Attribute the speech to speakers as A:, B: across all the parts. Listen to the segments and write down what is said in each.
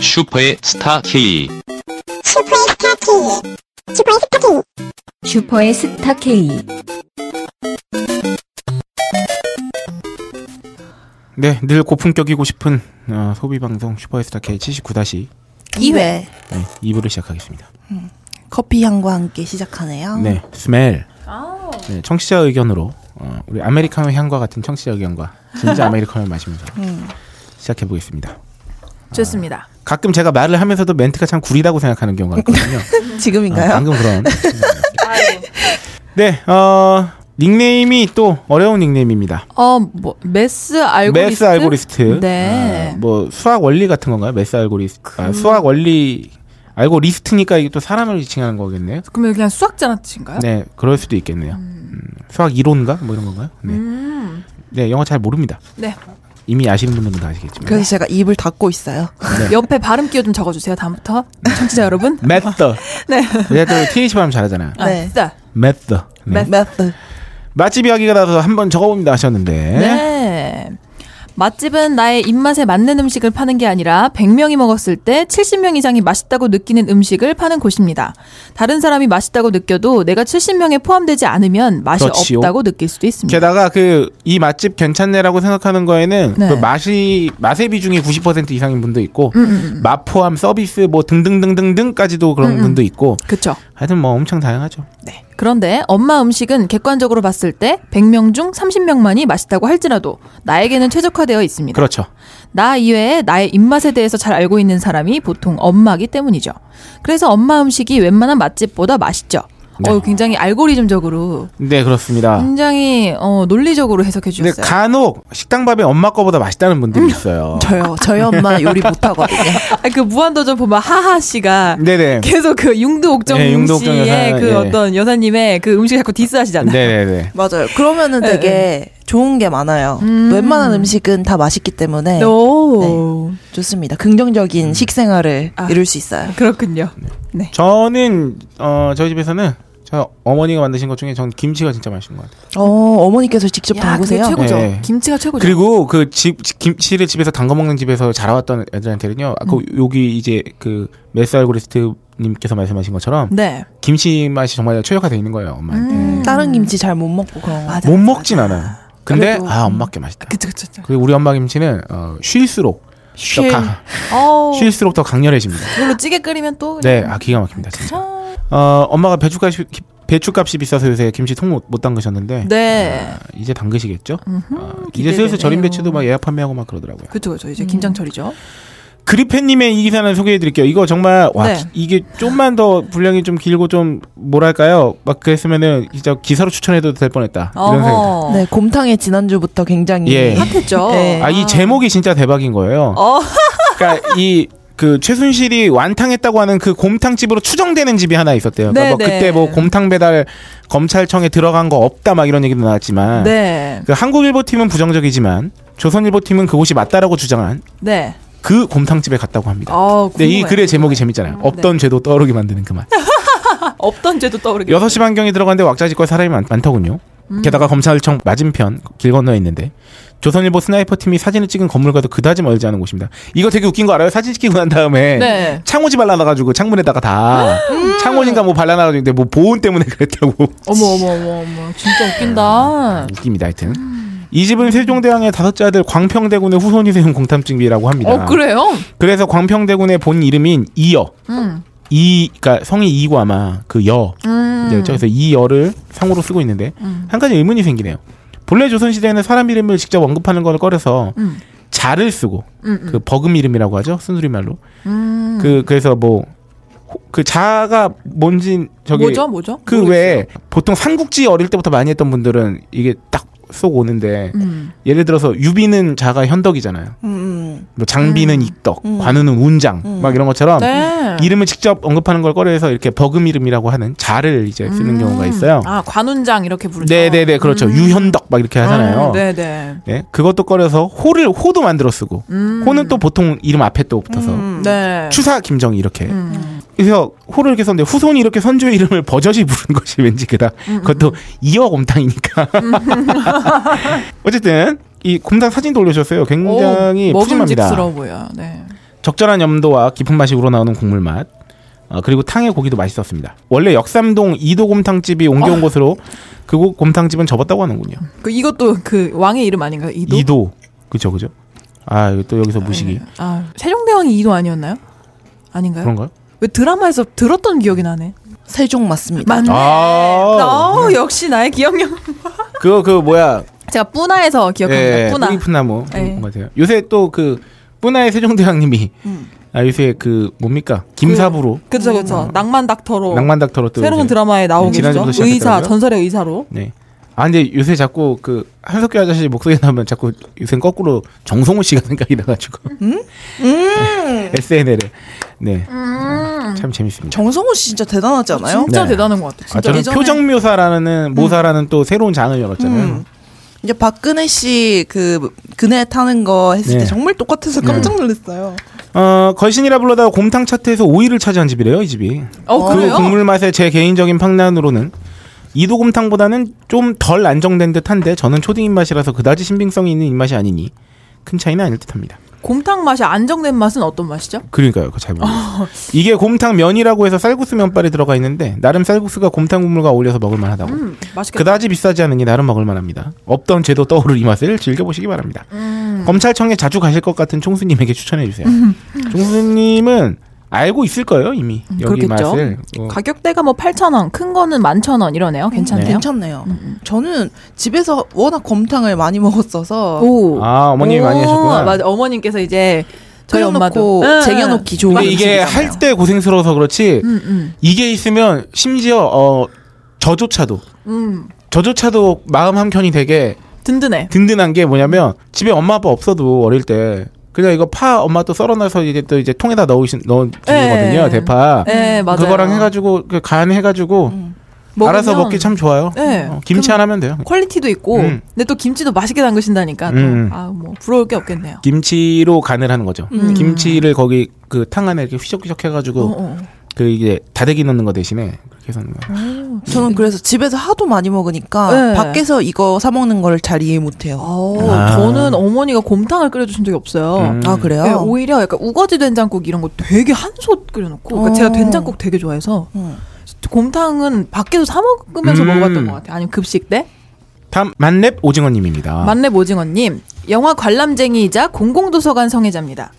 A: 슈퍼의 스타 K.
B: 슈퍼의 스타 K. 슈퍼의 스타 K.
C: 슈퍼의 스타 K.
D: 네, 늘 고품격이고 싶은 어, 소비 방송 슈퍼에스타 K 79다시
E: 2회
D: 네, 2부를 시작하겠습니다.
E: 커피 향과 함께 시작하네요.
D: 네, 스멜. 네, 청취자 의견으로 어, 우리 아메리카노 향과 같은 청취자 의견과 진짜 아메리카노를 마시면서
E: 음.
D: 시작해 보겠습니다.
F: 좋습니다.
D: 가끔 제가 말을 하면서도 멘트가 참 구리다고 생각하는 경우가 있거든요.
E: 지금인가요?
D: 아, 방금 그런. 네, 어, 닉네임이 또 어려운 닉네임입니다.
F: 어, 뭐 메스 알고리스트.
D: 메스 알고리스트.
F: 네. 그
D: 아, 뭐 수학 원리 같은 건가요? 메스 알고리스트. 아, 수학 원리 알고리스트니까 이게 또 사람을 지칭하는 거겠네요.
F: 그러면 그냥 수학자나 뜻인가요?
D: 네, 그럴 수도 있겠네요. 음, 수학 이론가 뭐 이런 건가요? 네.
F: 음.
D: 네, 영어 잘 모릅니다.
F: 네.
D: 이미 아시는 분들은 다 아시겠지만.
E: 그래서 제가 입을 닫고 있어요.
D: 네.
F: 옆에 발음 끼워 좀 적어 주세요. 다음부터. 청취자 여러분.
D: 메터.
F: 네.
D: 얘들 TH 발음 잘하잖아.
F: 아,
E: 네.
F: 진짜.
D: 메터. 네.
E: 메스.
D: 맛집 이야기가 나서 한번 적어봅니다 하셨는데.
F: 네. 맛집은 나의 입맛에 맞는 음식을 파는 게 아니라 100명이 먹었을 때 70명 이상이 맛있다고 느끼는 음식을 파는 곳입니다. 다른 사람이 맛있다고 느껴도 내가 70명에 포함되지 않으면 맛이
D: 그렇지요.
F: 없다고 느낄 수도 있습니다.
D: 게다가 그 이 맛집 괜찮네라고 생각하는 거에는
F: 네.
D: 그 맛이 맛의 비중이 90% 이상인 분도 있고
F: 음,
D: 맛 포함 서비스 뭐 등등등등등까지도
F: 음,
D: 그런 분도 있고
F: 그렇죠.
D: 하여튼 뭐 엄청 다양하죠.
F: 네. 그런데 엄마 음식은 객관적으로 봤을 때 100명 중 30명만이 맛있다고 할지라도 나에게는 최적화되어 있습니다.
D: 그렇죠.
F: 나 이외에 나의 입맛에 대해서 잘 알고 있는 사람이 보통 엄마기 때문이죠. 그래서 엄마 음식이 웬만한 맛집보다 맛있죠. 어, 굉장히 알고리즘적으로
D: 네 그렇습니다.
F: 굉장히 어, 논리적으로 해석해
D: 근데
F: 주셨어요.
D: 간혹 식당 밥이 엄마 거보다 맛있다는
F: 음,
D: 분들이 있어요.
E: 저요. 저희 엄마 요리 못하거든요.
F: 아, 그 무한도전 보면 하하 씨가
D: 네네.
F: 계속 그 융두옥정
D: 예, 융두옥정
F: 씨의
D: 여사,
F: 그
D: 예.
F: 어떤 여사님의 그 음식 자꾸 디스하시잖아요.
D: 네네네.
E: 맞아요. 그러면은
F: 네,
E: 되게 좋은 게 많아요. 웬만한 음식은 다 맛있기 때문에
F: 오.
E: 좋습니다. 긍정적인
D: 음.
E: 식생활을
F: 아.
E: 이룰 수 있어요.
F: 그렇군요. 네.
D: 저는 어 저희 집에서는 저 어머니가 만드신 것 중에 전 김치가 진짜 맛있는 것 같아요.
E: 어, 어머니께서 직접
F: 야, 그게
E: 담그세요.
F: 최고죠.
D: 예.
F: 김치가 최고죠.
D: 그리고 그 집 김치를 집에서 담가 먹는 집에서 자라왔던 애들한테는요. 아까
F: 음.
D: 여기 이제 그 메스 알고리스트 님께서 말씀하신 것처럼
F: 네.
D: 김치 맛이 정말 최적화돼 있는 거예요, 엄마한테.
E: 음, 다른 김치 잘 못 먹고 그런 거.
F: 맞아.
D: 못 먹진 않아요. 근데
F: 그래도- 음.
D: 아, 엄마께 맛있다.
F: 그쵸, 그쵸, 그쵸.
D: 그리고 우리 엄마 김치는 어, 쉴수록 쉴. 가,
F: 어,
D: 쉴수록 더 강렬해집니다.
F: 그걸로 찌개 끓이면 또.
D: 네, 아 기가 막힙니다. 진짜. 어, 엄마가 배추값이 배추값이 비싸서 요새 김치 통 못 담그셨는데
F: 네.
D: 아, 이제 담그시겠죠? 아, 이제
F: 기대되네요.
D: 슬슬 절임 배추도 막 예약 판매하고 막 그러더라고요.
F: 그쵸, 그쵸.
D: 음.
F: 이제 김장철이죠.
D: 그리펜님의 이 기사는 소개해드릴게요. 이거 정말 와
F: 네.
D: 기- 이게 좀만 더 분량이 좀 길고 좀 뭐랄까요? 막 그랬으면은 진짜 기사로 추천해도 될 뻔했다. 이런 생각.
F: 어허.
E: 네, 곰탕에 지난주부터 굉장히
D: 예.
F: 핫했죠.
E: 네.
D: 아 이 제목이 진짜 대박인 거예요.
F: 어.
D: 그러니까 이 그 최순실이 완탕했다고 하는 그 곰탕집으로 추정되는 집이 하나 있었대요. 그러니까
F: 네,
D: 뭐
F: 네.
D: 그때 뭐 곰탕 배달 검찰청에 들어간 거 없다 막 이런 얘기도 나왔지만
F: 네.
D: 그 한국일보 팀은 부정적이지만 조선일보 팀은 그곳이 맞다라고 주장한
F: 네.
D: 그 곰탕집에 갔다고 합니다.
F: 어,
D: 근데 이
F: 궁금해요. 네.
D: 글의 제목이 재밌잖아요. 없던 죄도 떠오르게 만드는 그 맛.
F: 아, 없던 죄도 떠오르게.
D: 6시 반경에 들어갔는데 왁자지껄 사람이 많, 많더군요.
F: 음.
D: 게다가 검찰청 맞은편 길 건너에 있는데 조선일보 스나이퍼 팀이 사진을 찍은 건물과도 그다지 멀지 않은 곳입니다. 이거 되게 웃긴 거 알아요? 사진 찍히고 난 다음에
F: 네. 음.
D: 창호지 발라놔가지고 창문에다가 다 창호인가 뭐 발라놔가지고 근데 뭐 보온 때문에 그랬다고
F: 어머, 어머, 어머, 어머. 진짜 웃긴다.
D: 웃깁니다 하여튼 이 집은 세종대왕의 다섯째 아들 광평대군의 후손이 세운 공탐집이라고 합니다.
F: 어, 그래요?
D: 그래서 광평대군의 본 이름인 이여.
F: 음.
D: 이, 그니까 성이 이고 아마 그 여.
F: 음.
D: 이제 저기서 이여를 상호로 쓰고 있는데 한 가지 의문이 생기네요. 본래 조선시대에는 사람 이름을 직접 언급하는 걸 꺼려서
F: 음.
D: 자를 쓰고 그 버금 이름이라고 하죠. 순수리말로.
F: 음.
D: 그, 그래서 뭐, 호- 그 자가 뭔지 저기.
F: 뭐죠, 뭐죠?
D: 그 외에 보통 삼국지 어릴 때부터 많이 했던 분들은 이게 딱 쏘고 오는데
F: 음.
D: 예를 들어서 유비는 자가 현덕이잖아요.
E: 음,
D: 뭐 장비는 익덕, 관우는 운장, 막 이런 것처럼
F: 음. 네.
D: 아, 이름을 직접 언급하는 걸 꺼려해서 이렇게 버금 이름이라고 하는 자를 이제 쓰는 경우가 있어요.
F: 아, 관운장 이렇게 부르죠.
D: 네네네, 그렇죠. 유현덕 막 이렇게 하잖아요.
F: 음, 네네.
D: 네, 그것도 꺼려서 호를 호도 만들어 쓰고
F: 음.
D: 호는 또 보통 이름 앞에 또 붙어서
E: 음.
F: 네.
D: 음. 추사 김정이 이렇게
F: 음.
D: 그래서 호를 이렇게 썼는데 후손이 이렇게 선조의 이름을 버젓이 부른 것이 왠지 그다
F: 음,
D: 그것도 이어 곰탕이니까 어쨌든 이 곰탕 사진도 올려주셨어요
F: 어우,
D: 굉장히 푸짐합니다
F: 먹음직스러워 보여. 네.
D: 적절한 염도와 깊은 맛이 우러나오는 국물 맛. 어, 그리고 탕의 고기도 맛있었습니다. 원래 역삼동 이도 곰탕집이
F: 아.
D: 옮겨온 곳으로 그곳 곰탕집은 접었다고 하는군요.
F: 그 이것도 그 왕의 이름 아닌가요? 이도.
D: 이도 그죠 그죠. 아 또 여기서 무식이
F: 아 세종대왕이 이도 아니었나요? 아닌가요?
D: 그런가요?
F: 왜 드라마에서 들었던 기억이 나네.
E: 세종 맞습니다.
F: 맞네.
D: 아
F: 어, 역시 나의 기억력.
D: 그거 그 뭐야
F: 제가 뿌나에서 기억합니다.
D: 예,
F: 뿌나.
D: 뿌리푸나무
F: 예.
D: 그런 것 같아요. 요새 또 그 뿌나의 세종대왕님이
F: 음.
D: 아 요새 그 뭡니까 김사부로
F: 그렇죠, 그렇죠. 낭만 닥터로
D: 낭만 닥터로 또
F: 새로운
D: 요새-
F: 드라마에 나오고
D: 네,
F: 계시죠.
D: 지난주부터
F: 의사,
D: 시작했더라고요.
F: 전설의 의사로.
D: 네. 아 근데 요새 자꾸 그 한석규 아저씨 목소리 나면 자꾸 요새 거꾸로 정성호 씨가 생각이 나가지고 SNL에 네. 참 재밌습니다.
E: 정성호 씨 진짜 대단하지 않아요?
F: 진짜
D: 네.
F: 대단한 것 같아.
D: 아, 저는
E: 예전에-
D: 표정 묘사라는 모사라는 또 새로운 장을 열었잖아요.
E: 음. 이제 박근혜 씨 그 그네 타는 거 했을
D: 네.
E: 때 정말 똑같아서 깜짝 놀랐어요.
D: 어, 걸신이라 불러다가 곰탕 차트에서 5위를 차지한 집이래요, 이 집이.
F: 어,
D: 그
F: 그래요?
D: 국물 맛의 제 개인적인 판단으로는 이도곰탕보다는 좀 덜 안정된 듯한데 저는 초딩 입맛이라서 그다지 신빙성이 있는 입맛이 아니니 큰 차이는 아닐 듯합니다.
F: 곰탕 맛이 안정된 맛은 어떤 맛이죠?
D: 그러니까요, 그거 잘 모르겠어요. 이게 곰탕 면이라고 해서 쌀국수 면발이 들어가 있는데 나름 쌀국수가 곰탕 국물과 어울려서 먹을 만하다고.
F: 음, 맛있겠다.
D: 그다지 비싸지 않으니 나름 먹을 만합니다. 없던 죄도 떠오를 이 맛을 즐겨보시기 바랍니다.
F: 음.
D: 검찰청에 자주 가실 것 같은 총수님에게 추천해 주세요. 총수님은 알고 있을 거예요 이미 여기
F: 음, 그렇겠죠.
D: 맛을. 어,
F: 가격대가 뭐 8,000원, 큰 거는 11,000원 이러네요. 괜찮네요. 음,
E: 괜찮네요. 저는 집에서 워낙 곰탕을 많이 먹었어서
F: 오.
D: 아 어머님이 많이
F: 오,
D: 하셨구나.
F: 맞아. 어머님께서 이제 저희
E: 끓여놓고
F: 엄마도 네.
E: 쟁여놓기 좋은
D: 근데 이게
E: 음식이잖아요.
D: 할 때 고생스러워서 그렇지
F: 음, 음.
D: 이게 있으면 심지어 어 저조차도
F: 음.
D: 저조차도 마음 한켠이 되게
F: 든든해.
D: 든든한 게 뭐냐면 집에 엄마 아빠 없어도 어릴 때 그냥 이거 파 엄마 또 썰어놔서 이제 또 이제 통에다 넣으신 넣어주거든요
F: 예.
D: 대파
F: 예, 맞아요. 음.
D: 그거랑 해가지고 그 간 해가지고 알아서
F: 먹으면
D: 먹기 참 좋아요
F: 예.
D: 어, 김치
F: 그럼-
D: 하나면 돼요
F: 퀄리티도 있고
D: 음.
F: 근데 또 김치도 맛있게 담그신다니까 또.
D: 음.
F: 아, 뭐 부러울 게 없겠네요.
D: 김치로 간을 하는 거죠
E: 음.
D: 김치를 거기 그 탕 안에 이렇게 휘적휘적 해가지고
F: 어, 어.
D: 그 이게 다대기 넣는 거 대신에 그렇게 해서 하는 거예요
E: 저는 그래서 집에서 하도 많이 먹으니까
F: 네.
E: 밖에서 이거 사 먹는 거를 잘 이해 못해요.
F: 어,
D: 아.
F: 저는 어머니가 곰탕을 끓여주신 적이 없어요.
D: 음.
E: 아
F: 네,
E: 그래요?
F: 오히려 약간 우거지 된장국 이런 거 되게 한솥 끓여놓고 그러니까
E: 어.
F: 제가 된장국 되게 좋아해서
E: 음.
F: 곰탕은 밖에서 사 먹으면서
D: 음.
F: 먹어봤던 것 같아요. 아니면 급식 때?
D: 다음 만렙 오징어님입니다.
F: 만렙 오징어님, 영화 관람쟁이이자 공공도서관 성애자입니다.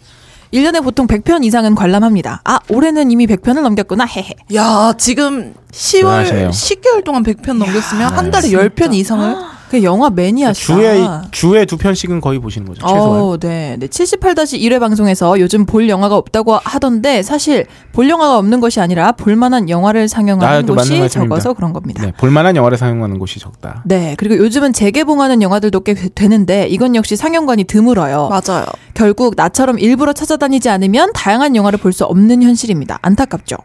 F: 1년에 보통 100편 이상은 관람합니다. 아, 올해는 이미 100편을 넘겼구나. 헤헤.
E: 야 지금 10월
D: 대단하시네요.
E: 10개월 동안 100편 넘겼으면 한 달에 10편 이상을
F: 그 영화 매니아시다.
D: 아, 주에 주에 두 편씩은 거의 보시는 거죠. 최소한.
F: 어, 네. 네. 78-1회 방송에서 요즘 볼 영화가 없다고 하던데 사실 볼 영화가 없는 것이 아니라 볼 만한 영화를
D: 아,
F: 상영하는
D: 또 맞는
F: 곳이
D: 말씀입니다.
F: 적어서 그런 겁니다.
D: 네, 볼만한 영화를 사용하는 곳이 적다.
F: 네, 그리고 요즘은 재개봉하는 영화들도 꽤 되- 되는데 이건 역시 상영관이 드물어요.
E: 맞아요.
F: 결국 나처럼 일부러 찾아다니지 않으면 다양한 영화를 볼 수 없는 현실입니다. 안타깝죠.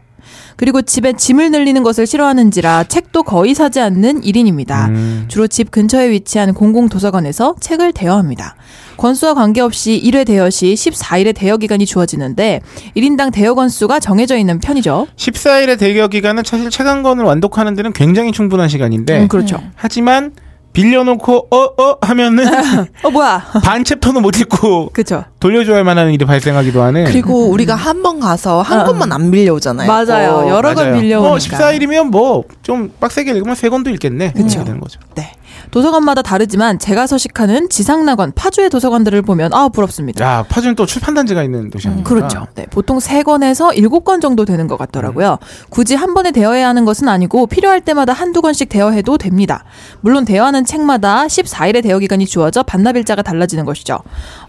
F: 그리고 집에 짐을 늘리는 것을 싫어하는지라 책도 거의 사지 않는 1인입니다.
D: 음.
F: 주로 집 근처에 위치한 공공도서관에서 책을 대여합니다. 권수와 관계없이 1회 대여 시 14일의 대여 기간이 주어지는데 1인당 대여 건수가 정해져 있는 편이죠.
D: 14일의 대기업 기간은 사실 최강건을 완독하는 데는 굉장히 충분한 시간인데
F: 음, 그렇죠.
D: 네. 하지만 빌려놓고 어어 하면은
F: 어 뭐야?
D: 반 챕터는 못 읽고
F: 그렇죠.
D: 돌려줘야 만하는 일이 발생하기도 하는
E: 그리고 우리가 한 번 가서 한
F: 어.
E: 권만 안 빌려오잖아요.
F: 맞아요.
E: 어.
F: 여러 권
D: 맞아요.
F: 빌려오니까.
D: 어, 14일이면 뭐 좀 빡세게 읽으면 세 권도 읽겠네. 그렇게 되는 거죠.
F: 네. 도서관마다 다르지만 제가 서식하는 지상낙원 파주의 도서관들을 보면 아 부럽습니다.
D: 야 파주는 또 출판 단지가 있는 도시 음. 아닙니까?
F: 그렇죠. 네, 보통 세권에서 일곱 권 정도 되는 것 같더라고요.
D: 네.
F: 굳이 한 번에 대여해야 하는 것은 아니고 필요할 때마다 한두 권씩 대여해도 됩니다. 물론 대여하는 책마다 14일의 대여 기간이 주어져 반납일자가 달라지는 것이죠.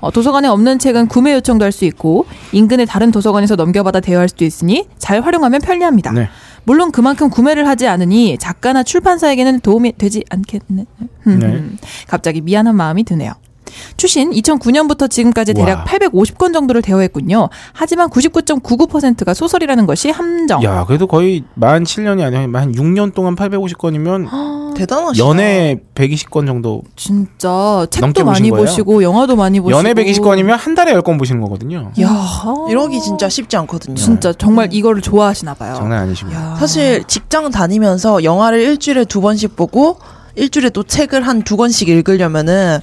F: 어, 도서관에 없는 책은 구매 요청도 할 수 있고 인근의 다른 도서관에서 넘겨받아 대여할 수도 있으니 잘 활용하면 편리합니다.
D: 네.
F: 물론 그만큼 구매를 하지 않으니 작가나 출판사에게는 도움이 되지 않겠네. 음.
D: 네.
F: 갑자기 미안한 마음이 드네요. 출신 2009년부터 지금까지 대략
D: 와.
F: 850권 정도를 대여했군요. 하지만 99.99%가 소설이라는 것이 함정.
D: 야, 그래도 거의 만 7년이 아니라 만 6년 동안
F: 아,
D: 850건이면
E: 어, 대단하시다.
D: 연애 120건 정도.
F: 진짜
D: 넘게
F: 책도
D: 보신
F: 많이
D: 거예요?
F: 보시고 영화도 많이 보시고
D: 연애 120건이면 한 달에 10건 보시는 거거든요.
F: 야,
E: 이러기 진짜 쉽지 않거든요.
F: 진짜 정말 이거를 좋아하시나 봐요.
D: 장난 아니시고.
F: 야.
E: 사실 직장 다니면서 영화를 일주일에 두 번씩 보고 일주일에 또 책을 한 두 권씩 읽으려면은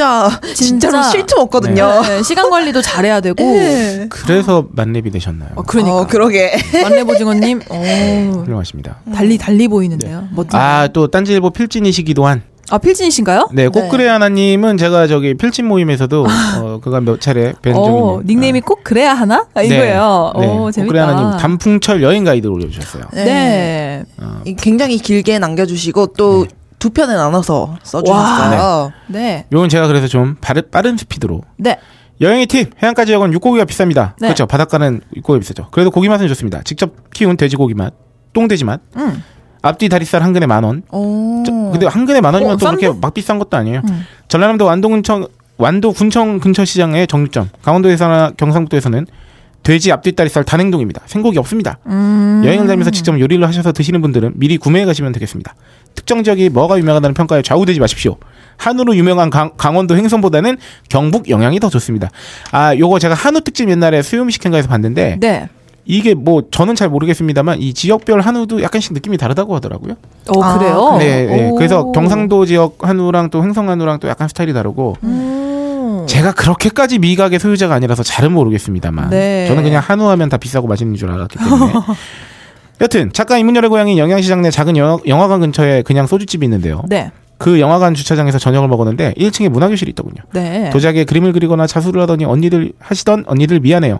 E: 진짜
F: 진짜.
E: 진짜, 로 쉴 틈 없거든요. 어,
F: 네, 시간 관리도 잘해야 되고.
D: 네.
E: 예.
D: 그래서 만렙이 되셨나요?
F: 어, 그러니까.
E: 어, 그러게.
F: 만렙오징어님, 어,
D: 훌륭하십니다.
F: 달리, 달리 보이는데요. 멋진. 아,
D: 아 또 딴지일보 필진이시기도 한.
F: 필진이신가요?
D: 네,
E: 네.
D: 꽃그레 하나님은 제가 저기 필진 모임에서도 어, 그간 몇 차례 뵌 적이
F: 어,
D: 있는.
F: 아. 닉네임이 꼭 그래야 하나? 아, 이거예요.
D: 네,
F: 오,
D: 꽃그레
F: 재밌다.
D: 하나님 단풍철 여행 가이드를 올려주셨어요.
F: 네.
E: 이- 굉장히 길게 남겨주시고 또 두 편에 나눠서 써주셨어요.
F: 네.
D: 요건 제가 그래서 좀 바르, 빠른 스피드로
F: 네.
D: 여행의 팁 해안까지 여건 육고기가 비쌉니다.
F: 네.
D: 그렇죠. 바닷가는 육고기 비싸죠. 그래도 고기 맛은 좋습니다. 직접 키운 돼지고기 맛, 똥돼지 맛.
F: 음.
D: 앞뒤 다리살 한 근에 만 원.
E: 오.
D: 저- 근데 한 근에 만 원이면
F: 어,
D: 또
F: 싼데? 음.
D: 그렇게 막 비싼 것도 아니에요. 전라남도 완도 군청 완도 군청 근처 시장의 정육점. 강원도에서나 경상북도에서는 돼지 앞뒤 다리살 단행동입니다. 생고기 없습니다. 여행을 다니면서 직접 요리를 하셔서 드시는 분들은 미리 구매해 가시면 되겠습니다. 특정 지역이 뭐가 유명하다는 평가에 좌우되지 마십시오. 한우로 유명한 강, 강원도 횡성보다는 경북 영양이 더 좋습니다. 아, 요거 제가 한우 특집 옛날에 수요미식회가에서 봤는데
F: 네.
D: 이게 뭐 저는 잘 모르겠습니다만 이 지역별 한우도 약간씩 느낌이 다르다고 하더라고요.
F: 어,
E: 아,
F: 그래요?
D: 네, 네.
F: 오.
D: 그래서 경상도 지역 한우랑 또 횡성 한우랑 또 약간 스타일이 다르고
F: 음.
D: 제가 그렇게까지 미각의 소유자가 아니라서 잘은 모르겠습니다만
F: 네.
D: 저는 그냥 한우하면 다 비싸고 맛있는 줄 알았기 때문에 여튼 작가 이문열의 고향인 영양시장 내 작은 영화, 영화관 근처에 그냥 소주집이 있는데요.
F: 네.
D: 그 영화관 주차장에서 저녁을 먹었는데 1층에 문화교실이 있더군요.
F: 네.
D: 도자기에 그림을 그리거나 자수를 하더니 언니들 하시던 언니들 미안해요.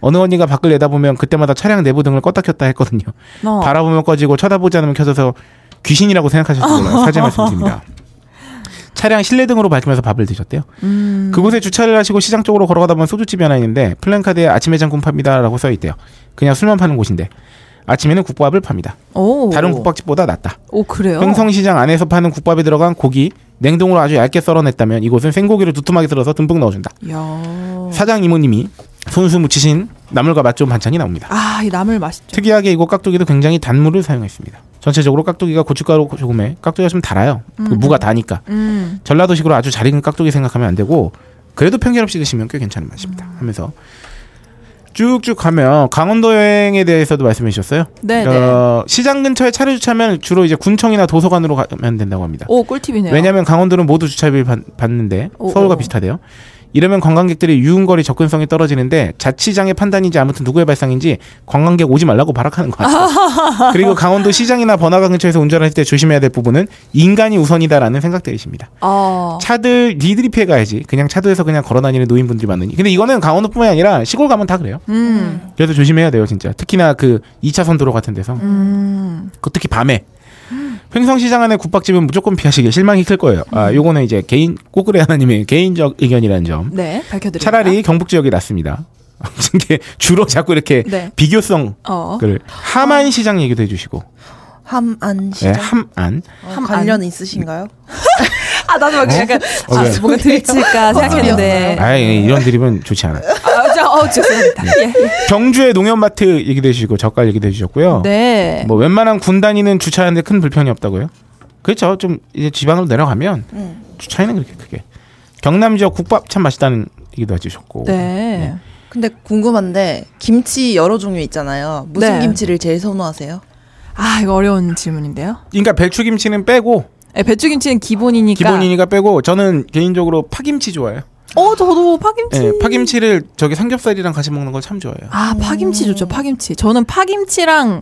D: 어느 언니가 밖을 내다보면 그때마다 차량 내부 등을 껐다 켰다 했거든요.
F: 어.
D: 바라보면 꺼지고 쳐다보지 않으면 켜져서 귀신이라고 생각하셨을 몰라요.
F: 어.
D: 사죄 말씀드립니다. 차량 실내 등으로 밝히면서 밥을 드셨대요.
F: 음.
D: 그곳에 주차를 하시고 시장 쪽으로 걸어가다 보면 소주집이 하나 있는데 플랜카드에 아침 해장국 팝니다라고 써 있대요. 그냥 술만 파는 곳인데 아침에는 국밥을 팝니다.
F: 오.
D: 다른 국밥집보다 낫다.
F: 오, 그래요?
D: 횡성시장 안에서 파는 국밥에 들어간 고기 냉동으로 아주 얇게 썰어냈다면 이곳은 생고기를 두툼하게 썰어서 듬뿍 넣어준다.
F: 야.
D: 사장 이모님이 손수 묻히신 나물과 맛 좋은 반찬이 나옵니다.
F: 아, 이 나물 맛있죠.
D: 특이하게 이곳 깍두기도 굉장히 단무를 사용했습니다. 전체적으로 깍두기가 고춧가루 조금에 깍두기가 좀 달아요. 그 무가 다니까
F: 음.
D: 전라도식으로 아주 잘 익은 깍두기 생각하면 안 되고 그래도 편견 없이 드시면 꽤 괜찮은 맛입니다.
F: 음.
D: 하면서 쭉쭉 가면 강원도 여행에 대해서도 말씀해 주셨어요.
F: 네,
D: 어, 시장 근처에 차를 주차하면 주로 이제 군청이나 도서관으로 가면 된다고 합니다.
F: 오, 꿀팁이네요.
D: 왜냐하면 강원도는 모두 주차비를 받, 는데
F: 오,
D: 서울과
F: 오.
D: 비슷하대요. 이러면 관광객들이 유흥거리 접근성이 떨어지는데 자치장의 판단인지 아무튼 누구의 발상인지 관광객 오지 말라고 발악하는 것 같아요. 그리고 강원도 시장이나 번화가 근처에서 운전하실 때 조심해야 될 부분은 인간이 우선이다라는 생각들이십니다.
F: 아.
D: 차들 니들이 피해 가야지. 그냥 차도에서 그냥 걸어다니는 노인분들이 많으니. 근데 이거는 강원도뿐만 아니라 시골 가면 다 그래요.
F: 음.
D: 그래서 조심해야 돼요, 진짜. 특히나 그 2차선 도로 같은 데서.
F: 음.
D: 그 특히 밤에. 횡성시장 안에 국밥집은 무조건 피하시길 실망이 클 거예요.
F: 음.
D: 아, 요거는 이제 개인 꼬끄레 하나님의 개인적 의견이라는 점.
F: 네, 밝혀드립니다.
D: 차라리 경북 지역이 낫습니다. 이게 주로 자꾸 이렇게
F: 네.
D: 비교성
F: 어.
D: 을 함안시장 얘기도 해주시고
E: 함안
D: 예,
E: 시장
D: 함안
E: 어, 관련 있으신가요?
F: 아, 나도 막 약간
D: 어,
F: 아,
D: 왜?
F: 뭔가 들칠까 생각했는데.
D: 아 이런 드립은 좋지 않아요.
F: 아, 저, 어, 죄송합니다.
D: 네.
F: 예.
D: 경주의 농협마트 얘기도 해주시고 젓갈 얘기도 해주셨고요.
F: 네.
D: 뭐 웬만한 군 다니는 주차하는데 큰 불편이 없다고요? 그렇죠. 좀 이제 지방으로 내려가면 주차에는 그렇게 크게. 경남 지역 국밥 참 맛있다는 얘기도 해주셨고.
F: 네.
E: 근데 궁금한데 김치 여러 종류 있잖아요. 무슨
F: 네.
E: 김치를 제일 선호하세요?
F: 아, 이거 어려운 질문인데요.
D: 그러니까 배추김치는 빼고
F: 네, 배추김치는 기본이니까.
D: 기본이니까 빼고 저는 개인적으로 파김치 좋아해요.
F: 어, 저도 파김치.
D: 예, 파김치를 저기 삼겹살이랑 같이 먹는 걸 참 좋아해요.
F: 아, 파김치 좋죠, 파김치. 저는 파김치랑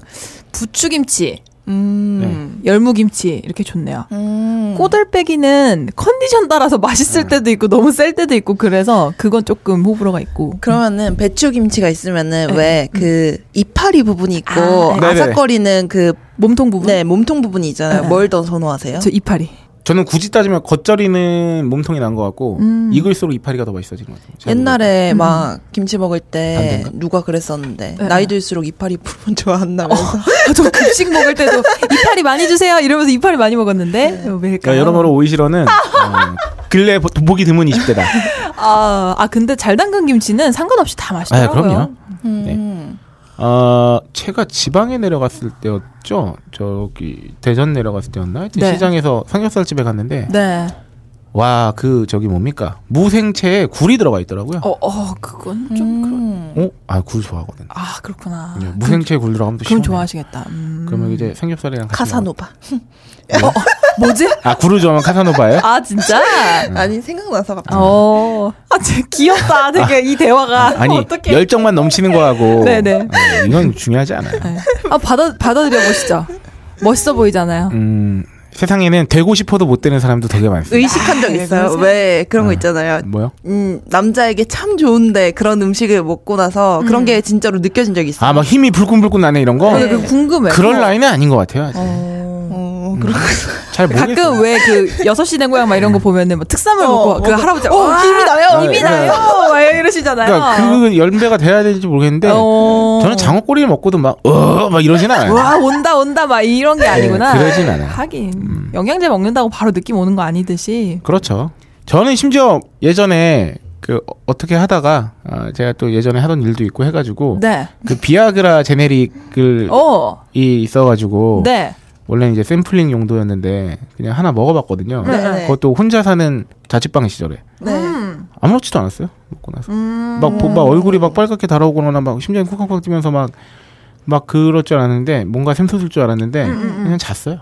F: 부추김치, 네.
E: 음.
F: 열무김치, 이렇게 좋네요.
E: 음.
F: 꼬들빼기는 컨디션 따라서
D: 음.
F: 맛있을 때도 있고, 너무 셀 때도 있고, 그래서 그건 조금 호불호가 있고.
E: 그러면은 배추 김치가 있으면은
F: 네.
E: 왜 그 이파리 부분이 있고
F: 아,
E: 아,
D: 네.
E: 삭거리는 그네
F: 몸통 부분?
E: 몸통 부분이 있잖아요.
F: 네.
E: 뭘 더 선호하세요?
F: 저 이파리.
D: 저는 굳이 따지면 겉절이는 몸통이 난 것 같고
F: 음.
D: 익을수록 이파리가 더 맛있어지는 것 같아요. 제가
E: 옛날에
F: 음.
E: 막 김치 먹을 때
D: 반대인가?
E: 누가 그랬었는데
F: 네.
E: 나이 들수록 이파리 부분 좋아한다면서
D: 어.
F: 아, 저 급식 먹을 때도 이파리 많이 주세요 이러면서 이파리 많이 먹었는데 어, 왜일까?
D: 그러니까 여러모로 오이시러는 어, 근래 보- 보기 드문 20대다.
F: 아, 아 근데 잘 담근 김치는 상관없이 다
D: 아,
F: 맛있더라고요.
D: 그럼요.
E: 음.
D: 아, 제가 지방에 내려갔을 때였죠. 저기 대전 내려갔을 때였나? 하여튼
F: 네.
D: 시장에서 삼겹살 집에 갔는데
F: 네.
D: 와 그 저기 뭡니까 무생채에 굴이 들어가 있더라고요.
F: 어, 어, 그건 좀. 음.
E: 좀
D: 어? 아 굴 좋아하거든.
F: 아, 그렇구나.
D: 요 네, 무생채에 굴 들어가면 또
F: 그럼
D: 시원해.
F: 좋아하시겠다. 음. 어,
D: 그러면 이제 삼겹살이랑 같이
E: 카사노바.
F: 뭐지?
D: 먹어. 아 굴을 좋아하면 카사노바예요?
F: 아, 진짜?
D: 음.
E: 아니 생각나서 갑자기.
F: 어. 아, 제 귀엽다. 되게 이 대화가
D: 아니
F: 어떻게
D: 열정만 넘치는 거하고
F: 네네.
D: 어, 이건 중요하지 않아요.
F: 아, 받아 받아들여 보시죠. 멋있어 보이잖아요.
D: 음, 세상에는 되고 싶어도 못 되는 사람도 되게 많습니다.
E: 의식한 적
F: 아,
E: 있어요.
F: 그러세요?
E: 왜 그런
D: 네.
E: 거 있잖아요.
D: 뭐요?
E: 음, 남자에게 참 좋은데 그런 음식을 먹고 나서 그런 게 진짜로 느껴진 적이 있어요.
D: 아 막 힘이 불끈불끈 나네 이런 거.
F: 근데 그 궁금해.
D: 그럴 나이는 아닌 것 같아요. 아직.
E: 어,
F: 음.
E: 그런
D: 잘 모르겠어요.
F: 가끔 왜 그 여섯 시 된 고향 막 이런 거 보면은 막 특산물 먹고 그 할아버지
E: 어,
F: 와,
E: 힘이 나요.
F: 힘이
D: 네.
F: 나요. 막 이러시잖아요.
D: 그러니까 그 연배가 돼야 될지 모르겠는데
F: 어.
D: 저는 장어 꼬리를 먹고도 막어막 이러진 않아요.
F: 와 온다 온다 막 이런 게 아니구나.
D: 네, 그러진 않아요. 음.
F: 하긴 영양제 먹는다고 바로 느낌 오는 거 아니듯이.
D: 그렇죠. 저는 심지어 예전에 그 어- 어떻게 하다가 아, 제가 또 예전에 하던 일도 있고 해가지고
F: 네.
D: 그 비아그라 제네릭을
F: 어.
D: 이 있어가지고
F: 네.
D: 원래 이제 샘플링 용도였는데 그냥 하나 먹어봤거든요.
E: 네.
D: 그것도 혼자 사는 자취방 시절에
E: 네.
F: 음.
D: 아무렇지도 않았어요. 먹고 나서 막, 보- 막 얼굴이 막 빨갛게 달아오거나 막 심장이 쿵쾅쿵 뛰면서 막 막 그럴 줄 알았는데 뭔가 샘솟을 줄 알았는데 그냥 잤어요.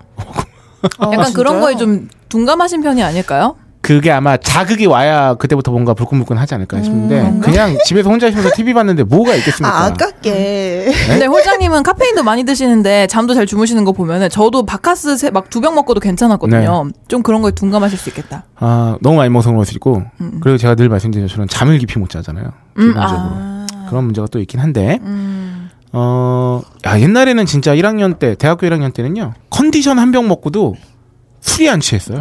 F: 약간 그런 거에 좀 둔감하신 편이 아닐까요?
D: 그게 아마 자극이 와야 그때부터 뭔가 불끈불끈 하지 않을까 싶은데 그냥 집에서 혼자 있으면서 TV 봤는데 뭐가 있겠습니까?
E: 아, 아깝게.
D: 네?
F: 근데 홀장님은 카페인도 많이 드시는데 잠도 잘 주무시는 거 보면은 저도 바카스 막 두 병 먹고도 괜찮았거든요.
D: 네.
F: 좀 그런 거에 둔감하실 수 있겠다.
D: 아, 너무 많이 먹어서 그럴 수 있고 그리고 제가 늘 말씀드린 것처럼 잠을 깊이 못 자잖아요. 기본적으로
F: 아.
D: 그런 문제가 또 있긴 한데 어, 야, 옛날에는 진짜 1학년 때 대학교 1학년 때는요 컨디션 한 병 먹고도 술이 안 취했어요.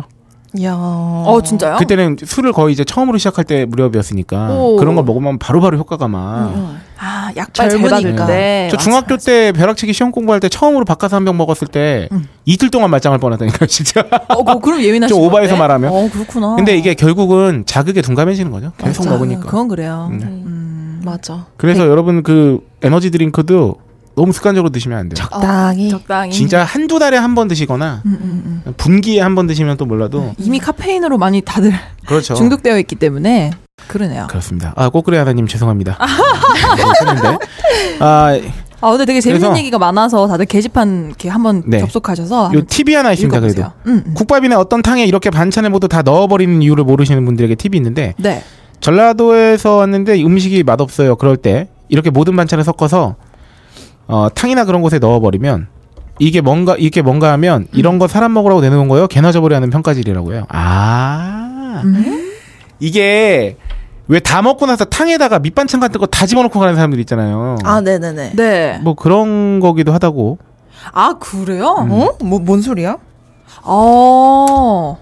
E: 음. 야.
F: 어 진짜요?
D: 그때는 술을 거의 이제 처음으로 시작할 때 무렵이었으니까
F: 오.
D: 그런 거 먹으면 바로바로 효과가 막.
F: 아 약발 네, 잘
E: 젊으니까.
F: 받을 때.
D: 네. 저 중학교 때 벼락치기 시험 공부할 때 처음으로 바카스 한 병 먹었을 때
F: 음.
D: 이틀 동안 말짱할 뻔하다니까요, 진짜.
F: 어 그- 그럼 예민하시.
D: 좀 오바해서 말하면.
F: 어 그렇구나.
D: 근데 이게 결국은 자극에 둔감해지는 거죠. 계속
F: 맞아.
D: 먹으니까.
F: 그건 그래요.
D: 네.
E: 맞아.
D: 그래서
F: 네.
D: 여러분 그 에너지 드링크도 너무 습관적으로 드시면 안 돼요.
E: 적당히.
F: 네. 적당히. 음,
D: 진짜 한두 달에 한 번 드시거나 분기에 한 번 드시면 또 몰라도
F: 이미 카페인으로 많이 다들
D: 그렇죠.
F: 네. 중독되어 있기 때문에 그러네요.
D: 그렇습니다. 아, 꼬꾸레 하나님 죄송합니다. 했는데. 아,
F: 아 근데 되게 재밌는
D: 그래서-
F: 얘기가 많아서 다들 게시판 이렇게 한번
D: 네.
F: 접속하셔서
D: 요
F: 한번
D: 팁이 하나 있습니다. 그래도
F: 아, 읽어보세요. 음, 음.
D: 국밥이나 어떤 탕에 이렇게 반찬을 모두 다 넣어버리는 이유를 모르시는 분들에게 팁이 있는데
F: 네.
D: 전라도에서 왔는데 음식이 맛없어요. 그럴 때 이렇게 모든 반찬을 섞어서 어, 탕이나 그런 곳에 넣어버리면 이게 뭔가 이게 뭔가 하면 이런 거 사람 먹으라고 내놓은 거예요. 개나 저버리하는 평가질이라고요. 아 이게 왜 다 먹고 나서 탕에다가 밑반찬 같은 거 다 집어넣고 가는 사람들 있잖아요.
E: 아, 네네네.
F: 네.
D: 뭐 그런 거기도 하다고
F: 아 그래요?
D: 음.
E: 어? 뭐, 뭔 소리야?
F: 어.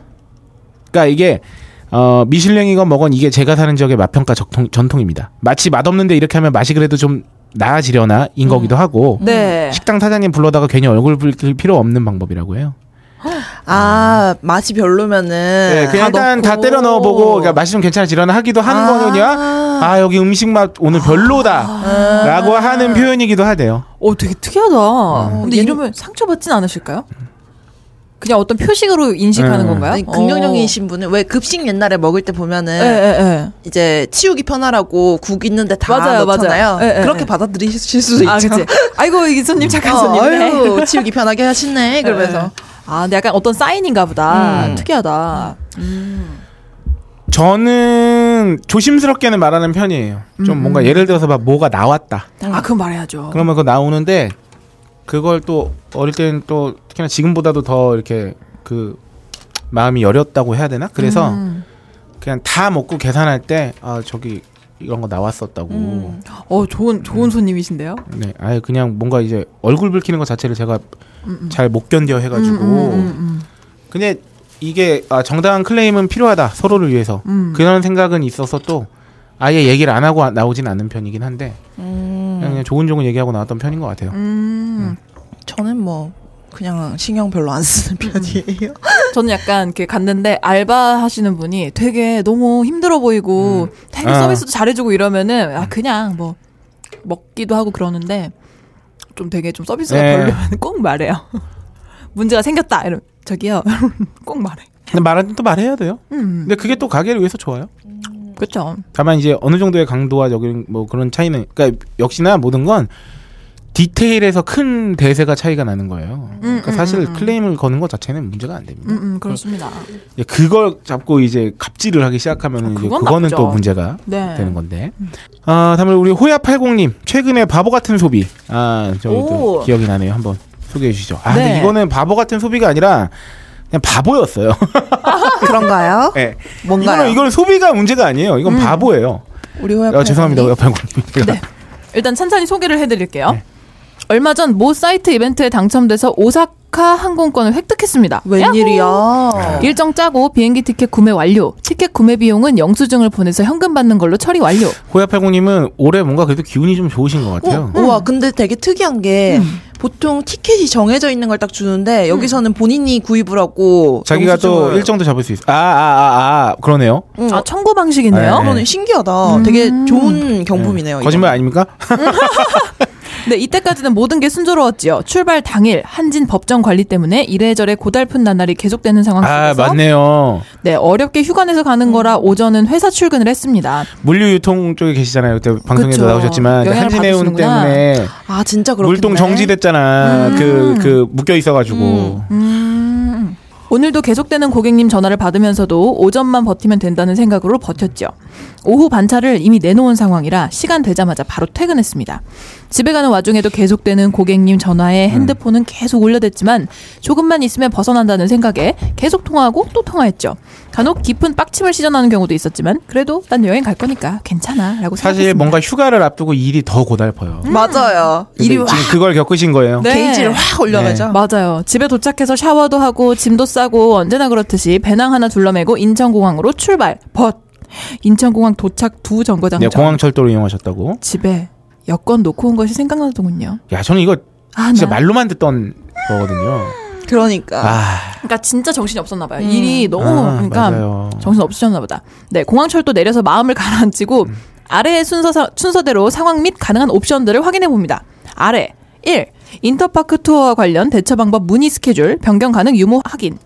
D: 그러니까 이게 어, 미슐랭이건 뭐건 이게 제가 사는 지역의 맛평가 적통- 전통입니다. 마치 맛없는데 이렇게 하면 맛이 그래도 좀 나아지려나인 거기도 하고
F: 네.
D: 식당 사장님 불러다가 괜히 얼굴 붉힐 필요 없는 방법이라고 해요.
E: 아, 맛이 별로면은.
D: 네, 그냥 일단 다 때려 넣어보고 그러니까 맛이 좀 괜찮아지려나 하기도 하는
E: 아.
D: 거느냐 아 여기 음식 맛 오늘 별로다라고 하는 표현이기도 하대요.
F: 어 되게 특이하다.
D: 예.
F: 근데 이러면 상처받진 않으실까요? 그냥 어떤 표식으로 인식하는
D: 음.
F: 건가요? 어.
E: 아니, 긍정적이신 분은 왜 급식 옛날에 먹을 때 보면은
F: 예예예.
E: 이제 치우기 편하라고 국 있는데 다
F: 맞아요,
E: 넣잖아요.
F: 맞아요. 예, 예,
E: 그렇게
F: 예.
E: 받아들이실 수도
F: 아
E: 있죠.
F: 그치. 아이고 이게
D: 음.
F: 손님
E: 어,
F: 잠깐 손님. 네.
E: 아유, 치우기 편하게 하시네. 그러면서
F: 아 근데 약간 어떤 사인인가 보다.
D: 음.
F: 특이하다.
D: 저는 조심스럽게는 말하는 편이에요. 좀 뭔가 예를 들어서 막 뭐가 나왔다.
F: 아 그건 말해야죠.
D: 음. 어. 그러면 그거 나오는데 그걸 또 어릴 때는 또 특히나 지금보다도 더 이렇게 그 마음이 여렸다고 해야 되나? 그래서 그냥 다 먹고 계산할 때 아 저기 이런 거 나왔었다고.
F: 어 좋은 좋은 손님이신데요.
D: 네, 아예 그냥 뭔가 이제 얼굴 붉히는 것 자체를 제가 잘 못 견뎌 해가지고.
F: 음,
D: 근데 이게 아, 정당한 클레임은 필요하다 서로를 위해서 그런 생각은 있어서 또 아예 얘기를 안 하고 나오진 않는 편이긴 한데 그냥, 그냥 조곤조곤 얘기하고 나왔던 편인 것 같아요.
E: 저는 뭐 그냥 신경 별로 안 쓰는 편이에요.
F: 저는 약간 이렇게 갔는데 알바 하시는 분이 되게 너무 힘들어 보이고 되게
D: 아. 음.
F: 서비스도 잘해주고 이러면은 아 그냥 뭐 먹기도 하고 그러는데 좀 되게 좀 서비스가
D: 네.
F: 별로면 꼭 말해요. 문제가 생겼다 이러면 저기요 꼭 말해.
D: 근데 말은 또 말해야 돼요.
F: 음.
D: 근데 그게 또 가게를 위해서 좋아요.
F: 그렇죠.
D: 다만 이제 어느 정도의 강도와 여기 뭐 그런 차이는 그러니까 역시나 모든 건 디테일에서 큰 대세가 차이가 나는 거예요. 그러니까 사실 클레임을 거는 것 자체는 문제가 안 됩니다.
F: 음, 음, 그렇습니다.
D: 이제 그걸 잡고 이제 갑질을 하기 시작하면 은 이제
F: 아, 그건
D: 그거는
F: 나쁘죠.
D: 또 문제가
F: 네.
D: 되는 건데. 아, 다음에 우리 호야80님 최근에 바보 같은 소비. 아, 저기 또
F: 오.
D: 기억이 나네요. 한번 소개해 주시죠. 아, 근데
F: 네.
D: 이거는 바보 같은 소비가 아니라 그냥 바보였어요.
E: 그런가요?
D: 네.
E: 뭔가요?
D: 이거는 이거는 소비가 문제가 아니에요. 이건 바보예요.
E: 우리 호야
D: 아, 죄송합니다. 그러니까
E: 팔공님.
D: 호야80님.
F: 네. 일단 천천히 소개를 해드릴게요.
D: 네.
F: 얼마 전 모 사이트 이벤트에 당첨돼서 오사카 항공권을 획득했습니다. 야호!
D: 네.
E: 웬일이야?
F: 일정 짜고 비행기 티켓 구매 완료. 티켓 구매 비용은 영수증을 보내서 현금 받는 걸로 처리 완료.
D: 호야80님은 올해 뭔가 그래도 기운이 좀 좋으신 것 같아요. 음.
E: 어, 우와, 근데 되게 특이한 게 보통 티켓이 정해져 있는 걸 딱 주는데 여기서는 본인이 구입을 하고
D: 자기가 또
E: 영수증을-
D: 일정도 잡을 수 있어. 아, 아, 아, 아, 그러네요.
E: 응.
F: 아 청구 방식이네요.
D: 네.
E: 이거는 신기하다. 되게 좋은 경품이네요.
D: 예. 거짓말
E: 이거는.
D: 아닙니까?
F: 네, 이때까지는 모든 게 순조로웠지요. 출발 당일 한진 법정 관리 때문에 이래저래 고달픈 나날이 계속되는 상황
D: 아,
F: 속에서
D: 맞네요.
F: 네, 어렵게 휴가 내서 가는 거라 오전은 회사 출근을 했습니다.
D: 물류 유통 쪽에 계시잖아요. 그때 방송에도
F: 그쵸.
D: 나오셨지만
F: 영향을
D: 한진해운
F: 받으시는구나.
D: 때문에
E: 아 진짜 그렇겠네.
D: 물동 정지됐잖아. 그 그 묶여 있어가지고
F: 오늘도 계속되는 고객님 전화를 받으면서도 오전만 버티면 된다는 생각으로 버텼죠. 오후 반차를 이미 내놓은 상황이라 시간 되자마자 바로 퇴근했습니다. 집에 가는 와중에도 계속되는 고객님
D: 음.
F: 전화에 핸드폰은 계속 울려댔지만 조금만 있으면 벗어난다는 생각에 계속 통화하고 또 통화했죠. 간혹 깊은 빡침을 시전하는 경우도 있었지만 그래도 난 여행 갈 거니까 괜찮아라고
D: 사실
F: 생각했습니다.
D: 뭔가 휴가를 앞두고 일이 더 고달퍼요.
E: 음. 맞아요.
D: 근데 네.
E: 일이 확
D: 지금 그걸 겪으신 거예요.
F: 네.
E: 게이지를 확 올려가죠.
F: 맞아요. 집에 도착해서 샤워도 하고 짐도 싸고 언제나 그렇듯이 배낭 하나 둘러매고 인천공항으로 출발. 벗. 인천공항 도착 두 정거장
D: 네,
F: 전
D: 공항 철도를 이용하셨다고.
F: 집에 여권 놓고 온 것이 생각나더군요.
D: 야, 저는 이거
F: 아,
D: 진짜
F: 나-
D: 말로만 듣던 거거든요.
E: 그러니까
D: 아,
F: 그러니까 진짜 정신이 없었나 봐요. 일이 너무
D: 아,
F: 그러니까
D: 맞아요.
F: 정신 없으셨나 보다. 네, 공항철도 내려서 마음을 가라앉히고 아래의 순서 순서대로 상황 및 가능한 옵션들을 확인해 봅니다. 아래 1. 인터파크 투어와 관련 대처 방법 문의 스케줄 변경 가능 유무 확인.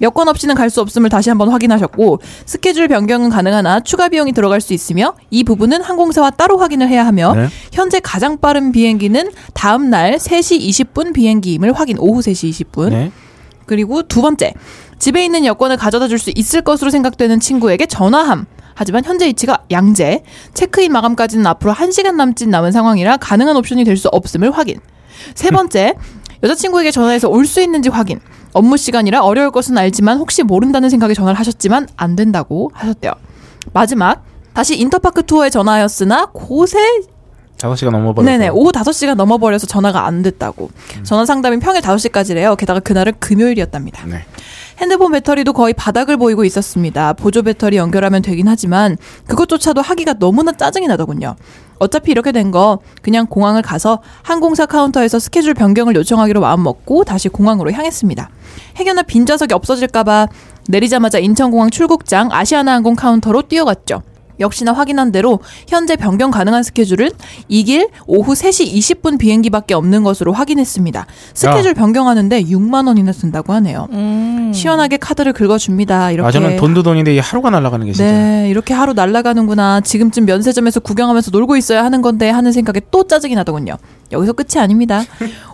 F: 여권 없이는 갈 수 없음을 다시 한번 확인하셨고 스케줄 변경은 가능하나 추가 비용이 들어갈 수 있으며 이 부분은 항공사와 따로 확인을 해야 하며
D: 네.
F: 현재 가장 빠른 비행기는 다음 날 3시 20분 비행기임을 확인 오후 3시 20분
D: 네.
F: 그리고 두 번째, 집에 있는 여권을 가져다 줄 수 있을 것으로 생각되는 친구에게 전화함. 하지만 현재 이치가 양재. 체크인 마감까지는 앞으로 1시간 남짓 남은 상황이라 가능한 옵션이 될 수 없음을 확인. 세 번째, 여자친구에게 전화해서 올 수 있는지 확인. 업무 시간이라 어려울 것은 알지만 혹시 모른다는 생각에 전화를 하셨지만 안 된다고 하셨대요. 마지막, 다시 인터파크 투어에 전화하였으나 곳에
D: 5시가 넘어버렸고.
F: 네네 오후 5시가 넘어버려서 전화가 안 됐다고
D: 음.
F: 전화 상담이 평일 5시까지래요 게다가 그날은 금요일이었답니다
D: 네.
F: 핸드폰 배터리도 거의 바닥을 보이고 있었습니다 보조 배터리 연결하면 되긴 하지만 그것조차도 하기가 너무나 짜증이 나더군요 어차피 이렇게 된 거 그냥 공항을 가서 항공사 카운터에서 스케줄 변경을 요청하기로 마음먹고 다시 공항으로 향했습니다 행여나 빈 좌석이 없어질까봐 내리자마자 인천공항 출국장 아시아나항공 카운터로 뛰어갔죠 역시나 확인한 대로 현재 변경 가능한 스케줄은 이길 오후 3시 20분 비행기밖에 없는 것으로 확인했습니다. 스케줄
D: 야.
F: 변경하는데 6만 원이나 쓴다고 하네요. 시원하게 카드를 긁어줍니다. 이렇게.
D: 아, 저는 돈도 돈인데 이 하루가 날아가는 게 진짜.
F: 네, 이렇게 하루 날아가는구나. 지금쯤 면세점에서 구경하면서 놀고 있어야 하는 건데 하는 생각에 또 짜증이 나더군요. 여기서 끝이 아닙니다.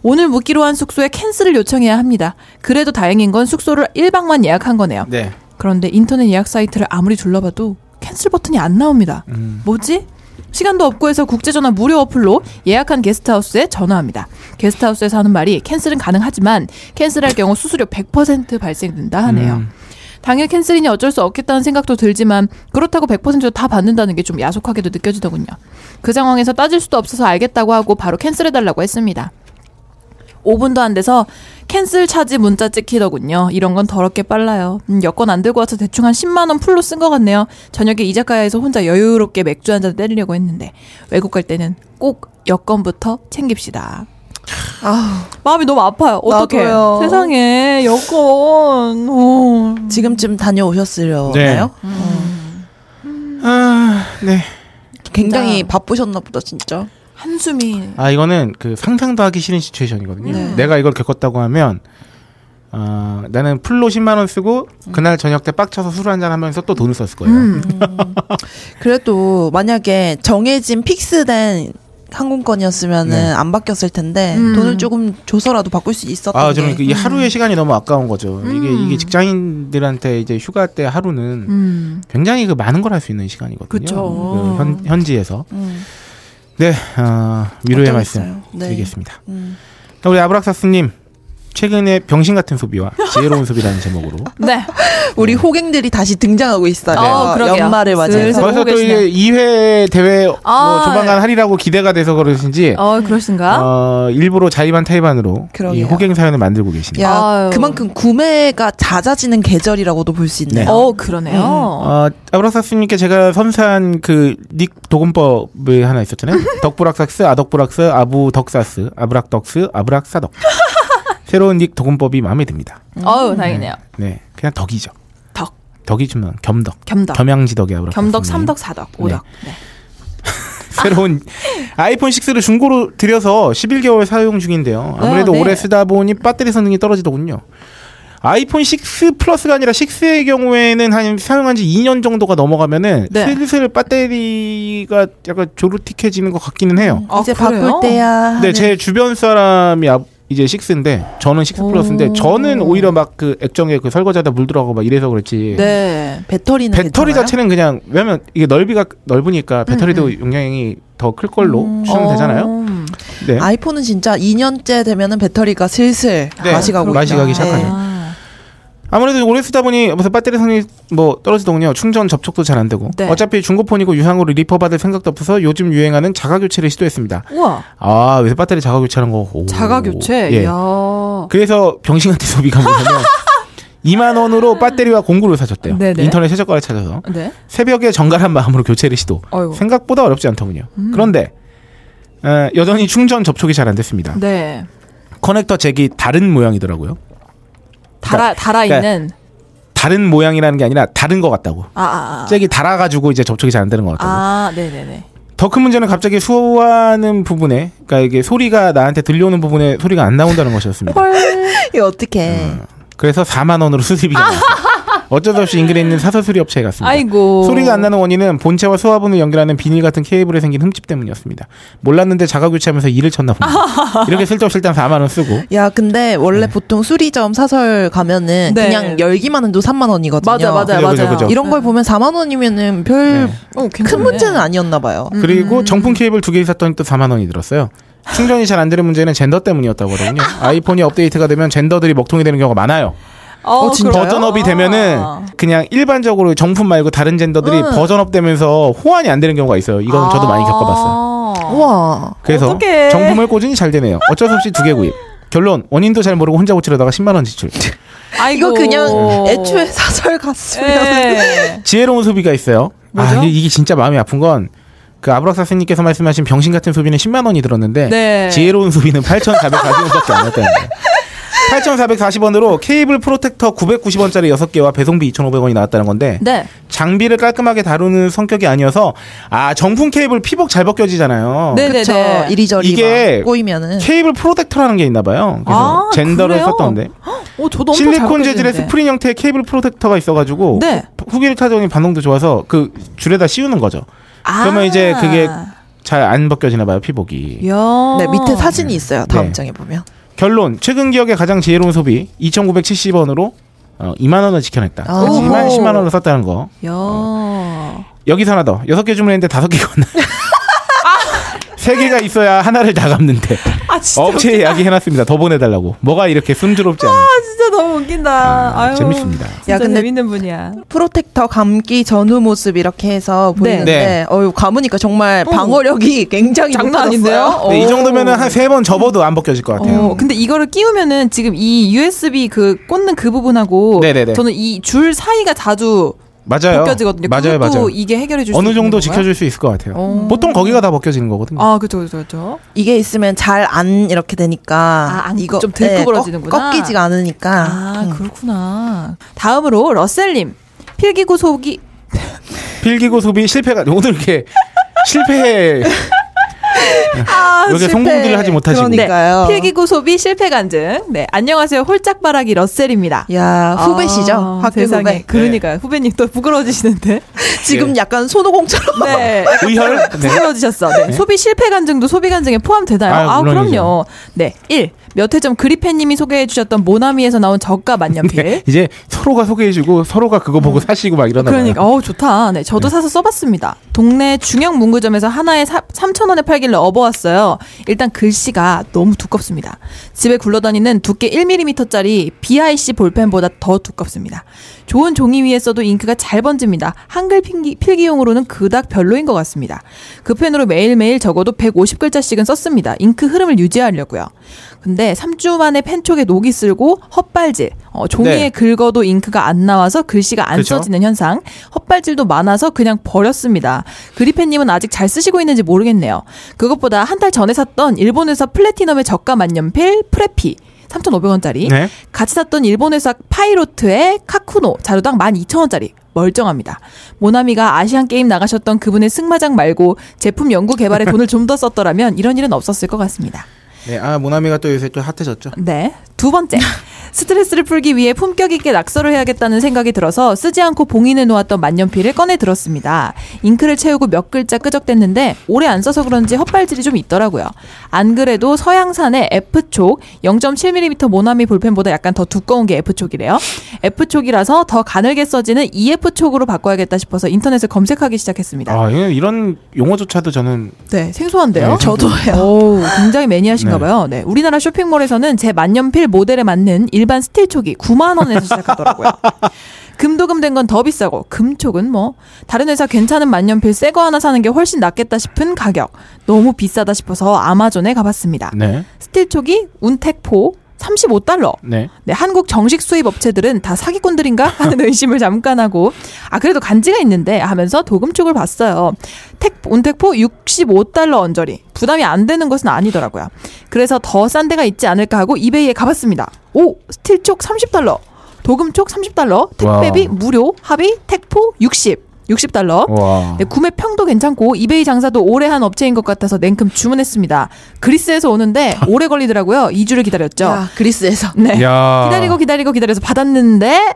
F: 오늘 묵기로 한 숙소에 캔슬을 요청해야 합니다. 그래도 다행인 건 숙소를 1박만 예약한 거네요.
D: 네.
F: 그런데 인터넷 예약 사이트를 아무리 둘러봐도 캔슬 버튼이 안 나옵니다. 뭐지? 시간도 없고 해서 국제전화 무료 어플로 예약한 게스트하우스에 전화합니다. 게스트하우스에서 하는 말이 캔슬은 가능하지만 캔슬할 경우 수수료 100% 발생된다 하네요. 당일 캔슬이니 어쩔 수 없겠다는 생각도 들지만 그렇다고 100%다 받는다는 게 좀 야속하게도 느껴지더군요. 그 상황에서 따질 수도 없어서 알겠다고 하고 바로 캔슬해달라고 했습니다. 5분도 안 돼서 캔슬 차지 문자 찍히더군요. 이런 건 더럽게 빨라요. 음, 여권 안 들고 와서 대충 한 10만 원 풀로 쓴 것 같네요. 저녁에 이자카야에서 혼자 여유롭게 맥주 한 잔 때리려고 했는데 외국 갈 때는 꼭 여권부터 챙깁시다.
E: 아우,
F: 마음이 너무 아파요. 어떡해.
E: 나도요.
F: 세상에 여권. 어.
E: 지금쯤 다녀오셨으려나요? 음.
D: 네. 아, 네.
E: 굉장히
F: 진짜.
E: 바쁘셨나 보다 진짜.
F: 한숨이
D: 아 이거는 그 상상도 하기 싫은 시츄에이션이거든요.
F: 네.
D: 내가 이걸 겪었다고 하면 어, 나는 풀로 10만 원 쓰고 그날 저녁 때 빡쳐서 술 한잔 하면서 또 돈을 썼을 거예요.
F: 음.
E: 그래도 만약에 정해진 픽스된 항공권이었으면은
D: 네.
E: 안 바뀌었을 텐데
F: 음.
E: 돈을 조금 줘서라도 바꿀 수 있었던
D: 아,
E: 게
D: 저는 이 하루의 시간이 너무 아까운 거죠. 이게 이게 직장인들한테 이제 휴가 때 하루는
F: 음.
D: 굉장히 그 많은 걸 할 수 있는 시간이거든요.
F: 그쵸.
D: 그 현, 현지에서.
E: 음,
D: 네, 아, 위로의 말씀
E: 어쩌겠어요. 네.
D: 드리겠습니다.
E: 음.
D: 자, 우리 아브락사스님 최근에 병신 같은 소비와 지혜로운 소비라는 제목으로
F: 네.
E: 우리 호갱들이 다시 등장하고 있어요.
F: 어, 그러게요.
E: 연말을 맞아서
F: 슬슬.
D: 벌써 또
F: 계시네요.
D: 이제 2회 대회 뭐
F: 아,
E: 예.
D: 조만간 하리라고 기대가 돼서 그러신지
F: 어, 그러신가?
D: 어, 일부러 자의반 타의반으로 이
E: 그러게요. 예.
D: 호갱 사연을 만들고 계시네요.
E: 야
F: 아유. 어.
E: 그만큼 구매가 잦아지는 계절이라고도 볼 수 있네요.
D: 네.
F: 어, 그러네요.
D: 어, 아브락사스님께 제가 선사한 그 닉 도금법이 하나 있었잖아요. 덕부락삭스, 아덕부락스, 아부덕사스, 아브락덕스, 아브락사덕. 새로운 닉 도금법이 마음에 듭니다.
F: 어우, 다행이네요.
D: 네, 그냥 덕이죠.
F: 덕,
D: 덕이 주면 겸덕.
F: 겸덕.
D: 겸양지덕이 아브락사스.
F: 겸덕, 삼덕, 사덕, 오덕. 네.
D: 새로운 아이폰 6를 중고로 들여서 11개월 사용 중인데요. 아무래도
F: 네.
D: 오래 쓰다 보니 배터리 성능이 떨어지더군요. 아이폰 6 플러스가 아니라 6의 경우에는 한 사용한 지 2년 정도가 넘어가면은
F: 네.
D: 슬슬 배터리가 약간 조르틱해지는 것 같기는 해요.
F: 아,
E: 이제
F: 그래요?
E: 어, 바꿀
D: 근데
E: 때야.
F: 아,
E: 하는
F: 네.
D: 제 주변 사람이 아- 이제 6인데 저는 6 플러스인데
F: 오.
D: 저는 오히려 막 그 액정에 그 설거지하다 물 들어가고 막 이래서 그렇지.
E: 네
F: 음.
E: 배터리는
D: 배터리
E: 괜찮아요?
D: 자체는 그냥 왜냐면 이게 넓이가 넓으니까 배터리도 용량이 더 클 걸로 추정되잖아요.
F: 음, 어.
D: 네.
E: 아이폰은 진짜 2년째 되면은 배터리가 슬슬
D: 네,
E: 맛이 가고 있다.
D: 맛이 가기 시작하죠.
F: 아,
D: 아무래도 오래 쓰다 보니 무슨 배터리 성능이 뭐 떨어지더군요. 충전 접촉도 잘 안 되고.
F: 네.
D: 어차피 중고폰이고 유상으로 리퍼 받을 생각도 없어서 요즘 유행하는 자가 교체를 시도했습니다.
F: 우와.
D: 아, 요새 배터리 자가 교체하는 거. 오.
F: 자가 교체.
D: 예.
F: 이야.
D: 그래서 병신 같은 소비가 뭐냐면 2만 원으로 배터리와 공구를 사줬대요.
F: 네네.
D: 인터넷 최저가를 찾아서
F: 네.
D: 새벽에 정갈한 마음으로 교체를 시도.
F: 어이구.
D: 생각보다 어렵지 않더군요.
F: 음.
D: 그런데 어, 여전히 충전 접촉이 잘 안 됐습니다.
F: 네.
D: 커넥터 잭이 다른 모양이더라고요.
F: 달아 달아
D: 그러니까-
F: 있는
D: 다른 모양이라는 게 아니라 다른 것 같다고.
F: 아, 아, 아.
D: 잭이 달아가지고 이제 접촉이 잘 안 되는 것 같다고.
F: 아, 네, 네, 네.
D: 더 큰 문제는 갑자기 수호하는 부분에, 그러니까 이게 소리가 나한테 들려오는 부분에 소리가 안 나온다는 것이었습니다.
E: 네. 이거 어떻게?
D: 음. 그래서 4만 원으로 수수비가
F: 아.
D: 나왔어요. 어쩔 수 없이 인근에 있는 사설 수리 업체에 갔습니다.
F: 아이고.
D: 소리가 안 나는 원인은 본체와 소화분을 연결하는 비닐 같은 케이블에 생긴 흠집 때문이었습니다. 몰랐는데 자가 교체하면서 일을 쳤나 봅니다. 이렇게 쓸데없이 일단 4만 원 쓰고
E: 야, 근데
D: 네.
E: 원래 보통 수리점 사설 가면은
F: 네.
E: 그냥 열기만 해도 3만 원이거든요.
F: 맞아, 맞아,
D: 그죠,
F: 맞아.
D: 그죠, 그죠.
E: 이런 걸 보면 4만 원이면은 별 큰
F: 어, 괜찮네.
E: 문제는 아니었나 봐요.
D: 그리고
F: 음.
D: 정품 케이블 두 개 샀더니 또 4만 원이 들었어요. 충전이 잘 안 되는 문제는 젠더 때문이었다고 하거든요. 아이폰이 업데이트가 되면 젠더들이 먹통이 되는 경우가 많아요.
F: 어,
E: 진짜요?
F: 그래요?
D: 버전업이 되면은
F: 아.
D: 그냥 일반적으로 정품 말고 다른 젠더들이
F: 음.
D: 버전업 되면서 호환이 안 되는 경우가 있어요. 이건 저도 많이 겪어봤어요.
F: 아.
E: 우와.
D: 그래서
F: 어떡해.
D: 정품을 꽂으니 잘 되네요. 어쩔 수 없이 두 개 구입. 결론 원인도 잘 모르고 혼자 고치려다가 10만 원 지출.
F: 아이고. 네.
E: 이거 그냥 애초에 사설 갔으면
F: 예.
D: 지혜로운 소비가 있어요.
F: 뭐죠?
D: 아 이게, 이게 진짜 마음이 아픈 건 그 아브락사 스님께서 말씀하신 병신 같은 소비는 10만 원이 들었는데
F: 네.
D: 지혜로운 소비는 8,440원밖에 안 났다는 거예요. 8,440원으로 케이블 프로텍터 990원짜리 6개와 배송비 2,500원이 나왔다는 건데
F: 네.
D: 장비를 깔끔하게 다루는 성격이 아니어서 아 정품 케이블 피복 잘 벗겨지잖아요.
F: 네.
E: 그쵸
F: 네네네.
E: 이리저리
D: 이게
E: 막 꼬이면은
D: 케이블 프로텍터라는 게 있나 봐요. 그래서
F: 아,
D: 젠더를
F: 그래요?
D: 썼던데
F: 어, 저도 엄청
D: 실리콘
F: 잘
D: 재질의
F: 벗겨지는데.
D: 스프링 형태의 케이블 프로텍터가 있어가지고
F: 네.
D: 후기를 타더니 반응도 좋아서 그 줄에다 씌우는 거죠. 그러면 이제 그게 잘 안 벗겨지나 봐요 피복이.
F: 예. 야.
E: 네, 밑에 사진이 있어요. 다음
D: 네.
E: 장에 보면.
D: 결론 최근 기억의 가장 지혜로운 소비 2,970원으로 어, 2만 원을 지켜냈다.
E: 아.
D: 하지만
F: 네. 오호.
D: 10만 원을 썼다는 거.
F: 야.
D: 여기서 하나 더. 여섯 개 주문했는데 다섯 개가 왔나. 세 개가 있어야 하나를 다 갚는데
F: 아 진짜
D: 업체에 이야기 해놨습니다. 더 보내달라고. 뭐가 이렇게 순조롭지 않나.
F: 진짜 너무 웃긴다. 아, 유
D: 재밌습니다.
F: 진짜
E: 야, 근데-
F: 재밌는 분이야.
E: 프로텍터 감기 전후 모습 이렇게 해서 보이는데
D: 네.
E: 어유 감으니까 정말
F: 어.
E: 방어력이 굉장히
F: 장난
E: 높아졌어요.
F: 아닌데요?
D: 네, 이
F: 오.
D: 정도면은 한 세 번 접어도 안 벗겨질 것 같아요.
F: 어, 근데 이거를 끼우면은 지금 이 USB 그 꽂는 그 부분하고
D: 네네네.
F: 저는 이 줄 사이가 자주
D: 맞아요.
F: 벗겨지거든요.
D: 맞아요,
F: 그것도
D: 맞아요.
F: 이게 해결해 줄수
D: 어느 정도 지켜줄 수 있을 것 같아요.
F: 어.
D: 보통 거기가 다 벗겨지는 거거든요.
F: 아, 그렇죠, 그렇죠.
E: 이게 있으면 잘 안 이렇게 되니까 네,
F: 아, 안- 좀 들꾸부러지는구나.
E: 꺾, 꺾이지가 않으니까 음.
F: 아,
E: 그-
F: 그렇구나. 다음으로 러셀님 필기구 소기
D: 필기고 소비 실패가 오늘 이렇게 실패
E: 아,
D: 여기에
E: 실패.
D: 성공들을 하지 못하시고. 네.
E: 그러니까요.
F: 네. 필기구 소비 실패 간증. 네, 안녕하세요. 홀짝바라기 러셀입니다.
E: 야 후배시죠?
F: 아,
E: 학교
F: 세상에.
E: 후배.
D: 네.
F: 그러니까요. 후배님 또 부끄러워지시는데.
E: 지금
D: 예.
E: 약간 손오공처럼.
F: 네.
D: 의혈? 네.
F: 부끄러워지셨어. 네. 소비 실패 간증도 소비 간증에 포함되나요?
D: 아유,
F: 아, 그럼요.
D: 물론이죠.
F: 네. 1. 몇 회 전 그리팬님이 소개해 주셨던 모나미에서 나온 저가 만년필.
D: 네, 이제 서로가 소개해주고 서로가 그거 보고 사시고 막
F: 음.
D: 이러나
F: 그러니까
D: 봐요.
F: 어우 좋다. 네, 저도 사서 써봤습니다. 동네 중형 문구점에서 하나에 3,000원에 팔길래 업어왔어요. 일단 글씨가 너무 두껍습니다. 집에 굴러다니는 두께 1mm짜리 BIC 볼펜보다 더 두껍습니다. 좋은 종이 위에 써도 잉크가 잘 번집니다. 한글 필기, 필기용으로는 그닥 별로인 것 같습니다. 그 펜으로 매일매일 적어도 150글자씩은 썼습니다. 잉크 흐름을 유지하려고요. 근데 3주 만에 펜촉에 녹이 쓸고 헛발질, 어, 종이에
D: 네.
F: 긁어도 잉크가 안 나와서 글씨가 안
D: 그쵸?
F: 써지는 있는 현상, 헛발질도 많아서 그냥 버렸습니다. 그리펜님은 아직 잘 쓰시고 있는지 모르겠네요. 그것보다 한 달 전에 샀던 일본 회사 플래티넘의 저가 만년필 프레피. 3,500원짜리.
D: 네.
F: 같이 샀던 일본 회사 파이로트의 카쿠노 자루당 12,000원짜리. 멀쩡합니다. 모나미가 아시안 게임 나가셨던 그분의 승마장 말고 제품 연구 개발에 돈을 좀 더 썼더라면 이런 일은 없었을 것 같습니다.
D: 네, 아 모나미가 또 요새 또 핫해졌죠.
F: 네. 두 번째. 스트레스를 풀기 위해 품격 있게 낙서를 해야겠다는 생각이 들어서 쓰지 않고 봉인해 놓았던 만년필을 꺼내 들었습니다. 잉크를 채우고 몇 글자 끄적댔는데 오래 안 써서 그런지 헛발질이 좀 있더라고요. 안 그래도 서양산의 F촉 0.7mm 모나미 볼펜보다 약간 더 두꺼운 게 F촉이래요. F촉이라서 더 가늘게 써지는 EF촉으로 바꿔야겠다 싶어서 인터넷을 검색하기 시작했습니다.
D: 아 예, 이런 용어조차도 저는
F: 네, 생소한데요.
D: 네,
E: 저도요.
F: 오, 굉장히 매니아신가 봐요. 네. 우리나라 쇼핑몰에서는 제 만년필 모델에 맞는 일반 스틸촉이 9만 원에서 시작하더라고요. 금도금 된 건 더 비싸고 금촉은 뭐 다른 회사 괜찮은 만년필 새 거 하나 사는 게 훨씬 낫겠다 싶은 가격. 너무 비싸다 싶어서 아마존에 가봤습니다.
D: 네,
F: 스틸촉이 운택포 35달러.
D: 네.
F: 네, 한국 정식 수입 업체들은 다 사기꾼들인가 하는 의심을 잠깐 하고 아 그래도 간지가 있는데 하면서 도금촉을 봤어요. 택 온택포 65달러 언저리 부담이 안 되는 것은 아니더라고요. 그래서 더 싼 데가 있지 않을까 하고 이베이에 가봤습니다. 오 스틸촉 30달러, 도금촉 30달러, 택배비
D: 와우.
F: 무료, 합의 택포 60, 60달러.
D: 와.
F: 네, 구매 평도 괜찮고 이베이 장사도 오래 한 업체인 것 같아서 냉큼 주문했습니다. 그리스에서 오는데 오래 걸리더라고요. 2주를 기다렸죠.
E: 야, 그리스에서.
F: 네.
D: 야.
F: 기다리고 기다리고 기다려서 받았는데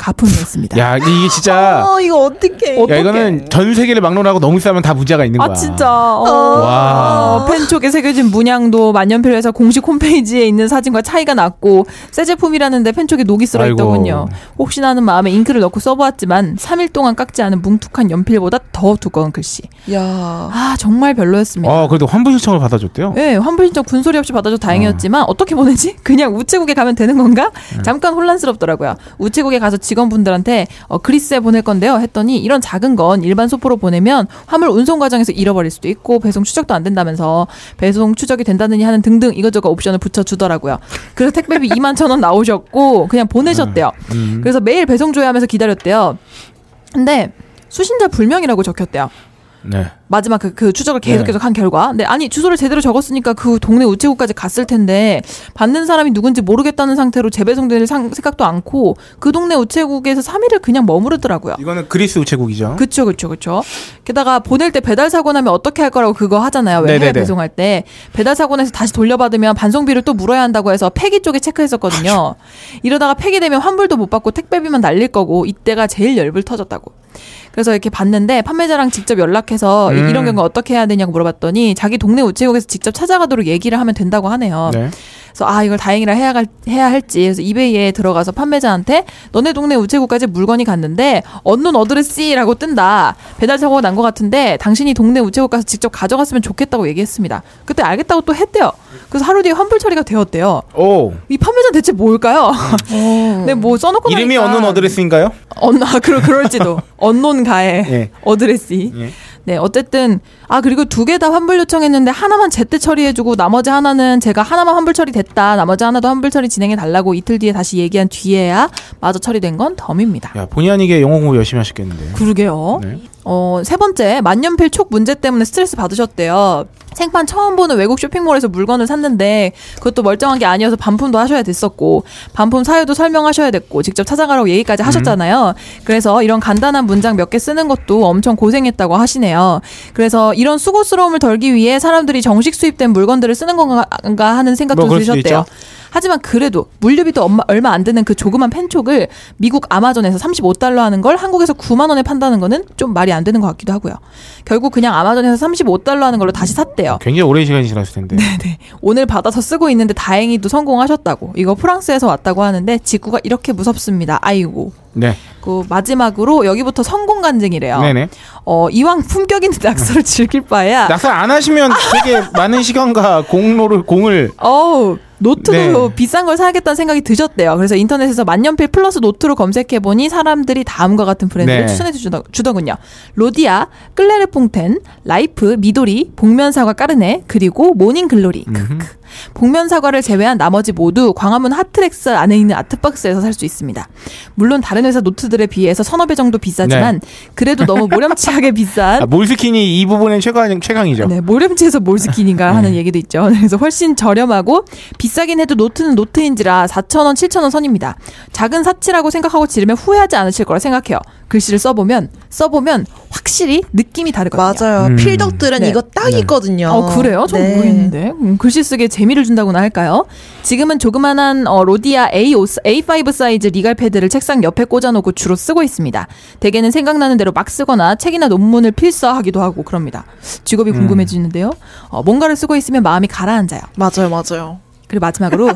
F: 가품이었습니다. 아,
D: 야, 근데 이게 진짜
E: 어, 이거 어떻게.
D: 야 이거는 전 세계를 막론하고 너무 싸면 다 문제가 있는 거야.
F: 아 진짜. 어.
D: 와.
F: 어, 펜촉에 새겨진 문양도 만년필 회사 공식 홈페이지에 있는 사진과 차이가 났고 새 제품이라는데 펜촉에 녹이 쓸어
D: 아이고.
F: 있더군요. 혹시나 하는 마음에 잉크를 넣고 써보았지만 3일 동안 깎지 않은 뭉툭한 연필보다 더 두꺼운 글씨.
E: 야.
F: 아 정말 별로였습니다.
D: 어, 그래도 환불 신청을 받아줬대요.
F: 예, 환불 신청 군소리 없이 받아줘 다행이었지만 어. 떻게 보내지? 그냥 우체국에 가면 되는 건가? 잠깐 혼란스럽더라고요. 우체국에 가서 직원분들한테 어, 그리스에 보낼 건데요 했더니 이런 작은 건 일반 소포로 보내면 화물 운송 과정에서 잃어버릴 수도 있고 배송 추적도 안 된다면서 배송 추적이 된다느니 하는 등등 이것저것 옵션을 붙여주더라고요. 그래서 택배비 2만 천 원 나오셨고 그냥 보내셨대요. 그래서 매일 배송 조회하면서 기다렸대요. 근데 수신자 불명이라고 적혔대요.
D: 네.
F: 마지막 그, 그 추적을 계속
D: 네.
F: 계속 한 결과. 네, 아니 주소를 제대로 적었으니까 그 동네 우체국까지 갔을 텐데 받는 사람이 누군지 모르겠다는 상태로 재배송될 상- 생각도 않고 그 동네 우체국에서 3일을 그냥 머무르더라고요.
D: 이거는 그리스 우체국이죠.
F: 그쵸, 그쵸, 그쵸. 게다가 보낼 때 배달 사고 나면 어떻게 할 거라고 그거 하잖아요. 왜 해외
D: 네네네.
F: 배송할 때. 배달 사고 나서 다시 돌려받으면 반송비를 또 물어야 한다고 해서 폐기 쪽에 체크했었거든요. 이러다가 폐기되면 환불도 못 받고 택배비만 날릴 거고 이때가 제일 열불 터졌다고. 그래서 이렇게 봤는데 판매자랑 직접 연락해서
D: 음.
F: 이- 이런 경우 어떻게 해야 되냐고 물어봤더니 자기 동네 우체국에서 직접 찾아가도록 얘기를 하면 된다고 하네요.
D: 네.
F: 그래서 아 이걸 다행이라 해야 갈- 해야 할지 그래서 이베이에 들어가서 판매자한테 너네 동네 우체국까지 물건이 갔는데 언론 어드레스라고 뜬다 배달 사고가 난 것 같은데 당신이 동네 우체국 가서 직접 가져갔으면 좋겠다고 얘기했습니다 그때 알겠다고 또 했대요 그래서 하루 뒤에 환불 처리가 되었대요
D: 오.
F: 이 판매자 대체 뭘까요? 근데 뭐 써놓고
D: 어. 이름이
F: 나니까
D: 어느 어드레스인가요?
F: 언, 아, 그럴, 그럴지도. 언론가의
D: 예.
F: 어드레시.
D: 예.
F: 네, 어쨌든. 아, 그리고 두 개 다 환불 요청했는데 하나만 제때 처리해주고 나머지 하나는 제가 하나만 환불 처리됐다. 나머지 하나도 환불 처리 진행해달라고 이틀 뒤에 다시 얘기한 뒤에야 마저 처리된 건 덤입니다. 그러니까.
D: 야, 본의 아니게 영어 공부 열심히 하셨겠는데.
F: 그러게요.
D: 네.
F: 어, 세 번째, 만년필 촉 문제 때문에 스트레스 받으셨대요. 생판 처음 보는 외국 쇼핑몰에서 물건을 샀는데 그것도 멀쩡한 게 아니어서 반품도 하셔야 됐었고 반품 사유도 설명하셔야 됐고 직접 찾아가라고
D: 음.
F: 얘기까지 하셨잖아요. 그래서 이런 간단한 문장 몇 개 쓰는 것도 엄청 고생했다고 하시네요. 그래서 이런 수고스러움을 덜기 위해 사람들이 정식 수입된 물건들을 쓰는 건가 하는 생각도
D: 뭐 그럴 수도
F: 드셨대요.
D: 있죠.
F: 하지만 그래도 물류비도 엄마- 얼마 안 드는 그 조그만 펜촉을 미국 아마존에서 35달러 하는 걸 한국에서 9만 원에 판다는 거는 좀 말이 안 되는 것 같기도 하고요. 결국 그냥 아마존에서 35달러 하는 걸로 다시 샀대요.
D: 굉장히 오랜 시간이 지났을 텐데.
F: 오늘 받아서 쓰고 있는데 다행히도 성공하셨다고. 이거 프랑스에서 왔다고 하는데 직구가 이렇게 무섭습니다. 아이고.
D: 네.
F: 그 마지막으로 여기부터 성공 간증이래요.
D: 네네.
F: 어, 이왕 품격 있는 낙서를 즐길 바에야
D: 낙사 안 하시면 되게 많은 시간과 공로를 공을
F: 어우 노트도
D: 네.
F: 비싼 걸 사야겠다는 생각이 드셨대요. 그래서 인터넷에서 만년필 플러스 노트로 검색해 보니 사람들이 다음과 같은 브랜드를
D: 네.
F: 추천해 주더, 주더군요. 로디아, 클레르퐁텐, 라이프, 미도리, 복면사과 까르네, 그리고 모닝 글로리. 크크. 복면사과를 제외한 나머지 모두 광화문 하트렉스 안에 있는 아트박스에서 살 수 있습니다. 물론 다른 회사 노트들에 비해서 서너 배 정도 비싸지만 그래도 너무 모렴치하게 비싼
D: 네. 아, 몰스킨이 이 부분엔 최강 최강이죠.
F: 음?
D: 네.
F: 네, 모렴치에서 몰스킨인가 하는 얘기도 있죠. 그래서 훨씬 저렴하고 비싸긴 해도 노트는 노트인지라 4,000원, 7,000원 선입니다. 작은 사치라고 생각하고 지르면 후회하지 않으실 거라 생각해요. 글씨를 써보면 써보면 확실히 느낌이 다르거든요.
E: 맞아요.
D: 음.
E: 필덕들은
F: 네.
E: 이거 딱 있거든요.
F: 어, 그래요? 전
E: 네.
F: 모르겠는데. 음, 글씨 쓰기에 재미를 준다고나 할까요? 지금은 조그만한 어, 로디아 a A5 사이즈 리갈 패드를 책상 옆에 꽂아놓고 주로 쓰고 있습니다. 대개는 생각나는 대로 막 쓰거나 책이나 논문을 필사하기도 하고 그럽니다. 직업이 궁금해지는데요. 어, 뭔가를 쓰고 있으면 마음이 가라앉아요.
E: 맞아요, 맞아요.
F: 그리고 마지막으로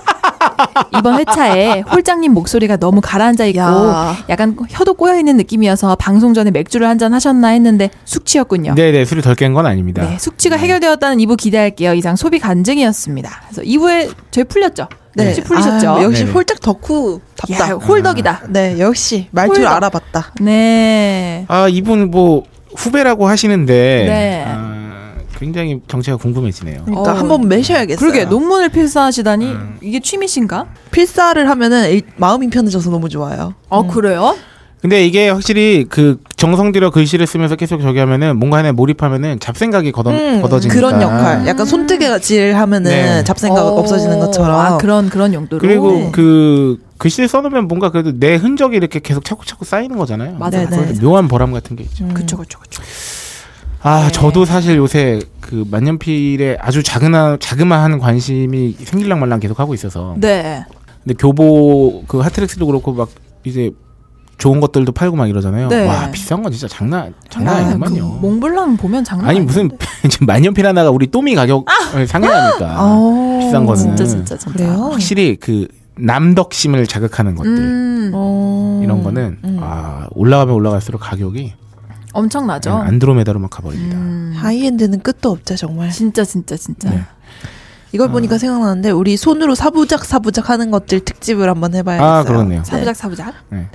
F: 이번 회차에 홀장님 목소리가 너무 가라앉아 있고
E: 야.
F: 약간 혀도 꼬여 있는 느낌이어서 방송 전에 맥주를 한 잔 하셨나 했는데 숙취였군요.
D: 네네 술을 덜 깬 건 아닙니다.
F: 네, 숙취가 해결되었다는 2부 기대할게요. 이상 소비 간증이었습니다. 그래서 2부에 죄 풀렸죠?
E: 네.
F: 혹시 풀리셨죠?
E: 아유, 역시
D: 네네.
E: 홀짝 덕후 답다.
F: 야, 홀덕이다.
E: 네, 역시 말투를
F: 홀덕.
E: 알아봤다.
F: 네.
D: 아 이분 뭐 후배라고 하시는데
F: 네.
D: 아, 굉장히 정체가 궁금해지네요.
E: 그러니까
F: 어.
E: 한번 매셔야겠어요.
F: 그러게 논문을 필사하시다니 이게 취미신가?
E: 필사를 하면은 일- 마음이 편해져서 너무 좋아요.
F: 아 그래요?
D: 근데 이게 확실히 그 정성 들여 글씨를 쓰면서 계속 저기 하면은 뭔가 하나에 몰입하면은 잡생각이 음, 걷어 걷어지니까
E: 음, 그런 역할. 약간 손뜨개질 하면은
D: 네.
E: 잡생각
F: 음. 어,
E: 없어지는 것처럼.
F: 아 그런 그런 용도로.
D: 그리고
E: 네.
D: 그 글씨를 써놓으면 뭔가 그래도 내 흔적이 이렇게 계속 차곡차곡 쌓이는 거잖아요.
F: 맞아,
E: 맞아,
D: 그래서
E: 맞아.
D: 묘한 보람 같은 게 있죠.
F: 그쵸 그쵸 그쵸. 네.
D: 아 저도 사실 요새 그 만년필에 아주 작은 자그마한 관심이 생길랑 말랑 계속 하고 있어서
F: 네.
D: 근데 교보 그 하트렉스도 그렇고 막 이제 좋은 것들도 팔고 막 이러잖아요.
F: 네.
D: 와 비싼 건 진짜 장난 장난
F: 아, 그
D: 아니구만요.
F: 몽블랑 보면 장난
D: 아니 무슨 지금 만년필 하나가 우리 또미 가격을
F: 아!
D: 상회하니까
E: 어.
D: 비싼 아, 거는
F: 진짜 진짜 진짜.
E: 그래요?
D: 확실히 그 남덕심을 자극하는 것들
F: 음
E: 어.
D: 이런 거는
E: 음.
D: 아 올라가면 올라갈수록 가격이
F: 엄청나죠.
D: 그냥 네, 안드로메다로 막 가버립니다.
F: 음,
E: 하이엔드는 끝도 없죠 정말.
F: 진짜 진짜 진짜.
D: 네.
E: 이걸
D: 어.
E: 보니까 생각나는데 우리 손으로 사부작 사부작 하는 것들 특집을 한번 해봐야겠어요.
D: 아, 그러네요.
F: 사부작 사부작.
D: 네.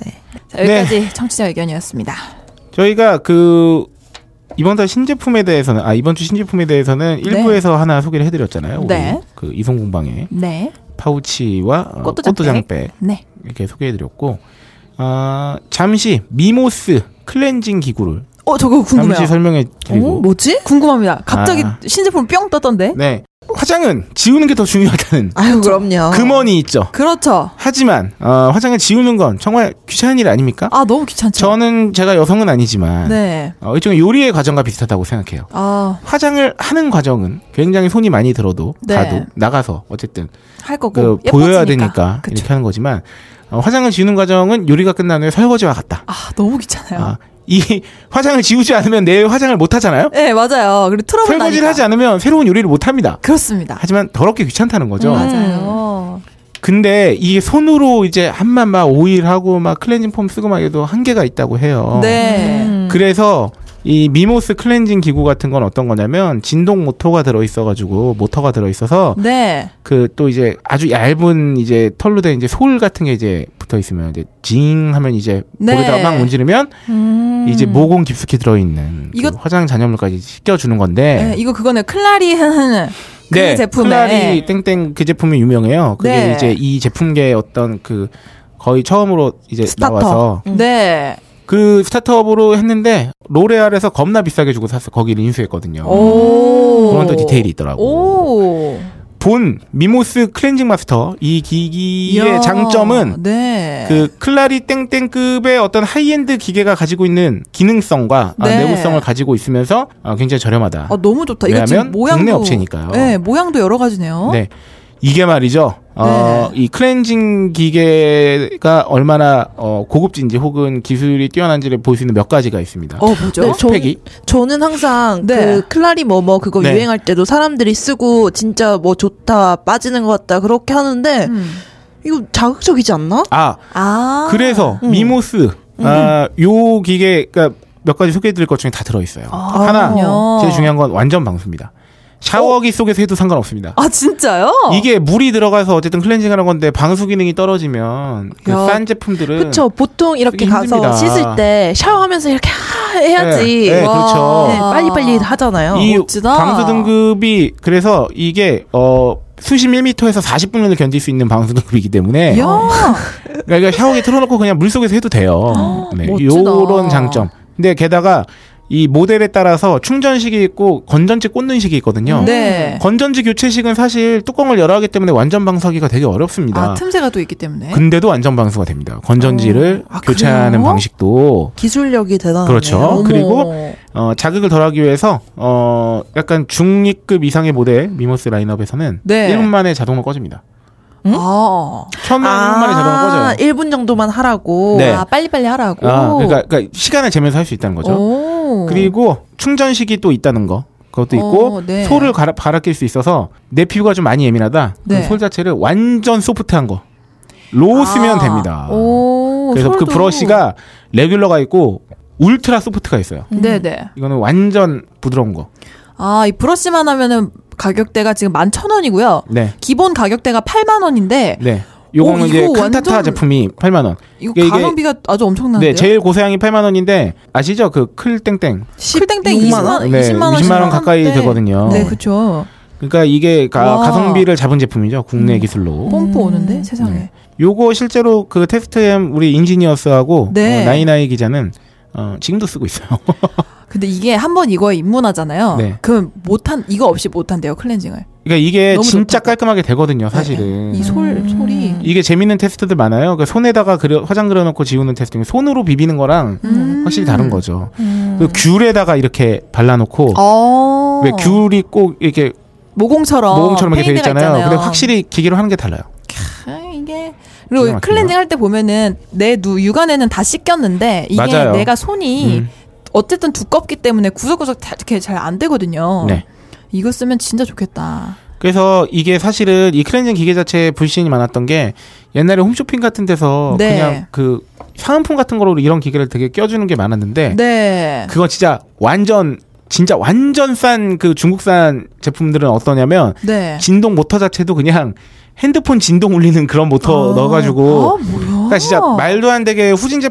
F: 자, 여기까지 청취자 의견이었습니다.
D: 저희가 그 이번 달 신제품에 대해서는 아 이번 주 신제품에 대해서는 일부에서 하나 소개를 해드렸잖아요. 우리
F: 네.
D: 그 이성공방의
F: 네.
D: 파우치와 어,
F: 꽃도장백.
D: 꽃도장백
F: 네.
D: 이렇게 소개해드렸고 아 잠시 미모스 클렌징 기구를
F: 어 저거
D: 잠시
F: 궁금해요. 어?
D: 설명해드리고
E: 뭐지?
F: 궁금합니다. 갑자기
D: 아.
F: 신제품 뿅 떴던데.
D: 네 화장은 지우는 게 더 중요하다는
E: 아유 그럼요.
D: 금원이 있죠.
F: 그렇죠.
D: 하지만 어, 화장을 지우는 건 정말 귀찮은 일 아닙니까?
F: 아 너무 귀찮죠.
D: 저는 제가 여성은 아니지만
F: 네.
D: 어, 일종의 요리의 과정과 비슷하다고 생각해요.
F: 아,
D: 화장을 하는 과정은 굉장히 손이 많이 들어도
F: 네.
D: 가도 나가서 어쨌든
F: 할 거고.
D: 그 보여야
F: 예뻐지니까.
D: 되니까
F: 그쵸.
D: 이렇게 하는 거지만 어, 화장을 지우는 과정은 요리가 끝난 후에 설거지와 같다.
F: 아, 너무 귀찮아요.
D: 아, 이 화장을 지우지 않으면 내 화장을 못 하잖아요.
F: 네, 맞아요. 그리고 트러블
D: 설거지를
F: 나니까.
D: 하지 않으면 새로운 요리를 못 합니다.
F: 그렇습니다. 음.
D: 하지만 더럽게 귀찮다는 거죠.
F: 맞아요.
D: 근데 이게 손으로 이제 한만 막 오일하고 막 클렌징 폼 쓰고 막 해도 한계가 있다고 해요.
F: 네.
D: 음. 그래서 이 미모스 클렌징 기구 같은 건 어떤 거냐면 진동 모터가 들어 있어 가지고 모터가 들어 있어서
F: 네.
D: 그 또 이제 아주 얇은 이제 털로 된 이제 솔 같은 게 이제 붙어 있으면 이제 징 하면 이제
F: 네. 음.
D: 볼에다가 막 문지르면 이제 모공 깊숙이 들어 있는 그
F: 이거-
D: 화장 잔여물까지 씻겨 주는 건데
F: 네, 이거 그거네. 클라리 하는 그
D: 네,
F: 제품에.
D: 클라리 땡땡 그 제품이 유명해요. 그게
F: 네.
D: 이제 이 제품계 어떤 그 거의 처음으로 이제
F: 스타터.
D: 나와서
F: 네.
D: 그 스타트업으로 했는데 로레알에서 겁나 비싸게 주고 샀어. 거기를 인수했거든요.
F: 오.
D: 그런 또 디테일이 있더라고.
F: 오.
D: 본 미모스 클렌징 마스터 이 기기의
F: 이야.
D: 장점은
F: 네.
D: 그 클라리 땡땡급의 어떤 하이엔드 기계가 가지고 있는 기능성과 아,
F: 네.
D: 내구성을 가지고 있으면서 아, 굉장히 저렴하다.
F: 아, 너무 좋다. 이거
D: 왜냐하면
F: 지금 모양도
D: 국내 업체니까요.
F: 네, 모양도 여러 가지네요.
D: 네. 이게 말이죠. 어,
F: 네.
D: 이 클렌징 기계가 얼마나 어, 고급진지 혹은 기술이 뛰어난지를 볼 수 있는 몇 가지가 있습니다.
F: 어, 뭐죠?
E: 네,
D: 스펙이
E: 저는 항상
F: 네.
E: 그 클라리 뭐뭐 그거
D: 네.
E: 유행할 때도 사람들이 쓰고 진짜 뭐 좋다 빠지는 것 같다 그렇게 하는데
F: 음.
E: 이거 자극적이지 않나?
D: 아
F: 아.
D: 그래서
E: 음.
D: 미모스 아, 요 기계 그러니까 몇 가지 소개해드릴 것 중에 다 들어있어요.
F: 아,
D: 하나
F: 그렇군요.
D: 제일 중요한 건 완전 방수입니다. 샤워기 속에서 해도 상관없습니다.
F: 아, 진짜요?
D: 이게 물이 들어가서 어쨌든 클렌징하는 건데 방수 기능이 떨어지면 그
E: 야,
D: 싼 제품들은
E: 그쵸 보통 이렇게
D: 쓰기
E: 가서
D: 힘듭니다.
E: 씻을 때 샤워하면서 이렇게 하-
D: 예,
E: 해야지
D: 예,
E: 와.
D: 그렇죠.
E: 네, 빨리빨리 하잖아요 뭐
D: 이
F: 멋지다.
D: 방수 등급이 그래서 이게 어 수심 1m에서 40분을 견딜 수 있는 방수 등급이기 때문에
F: 야.
D: 그러니까 샤워기 틀어놓고 그냥 물 속에서 해도 돼요. 네,
F: 멋지다.
D: 요런 장점. 근데 게다가 이 모델에 따라서 충전식이 있고 건전지 꽂는 식이 있거든요.
F: 네.
D: 건전지 교체식은 사실 뚜껑을 열어야 하기 때문에 완전 방수하기가 되게 어렵습니다.
F: 아, 틈새가 또 있기 때문에.
D: 근데도 완전 방수가 됩니다. 건전지를
F: 어. 아,
D: 교체하는
F: 그래요?
D: 방식도
E: 기술력이 대단하네요
D: 그렇죠.
F: 어머.
D: 그리고 어, 자극을 덜하기 위해서 어, 약간 중위급 이상의 모델 미모스 라인업에서는
F: 네.
D: 1분 만에 자동으로 꺼집니다.
F: 아.
D: 처음 아~ 1분 만에 자동으로 꺼져요.
E: 1분 정도만 하라고
D: 네.
F: 아, 빨리빨리 하라고.
D: 아, 그러니까, 그러니까 시간을 재면서 할 수 있다는 거죠.
F: 오.
D: 그리고 충전식이 또 있다는 거. 그것도 있고
F: 어, 네.
D: 솔을 갈아, 갈아 낄 수 있어서 내 피부가 좀 많이 예민하다. 그럼
F: 네.
D: 솔 자체를 완전 소프트한 거. 로
F: 아.
D: 쓰면 됩니다.
F: 오.
D: 그래서 그
F: 솔도.
D: 브러쉬가 레귤러가 있고 울트라 소프트가 있어요.
F: 음. 네네.
D: 이거는 완전 부드러운 거.
F: 아, 이 브러쉬만 하면은 가격대가 지금 11,000원이고요.
D: 네.
F: 기본 가격대가 8만 원인데
D: 네. 요거는
F: 오,
D: 이제
F: 어, 이거
D: 칸타타
F: 완전-
D: 제품이 8만 원.
F: 이거
D: 그러니까 이게-
F: 가성비가 아주 엄청난데요.
D: 네, 제일 고사양이 8만 원인데 아시죠? 그 클땡땡.
F: 쿨땡땡
E: 16만
F: 20만
E: 원?
F: 원,
D: 네,
F: 20만 원,
D: 20만 원 가까이 되거든요.
F: 네, 그렇죠.
D: 그러니까 이게 가,
F: 와.
D: 성비를 잡은 제품이죠. 국내
F: 음.
D: 기술로.
F: 뽐뿌 오는데 세상에.
D: 네. 요거 실제로 그 테스트엠 우리 인지니어스하고
F: 네.
D: 어, 나이나이 기자는 어, 지금도 쓰고 있어요.
F: 근데 이게 한 번 이거에 입문하잖아요.
D: 네.
F: 그럼 못한 이거 없이 못한대요 클렌징을.
D: 그러니까 이게
F: 너무
D: 진짜
F: 좋다. 네.
D: 깔끔하게 되거든요, 사실은.
F: 이 솔 소리.
D: 이게 재밌는 테스트들 많아요. 그러니까 손에다가 그려, 화장 그려놓고 지우는 테스트. 손으로 비비는 거랑
F: 음.
D: 확실히 다른 거죠. 그 귤에다가 이렇게 발라놓고
F: 어.
D: 왜 귤이 꼭 이렇게
F: 모공처럼
D: 모공처럼 이렇게 돼
F: 페인트가
D: 있잖아요. 근데 확실히 기계로 하는 게 달라요.
F: 아, 이게
D: 기가
F: 그리고
D: 막히네요.
F: 클렌징 할 때 보면은 내 누, 육안에는 다 씻겼는데 이게
D: 맞아요.
F: 내가 손이
D: 음.
F: 어쨌든 두껍기 때문에 구석구석 다 이렇게 잘 안 되거든요.
D: 네.
F: 이거 쓰면 진짜 좋겠다.
D: 그래서 이게 사실은 이 클렌징 기계 자체에 불신이 많았던 게 옛날에 홈쇼핑 같은 데서
F: 네.
D: 그냥 그 사은품 같은 거로 이런 기계를 되게 껴주는 게 많았는데
F: 네.
D: 그거 진짜 완전 진짜 완전 싼 그 중국산 제품들은 어떠냐면
F: 네.
D: 진동 모터 자체도 그냥 핸드폰 진동 울리는 그런 모터 넣어가지고
F: 아, 뭐야.
D: 그러니까 진짜 말도 안 되게 후진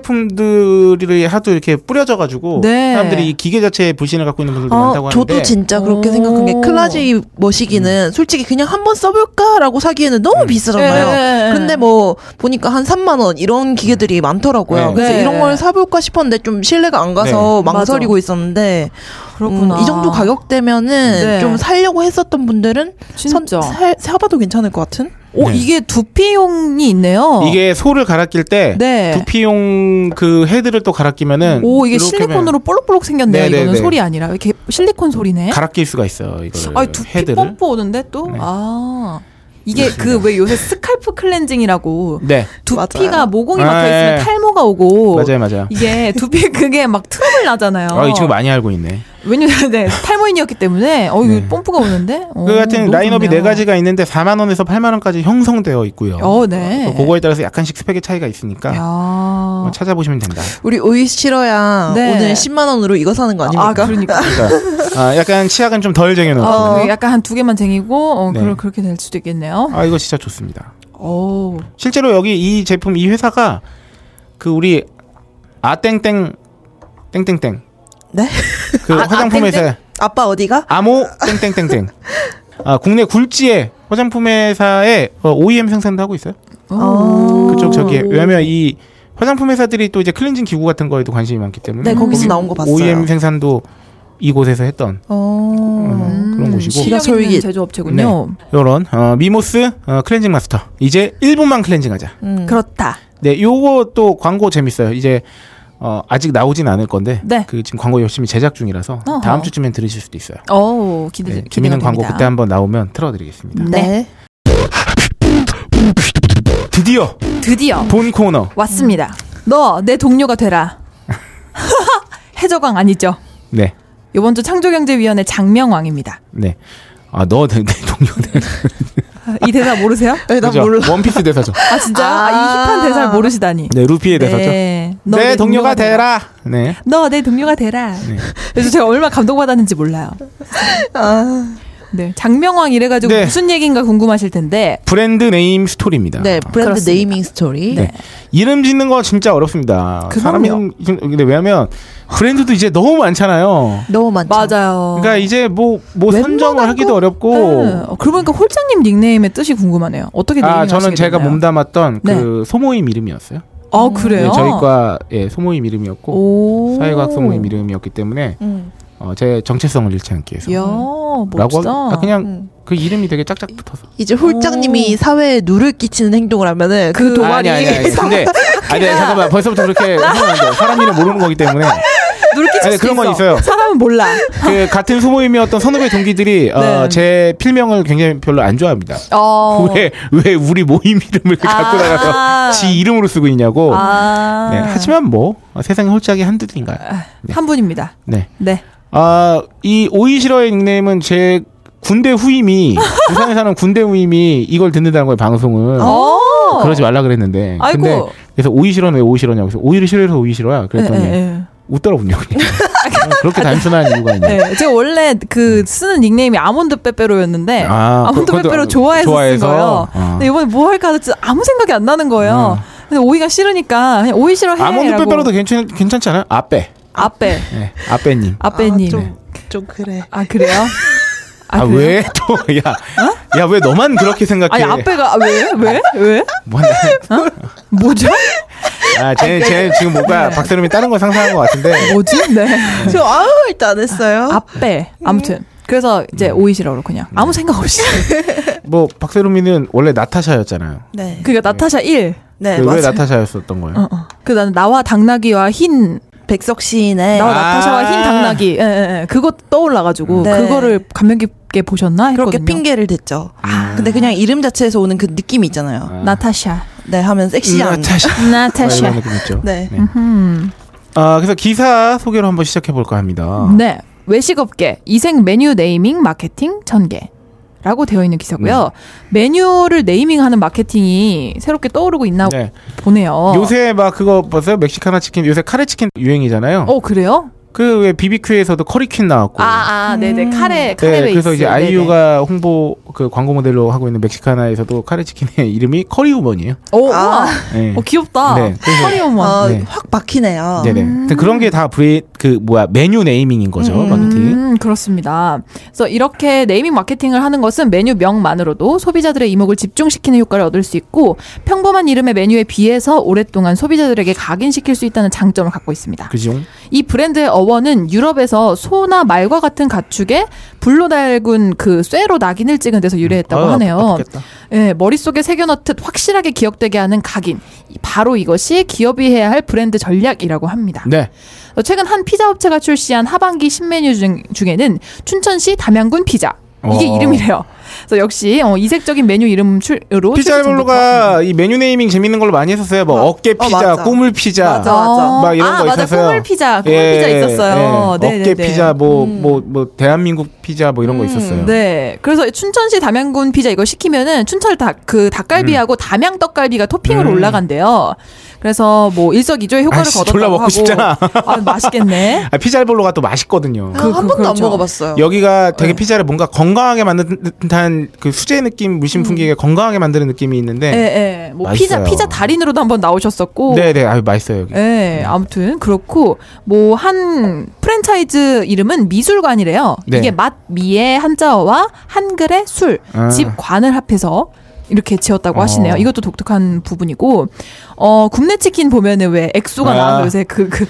D: 제품들이 하도 이렇게 뿌려져가지고
F: 네. 어,
D: 사람들이 이 기계 자체에 불신을 갖고 있는 분들도
E: 아,
D: 많다고
E: 저도
D: 하는데 음.
E: 진짜 그렇게
F: 오.
E: 생각한 게 클라지 머시기는 솔직히 그냥 한번 써볼까라고 사기에는 너무 비싸잖아요.
F: 예, 예, 예.
E: 근데 뭐 보니까 한 3만 원 이런 기계들이 많더라고요.
D: 네.
E: 그래서
F: 네.
E: 이런 걸 사볼까 싶었는데 좀 신뢰가 안 가서
F: 네.
E: 망설이고 있었는데
F: 그렇구나.
E: 음, 이 정도 가격대면은
F: 네.
E: 좀 살려고 했었던 분들은 선,
F: 진짜.
E: 사, 사봐도 괜찮을 것 같은?
F: 오
D: 네.
F: 이게 두피용이 있네요.
D: 이게 소를 갈아 낄 때
F: 네.
D: 두피용 그 헤드를 또 갈아 끼면은
F: 오 이게
D: 이렇게
F: 실리콘으로 볼록볼록 생겼네요.
D: 네, 네,
F: 이거는
D: 네.
F: 소리 아니라 이렇게 실리콘 소리네.
D: 하면 갈아 낄 수가 있어 이거를
F: 아 두피
D: 헤드를
F: 펌프 오는데 또
D: 네.
F: 아. 이게 그 왜 요새 스칼프 클렌징이라고
D: 네
F: 두피가
E: 맞아요.
F: 모공이
D: 아,
F: 막혀 있으면
D: 예.
F: 탈모가 오고
D: 맞아요 맞아요
F: 이게 두피 그게 막 틈을 나잖아요.
D: 아 이 친구 많이 알고 있네
F: 왜냐면 네, 탈모인이었기 때문에 어 이거
D: 네.
F: 펌프가 오는데. 어,
D: 그 같은
F: 너무
D: 라인업이
F: 좋네요.
D: 네 가지가 있는데 4만 원에서 8만 원까지 형성되어 있고요
F: 어, 네.
D: 어, 그거에 따라서 약간씩 스펙의 차이가 있으니까
F: 야. 어,
D: 한번 찾아보시면 된다
E: 우리 오이 싫어야
F: 네.
E: 오늘 10만 원으로 이거 사는 거 아닙니까?
F: 아 그러니까.
D: 그러니까 아, 약간 치약은 좀 덜 쟁여놓고
F: 어, 그 약간 한 두 개만 쟁이고 어,
D: 뭐 네.
F: 그러, 그렇게 될 수도 있겠네요. 어.
D: 아 이거 진짜 좋습니다
F: 오.
D: 실제로 여기 이 제품 이 회사가 그 우리 아땡땡 땡땡땡
E: 네?
D: 그
F: 아,
D: 화장품
F: 아땡땡?
D: 회사
E: 아빠 어디가?
D: 암호 땡땡땡땡. 아 국내 굴지의 E 화장품 회사에 어, OEM 생산도 하고 있어요.
F: 오. 음.
D: 그쪽 저기에 왜냐면 이 화장품 회사들이 또 이제 클렌징 기구 같은 거에도 관심이 많기 때문에 음,
E: 네, 거기서
D: 거기
E: 나온 거 봤어요.
D: OEM 생산도 이곳에서 했던
E: 어.
D: 음, 그런 곳이고
E: 기가
F: 실력 있는
E: 솔깃.
F: 제조업체군요.
D: 요런 어, 미모스 어, 클렌징 마스터 이제 1분만 클렌징하자.
E: 음.
F: 그렇다.
D: 네, 요거 또 광고 재밌어요. 이제 어, 아직 나오진 않을 건데
F: 네.
D: 그 지금 광고 열심히 제작 중이라서
F: 어허.
D: 다음 주쯤엔 들으실 수도 있어요.
F: 어 기대
D: 네,
F: 기대가
D: 재밌는
F: 됩니다.
D: 광고 그때 한번 나오면 틀어드리겠습니다.
E: 네.
D: 드디어
F: 네, 드디어
D: 본 코너.
F: 왔습니다. 음. 너 내 동료가 되라. 해적왕 아니죠?
D: 네,
F: 이번 주 창조경제위원회 장명왕입니다.
D: 네. 아, 너 내, 내 동료네.
F: 아, 이 대사 모르세요?
E: 네, 난
D: 그죠?
E: 몰라.
D: 원피스 대사죠.
F: 아 진짜 아, 이 힙한 대사를 모르시다니.
D: 네, 루피의 대사죠.
F: 네. 너
D: 내
F: 내
D: 동료가 되라. 네.
F: 너 내 동료가 되라.
D: 네.
F: 그래서 제가 얼마나 감동받았는지 몰라요. 네. 장명왕 이래가지고
D: 네.
F: 무슨 얘기인가 궁금하실 텐데.
D: 브랜드 네임 스토리입니다.
E: 네, 브랜드
F: 그렇습니다.
E: 네이밍 스토리.
D: 네. 이름 짓는 거 진짜 어렵습니다.
F: 그럼요.
D: 사람이 근데 왜냐면 브랜드도 이제 너무 많잖아요.
E: 너무 많죠.
F: 맞아요.
D: 그러니까 이제 뭐 뭐 선정을
F: 어. 웬만한
D: 하기도
F: 거?
D: 어렵고
F: 네. 어, 그러고 보니까 홀장님 닉네임의 뜻이 궁금하네요. 어떻게
D: 아
F: 닉네임
D: 저는
F: 하시게
D: 제가
F: 됐나요?
D: 몸담았던 그 소모임 이름이었어요.
F: 아 그래요?
D: 네, 저희과 예, 소모임 이름이었고
F: 오.
D: 사회과학 소모임 이름이었기 때문에
E: 음.
D: 어, 제 정체성을 잃지 않기 위해서.
F: 이야
D: 라고
F: 멋지다.
D: 하기- 아, 그냥
E: 음.
D: 그 이름이 되게 짝짝 붙어서.
E: 이제 홀장님이 사회에 누를 끼치는 행동을 하면은 그
D: 아니
E: 동아리
D: 아니 아니. 근데 아니 아니, 잠깐만 벌써부터 그렇게 하면 안 돼요. 사람 이름 모르는 거기 때문에
F: 누를
D: 아니,
F: 끼칠
D: 그런
F: 수도
D: 건
F: 있어.
D: 있어요.
F: 사람은 몰라.
D: 그 같은 소모임이었던 선후배 동기들이 어,
F: 네.
D: 제 필명을 굉장히 별로 안 좋아합니다.
F: 어.
D: 왜, 왜 우리 모임 이름을 갖고 나가서 지 이름으로 쓰고 있냐고.
F: 아.
D: 네, 하지만 뭐 어, 세상에 홀짝이 한둘인가요?
F: 한 분입니다.
D: 네.
F: 네.
D: 아, 이 오이시러의 닉네임은 제 군대 후임이 부산에 사는 군대 후임이 이걸 듣는다는 거예요 방송을
F: 어.
D: 그러지 말라 그랬는데
F: 아이고.
D: 근데 그래서 오이시러는 왜 오이시러냐고 그래서 오이를 싫어해서 오이시러야 그랬더니
F: 예, 예,
D: 웃더라고요 그냥. 그렇게 단순한 이유가 있네
F: 예. 예, 제가 원래 그 쓰는 닉네임이 아몬드 빼빼로였는데
D: 음. 아,
F: 몬드
D: 그것도
F: 빼빼로 좋아해서,
D: 좋아해서?
F: 쓴 거예요.
D: 아.
F: 근데 이번에 뭐 할까 하다 진짜 아무 생각이 안 나는 거예요. 근데 오이가 싫으니까 그냥 오이 싫어 해.
D: 어. 아몬드 빼빼로도 괜찮, 괜찮지 않아요? 아빼
F: 아빼
D: 네, 아빼님
F: 아빼님. 아,
E: 좀, 좀 그래.
F: 그래요? 그래요?
D: 아,
F: 어?
D: 왜 또, 야, 야, 왜 너만 그렇게 생각해?
F: 아니
E: 예.
F: 어? 아빼가 왜 왜 왜?
D: 뭐, 나-
F: 뭐죠?
D: 아, 쟤, 쟤 지금 뭔가 박사님이 다른 걸 상상한 것 같은데.
F: 뭐지? 네. 아,
E: 저 아무 말도 안 했어요.
F: 앞에 아무튼 그래서 이제
E: 음.
F: 오이시라고 그냥
E: 네.
F: 아무 생각 없이
D: 뭐, 박세롬이는 원래 나타샤였잖아요.
E: 네.
F: 그러니까 나타샤 1
E: 네,
D: 그왜
E: 맞아요.
D: 나타샤였었던
F: 어,
D: 거예요?
F: 그다음 나와 당나귀와 흰
E: 백석 시인의
F: 나와
D: 아.
F: 나타샤와 흰 당나귀 예, 예, 예. 그것 떠올라가지고
E: 네.
F: 그거를 감명 깊게 보셨나 했거든요.
E: 그렇게 핑계를 댔죠. 아, 근데 그냥 이름 자체에서 오는 그 느낌이 있잖아요.
F: 나타샤
E: 네, 하면 섹시한.
D: 나타샤. 아, 이런
F: 나타샤
D: 느낌 있죠.
E: 네.
F: 음.
D: 아, 그래서 기사 소개로 한번 시작해 볼까 합니다.
F: 네 외식업계 이생 메뉴 네이밍 마케팅 전개. 라고 되어 있는 기사고요.
D: 네.
F: 메뉴를 네이밍하는 마케팅이 새롭게 떠오르고 있나 어.
D: 네.
F: 보네요.
D: 요새 막 그거 봤어요? 멕시카나 치킨, 요새 카레 치킨 유행이잖아요.
F: 어 그래요?
D: 그 왜 비비큐에서도 커리퀸 나왔고.
F: 아, 아, 네네. 카레, 카레
D: 어. 네,
F: 베이스.
D: 그래서 이제
F: 네네.
D: 아이유가 홍보 그 광고 모델로 하고 있는 멕시카나에서도 카레 치킨의 이름이 커리우먼이에요.
F: 오,
E: 아.
F: 어, 우와.
D: 네.
F: 어, 귀엽다.
D: 네, 그래서-
F: 커리어먼.
E: 어,
D: 네.
E: 확
F: 아.
E: 박히네요.
D: 네네. 근데 그런 게 다 브레 그 뭐야 메뉴 네이밍인 거죠 마케팅.
F: 음. 음, 그렇습니다. 그래서 이렇게 네이밍 마케팅을 하는 것은 메뉴 명만으로도 소비자들의 이목을 집중시키는 효과를 얻을 수 있고 평범한 이름의 메뉴에 비해서 오랫동안 소비자들에게 각인시킬 수 있다는 장점을 갖고 있습니다.
D: 그죠?
F: 이 브랜드의 어원은 유럽에서 소나 말과 같은 가축에 불로 달군 그 쇠로 낙인을 찍은 데서 유래했다고
D: 음, 아유,
F: 하네요.
D: 아프겠다.
F: 예, 머릿속에 새겨넣듯 확실하게 기억되게 하는 각인. 바로 이것이 기업이 해야 할 브랜드 전략이라고 합니다.
D: 네.
F: 어, 최근 한 피자 업체가 출시한 하반기 신메뉴 중, 중에는 춘천시 담양군 피자. 이게
D: 어.
F: 이름이래요. 그래서 역시 어, 이색적인 메뉴 이름으로
D: 피자
F: 출시 전부터.
D: 알몰로가 이 메뉴 네이밍 재밌는 걸로 많이 했었어요. 뭐
E: 어,
D: 어깨
E: 어,
D: 피자,
E: 맞아.
D: 꼬물 피자.
E: 맞아, 맞아.
D: 막 이런
F: 아,
D: 거
F: 맞아.
D: 있었어요.
F: 꼬물 피자. 꼬물 피자 있었어요.
D: 예.
F: 네,
D: 어깨
F: 네, 네.
D: 피자 뭐 뭐 뭐 대한민국 피자 뭐 이런 거 있었어요.
F: 네. 그래서 춘천시 담양군 피자 이거 시키면은 춘천 닭, 그
D: 음.
F: 닭갈비하고 담양 떡갈비가 토핑으로 올라간대요. 그래서 뭐 일석이조의 효과를
D: 아이씨,
F: 거뒀다고
D: 졸라 먹고
F: 하고.
D: 싶잖아.
F: 아, 맛있겠네.
D: 아, 피자 알볼로가 또 맛있거든요.
E: 아, 한 번도 안
F: 그렇죠. 네.
E: 먹어봤어요.
D: 여기가 되게 피자를 뭔가 건강하게 만든 듯한 그 수제 느낌,
F: 음.
D: 무심 풍기게 건강하게 만드는 느낌이 있는데,
F: 예, 예. 뭐 피자
D: 네. 맛있어요.
F: 피자 달인으로도 한번 나오셨었고.
D: 네네, 아유 맛있어요 여기.
F: 예, 아무튼 그렇고 뭐 한 프랜차이즈 이름은 미술관이래요.
D: 네.
F: 이게 맛미의 한자어와 한글의 술,
D: 아.
F: 집관을 합해서 이렇게 지었다고
D: 어.
F: 하시네요. 이것도 독특한 부분이고 어 굽네 치킨 보면은 왜 엑소가
D: 아.
F: 나와서 요새 그 그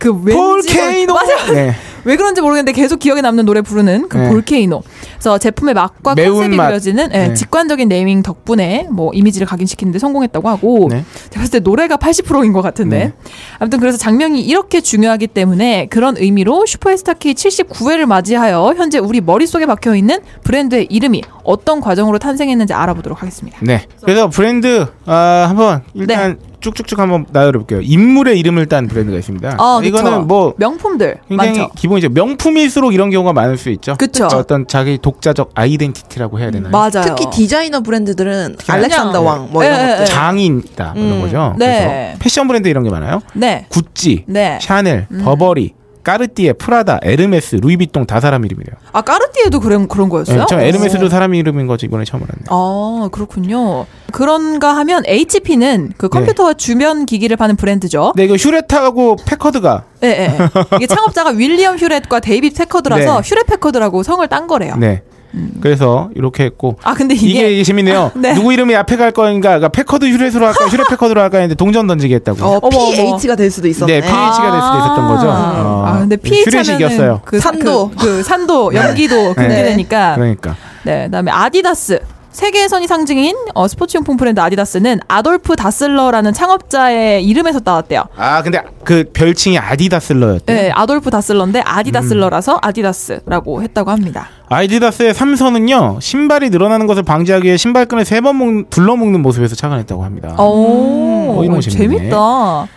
F: 그 왠지 뭐,
D: 볼케이노.
F: 맞아
D: 네.
F: 왜 그런지 모르겠는데 계속 기억에 남는 노래 부르는 그
D: 네.
F: 볼케이노. 그래서 제품의 맛과
D: 매운
F: 컨셉이
D: 맛.
F: 그려지는 예,
D: 네.
F: 직관적인 네이밍 덕분에 뭐 이미지를 각인시키는데 성공했다고 하고
D: 네.
F: 제가 봤을 때 노래가 80%인 것 같은데
D: 네.
F: 아무튼 그래서 장면이 이렇게 중요하기 때문에 그런 의미로 슈퍼에스타 K 79회를 맞이하여 현재 우리 머릿속에 박혀있는 브랜드의 이름이 어떤 과정으로 탄생했는지 알아보도록 하겠습니다.
D: 네. 그래서 브랜드 아, 한번 일단
F: 네.
D: 쭉쭉쭉 한번 나열해볼게요. 인물의 이름을 딴 브랜드가 있습니다.
F: 어, 그쵸.
D: 이거는 뭐
F: 명품들
D: 굉장히
F: 많죠.
D: 기본이죠. 명품일수록 이런 경우가 많을 수 있죠.
F: 그쵸.
D: 어떤 자기 독자적 아이덴티티라고 해야 되나요?
F: 맞아요.
E: 특히 디자이너 브랜드들은 알렉산더 왕 뭐
F: 예,
E: 이런
F: 예,
E: 것들.
F: 예.
D: 장인이다 뭐 이런
E: 음,
D: 거죠.
F: 네.
D: 그래서 패션 브랜드 이런 게 많아요.
F: 네.
D: 구찌,
F: 네.
D: 샤넬, 버버리, 까르띠에, 프라다, 에르메스, 루이비통 다 사람 이름이래요.
F: 아 까르띠에도 그런 그런 거였어요?
D: 네, 저
F: 어.
D: 에르메스도 사람 이름인 거지 이번에 처음 알았네.
F: 아, 그렇군요. 그런가 하면 HP는 그
D: 네.
F: 컴퓨터와 주변 기기를 파는 브랜드죠.
D: 근데 이거 휴레타하고 패커드가
F: 예, 예. 이게 창업자가 윌리엄 휴렛과 데이빗 패커드라서
D: 네.
F: 휴렛 패커드라고 성을 딴 거래요.
D: 네.
F: 음.
D: 그래서 이렇게 했고
F: 아, 근데
D: 이게,
F: 이게,
D: 이게 재밌네요.
F: 아, 네.
D: 누구 이름이 앞에 갈 거인가? 그러니까 패커드 휴렛으로 할까? 휴렛 패커드로 할까 했는데 동전 던지기 했다고.
E: 어,
F: 어머, 어머.
E: PH가 될 수도
D: 네,
E: 있었네.
D: PH가 될 수도 있었던 거죠. 어,
F: 아, 근데 PH
D: 휴렛이
F: 하면은
D: 이겼어요. 네.
F: 그 사-
E: 산도.
F: 그, 그 산도, 연기도 금기되니까. 네.
D: 그러니까.
F: 그다음에 아디다스. 세계선이 상징인 어, 스포츠용품 브랜드 아디다스는 아돌프 다슬러라는 창업자의 이름에서 따왔대요.
D: 아, 근데 그 별칭이 아디다슬러였대.
F: 네, 아돌프 다슬러인데
D: 음.
F: 아디다슬러라서 아디다스라고 했다고 합니다.
D: 아디다스의 삼선은요 신발이 늘어나는 것을 방지하기 위해 신발끈을 세 번 둘러먹는 모습에서 착안했다고 합니다.
F: 오,
D: 어, 이런 거 재밌네.
F: 재밌다.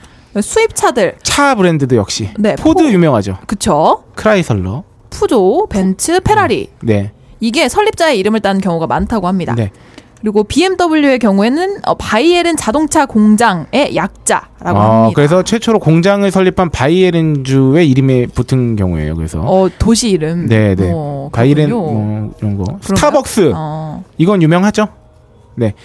F: 수입차들,
D: 차 브랜드도 역시
F: 네,
D: 포드
F: 포-
D: 유명하죠.
F: 그쵸?
D: 크라이설러.
F: 푸조, 벤츠, 페라리.
D: 네.
F: 이게 설립자의 이름을 딴 경우가 많다고 합니다.
D: 네.
F: 그리고 BMW의 경우에는 어, 바이에른 자동차 공장의 약자라고
D: 어,
F: 합니다.
D: 그래서 최초로 공장을 설립한 바이에른주의 이름에 붙은 경우예요. 그래서
F: 어, 도시 이름.
D: 네, 그 네.
F: 어,
D: 바이에른
F: 그렇군요.
D: 뭐 이런 거. 스타벅스.
F: 어,
D: 이건 유명하죠.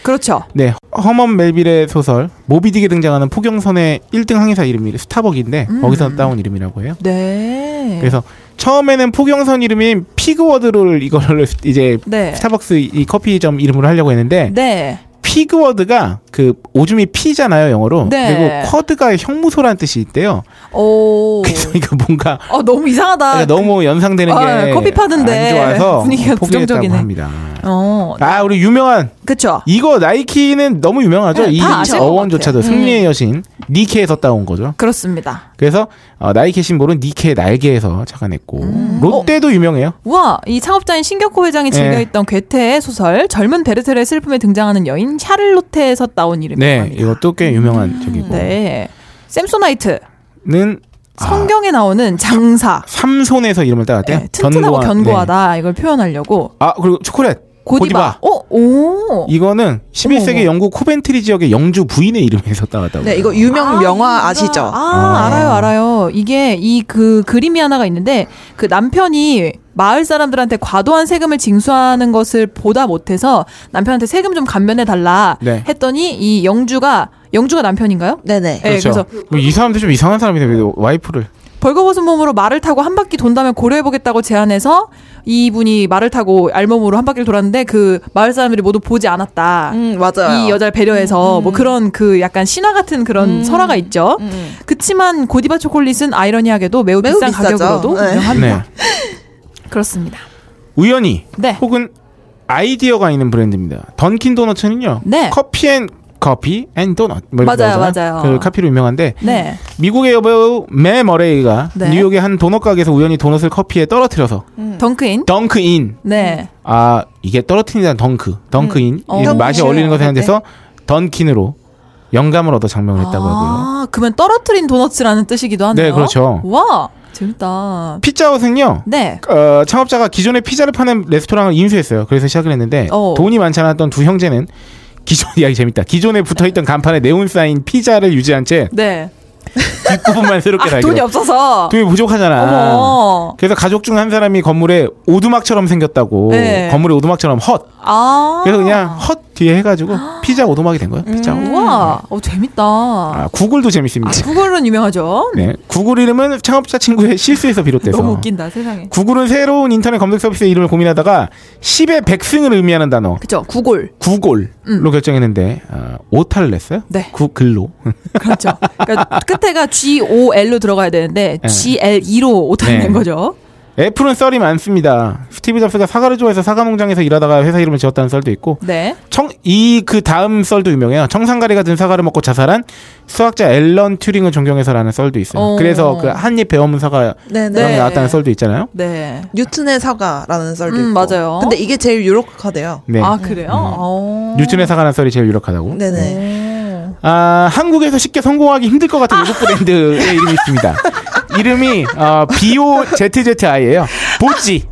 F: 그렇죠.
D: 네. 허먼 멜빌의 소설 모비딕에 등장하는 포경선의 1등 항해사 이름이 스타벅인데 거기서 따온 이름이라고 해요.
F: 음. 네.
D: 그래서 처음에는 포경선 이름인 피그워드를 이걸 이제
F: 네.
D: 스타벅스 이 커피점 이름으로 하려고 했는데
F: 네.
D: 피그워드가 그 오줌이 피잖아요 영어로
F: 네.
D: 그리고 쿼드가 형무소라는 뜻이 있대요.
F: 오.
D: 그래서 이거 뭔가
F: 어, 너무 이상하다.
D: 그러니까 너무 연상되는
F: 아,
D: 게
F: 커피 파는데
D: 안 좋아서
F: 분위기가
D: 포기했다고
F: 부정적이네.
D: 합니다.
F: 어,
D: 아 우리 유명한
F: 그쵸.
D: 이거 나이키는 너무 유명하죠.
F: 네,
D: 이
F: 다 아실 것
D: 어원조차도
F: 같아요. 음.
D: 승리의 여신 니케에서 따온 거죠.
F: 그렇습니다.
D: 그래서 어, 나이키 심볼은 니케의 날개에서 착안했고
F: 음. 어?
D: 롯데도 유명해요.
F: 우와, 이 창업자인 신격호 회장이 즐겨있던 괴테의 소설 젊은 베르테르의 슬픔에 등장하는 여인 샤를로테에서 따온 이름입니다.
D: 네, 이것도 꽤 유명한 적이고.
F: 네. 샘소나이트
D: 는
F: 성경에 나오는 장사
D: 삼손에서 이름을 따왔대요.
F: 네, 튼튼하고
D: 견고한, 네.
F: 견고하다 이걸 표현하려고
D: 아 그리고 초콜릿
F: 고디바. 어, 오.
D: 이거는 11세기 영국 코벤트리 지역의 영주 부인의 이름에서 따왔다고.
E: 네, 이거 유명 명화 아시죠?
F: 아,
D: 아.
F: 알아요, 알아요. 이게 이 그 그림이 하나가 있는데 그 남편이 마을 사람들한테 과도한 세금을 징수하는 것을 보다 못해서 남편한테 세금 좀 감면해 달라
D: 네.
F: 했더니 이 영주가 영주가 남편인가요?
E: 네네.
F: 네, 음.
D: 그렇죠. 뭐이 사람들 좀 이상한 사람이네. 왜 와이프를.
F: 벌거벗은 몸으로 말을 타고 한 바퀴 돈다면 고려해보겠다고 제안해서 이분이 말을 타고 알몸으로 한 바퀴를 돌았는데 그 마을 사람들이 모두 보지 않았다.
E: 음, 맞아요. 음,
F: 이 여자를 배려해서 뭐 그런 그 약간 신화 같은 그런 설화가 있죠. 그치만 고디바 초콜릿은 아이러니하게도 매우,
E: 음. 매우
F: 비싼
E: 비싸죠.
F: 가격으로도
E: 네.
F: 유명합니다.
D: 네.
F: 그렇습니다.
D: 우연히
F: 네.
D: 혹은 아이디어가 있는 브랜드입니다. 던킨 도너츠는요.
F: 네.
D: 커피 앤 커피 앤 도넛. 뭐 이렇게
F: 맞아요,
D: 나오잖아요.
F: 맞아요.
D: 그 카피로 유명한데
F: 네.
D: 미국의 여배우 매 머레이가
F: 네.
D: 뉴욕의 한 도넛 가게에서 우연히 도넛을 커피에 떨어뜨려서
E: 음.
F: 덩크인.
D: 덩크인
F: 네.
D: 아 이게 떨어뜨린다는 덩크 덩크인 이
F: 어.
D: 맛이 어울리는 것에
E: 덩크인.
D: 대해서 던킨으로 영감을 얻어 장명을 했다고 하고요.
F: 아, 그러면 떨어뜨린 도너츠라는 뜻이기도 하네요.
D: 네, 그렇죠.
F: 와, 재밌다.
D: 피자헛은요.
F: 네.
D: 어, 창업자가 기존의 피자를 파는 레스토랑을 인수했어요. 그래서 시작을 했는데
F: 어.
D: 돈이 많지 않았던 두 형제는 기존 이야기 재밌다. 기존에 붙어있던 간판에 네온 사인 피자를 유지한 채
F: 네.
D: 뒷부분만 새롭게
F: 아,
D: 달기.
F: 돈이 없어서.
D: 돈이 부족하잖아.
F: 어머.
D: 그래서 가족 중 한 사람이 건물에 오두막처럼 생겼다고
F: 네.
D: 건물에 오두막처럼 헛.
F: 아.
D: 그래서 그냥 헛 뒤에 해가지고 피자 오도막이 된 거예요. 피자. 오도막.
F: 우와, 어 재밌다.
D: 아, 구글도 재밌습니다.
F: 아, 구글은 유명하죠.
D: 네, 구글 이름은 창업자 친구의 실수에서 비롯돼서
F: 너무 웃긴다 세상에.
D: 구글은 새로운 인터넷 검색 서비스의 이름을 고민하다가 10의 100승을 의미하는 단어
F: 그쵸? 구골.
D: 구골로 결정했는데 어, 오타를 냈어요.
F: 네.
D: 구글로.
F: 그렇죠. 그러니까 끝에가 G O L로 들어가야 되는데
D: 네.
F: G L E로 오타낸
D: 네.
F: 거죠.
D: 애플은 썰이 많습니다. 스티브 잡스가 사과를 좋아해서 사과 농장에서 일하다가 회사 이름을 지었다는 썰도 있고
F: 네.
D: 청 이 그 다음 썰도 유명해요. 청산가리가 든 사과를 먹고 자살한 수학자 앨런 튜링을 존경해서라는 썰도 있어요.
F: 어.
D: 그래서 그 한입 베어문 사과
E: 네,
D: 네.
E: 네.
D: 나왔다는 썰도 있잖아요.
F: 네.
E: 뉴튼의 사과라는 썰도
F: 음,
E: 있고.
F: 맞아요.
E: 근데 이게 제일 유력하대요.
D: 네.
F: 아 그래요? 어.
D: 뉴튼의 사과라는 썰이 제일 유력하다고.
E: 네네.
D: 아, 한국에서 쉽게 성공하기 힘들 것 같은 외국 브랜드의 이름이 있습니다. 이름이 어, BOZZI예요. 보찌.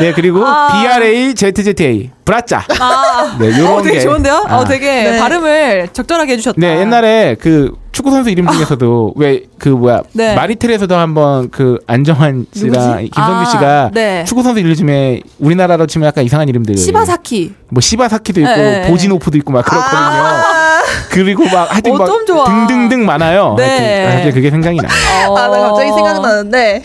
D: 네, 그리고 BRAZZA. 브라짜.
F: 아.
D: 네, 요런
F: 어, 되게
D: 게.
F: 좋은데요?
D: 아.
F: 어, 되게
E: 네.
F: 발음을 적절하게 해주셨다. 아.
D: 네, 옛날에 그 축구 선수 이름 중에서도 왜 그 뭐야
F: 네.
D: 마리텔에서도 한번 그 안정환 씨랑
F: 누구지?
D: 김선규
F: 아,
D: 씨가
F: 네.
D: 축구 선수 이름 중에 우리나라로 치면 약간 이상한 이름들
F: 시바사키.
D: 뭐 시바사키도 있고
F: 네.
D: 보지노프도 있고 막 그렇거든요. 그리고 막 하여튼 막
F: 아. 어쩜 좋아.
D: 등등등 많아요.
F: 네.
D: 하여튼, 아, 갑자기 그게 생각이 나.
E: 아,
F: 어.
E: 나 갑자기 생각나는데.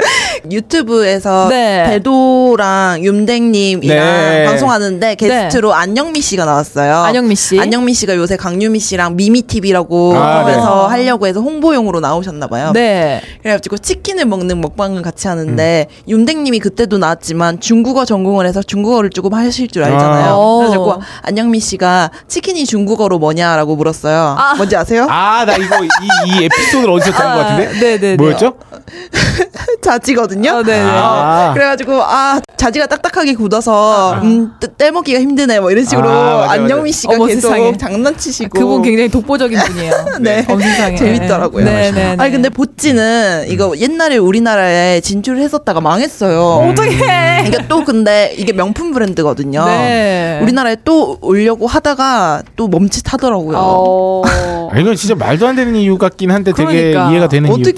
E: 유튜브에서
F: 네.
E: 배도랑 윤댕님이랑
D: 네.
E: 방송하는데 게스트로 안영미 씨가 나왔어요.
F: 안영미 씨.
E: 안영미 씨가 요새 강유미 씨랑 미미TV라고
D: 아, 네.
E: 하면서 하려고 해서 홍보용으로 나오셨나봐요.
F: 네.
E: 그래가지고 치킨을 먹는 먹방을 같이 하는데
D: 음.
E: 윤댕님이 그때도 나왔지만 중국어 전공을 해서 중국어를 조금 하실 줄 알잖아요.
D: 아.
E: 그래가지고 안영미 씨가 치킨이 중국어로 뭐냐라고 물었어요.
F: 아.
E: 뭔지 아세요?
D: 아, 나 이거 이, 이 에피소드를 어디서 들은 것 같은데?
F: 아, 네네네.
D: 뭐였죠?
E: 자지거든요.
F: 아, 네네.
D: 아.
E: 그래가지고 아 자지가 딱딱하게 굳어서 음, 뜨- 떼먹기가 힘드네 뭐 이런 식으로
D: 아, 맞아요, 맞아요.
E: 안영미 씨가
F: 어머,
E: 계속
F: 세상에.
E: 장난치시고
F: 아, 그분 굉장히 독보적인 분이에요.
E: 네.
F: 엄세상에.
E: 재밌더라고요.
F: 네네.
E: 아니 근데 보찌는
D: 음.
E: 이거 옛날에 우리나라에 진출을 했었다가 뭐
D: 음.
E: 망했어요.
F: 어떻게?
E: 그러니까 또 근데 이게 명품 브랜드거든요.
F: 네.
E: 우리나라에 또 오려고 하다가 또 멈칫하더라고요.
F: 어.
D: 아, 이건 진짜 말도 안 되는 이유 같긴 한데 되게
F: 그러니까.
D: 이해가 되는 이유 때문에.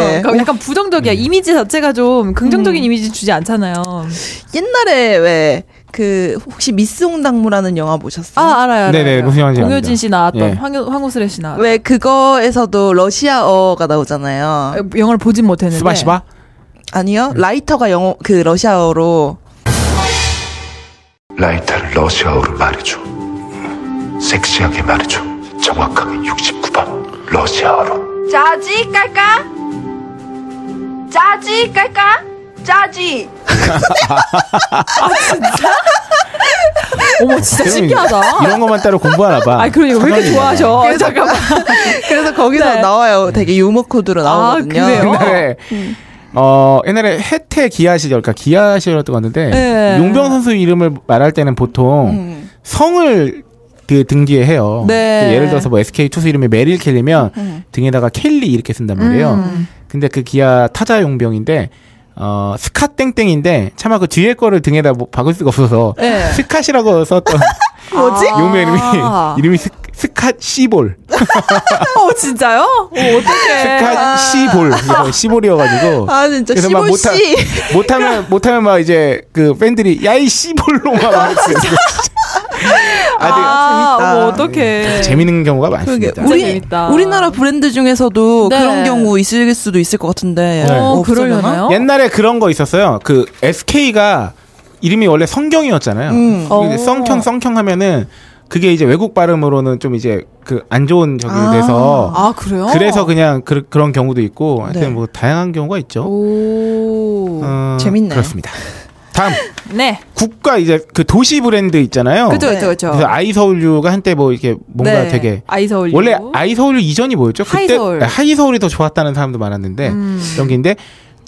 E: 어떻게
F: 그러니까 약간 부정적이야.
D: 네.
F: 이미지 자체가 좀
D: 음.
F: 긍정적인 이미지 주지 않잖아요.
E: 옛날에 왜 그 혹시 미스 홍당무라는 영화 보셨어요?
F: 아 알아요.
D: 네네, 노승환 씨
F: 공효진 씨 나왔던
D: 예.
F: 황, 황우슬 씨 나왔던
E: 왜 그거에서도 러시아어가 나오잖아요.
F: 영화를 보진 못했는데.
D: 스바시바?
E: 아니요. 라이터가 영어 그 러시아어로
A: 라이터를 러시아어로 말해줘. 음, 섹시하게 말해줘. 정확하게 69번. 러시아어로.
G: 炸鸡嘎嘎，炸鸡嘎嘎，炸鸡。
F: 어머 아, 진짜
D: 아, 그럼
F: 신기하다.
D: 이런 것만 따로 공부하나 봐.
F: 아 그러니까 왜 이렇게
D: 사관이네.
F: 좋아하셔? 잠깐만.
E: 그래서 거기서
F: 네. 아,
E: 나와요. 되게 유머 코드로 나오거든요.
F: 그래요? 음.
D: 옛날에 어 옛날에 해태 기아 시절, 그러니까 기아 시절도 갔는데
F: 네. 음.
D: 용병 선수 이름을 말할 때는 보통 성을 그 등 뒤에 해요.
F: 네. 음,
D: 그 예를 들어서 뭐 SK 투수 이름이 메릴 켈리면 등에다가 켈리 이렇게 쓴단 말이에요. 근데 그 기아 타자 용병인데 어 스카 땡땡인데 차마 그 뒤에 거를 등에다 뭐 박을 수가 없어서
F: 네.
D: 스카시라고 썼던
F: 뭐지? 아.
D: 용병 이름이 이름이 스, 스카 시볼.
F: 어 진짜요? 어 어떡해.
D: 스카 시볼 그래서 시볼이어가지고
E: 아, 진짜
D: 그래서 막
E: 시볼 그러니까
D: 못하,
E: 씨.
D: 못하면 못하면 막 이제 그 팬들이 야이 시볼로 막 말했어요. 아,
F: 아,
E: 재밌다.
F: 어머
D: 되게
F: 어떡해.
D: 음, 재밌는 경우가 많습니다.
F: 우리-
E: 네. 우리
F: 재밌다.
E: 우리나라 브랜드 중에서도
F: 네.
E: 그런 경우 있을 수도 있을 것 같은데.
D: 네.
F: 어,
E: 없으려나?
F: 그러려나요?
D: 옛날에 그런 거 있었어요. 그 SK가 이름이 원래 성경이었잖아요. 근데
E: 음.
F: 어.
D: 성경 성경 하면은 그게 이제 외국 발음으로는 좀 이제 그 안 좋은 적이
E: 아.
D: 돼서
F: 아 그래요?
D: 그래서 그냥 그, 런 경우도 있고 하여튼
E: 네.
D: 뭐 다양한 경우가 있죠.
F: 오.
D: 어,
E: 재밌네요.
D: 그렇습니다. 다음
F: 네.
D: 국가 이제 그 도시 브랜드 있잖아요.
F: 그죠 그죠 그죠.
D: 어. 그래서 아이서울류가 한때 뭐 이렇게 뭔가
F: 그렇죠. 네.
D: 되게
F: 아이서울.
D: 원래 아이서울류 이전이 뭐였죠?
F: 하이서울. 음.
D: 그때 아, 하이서울이 더 좋았다는 사람도 많았는데 여기인데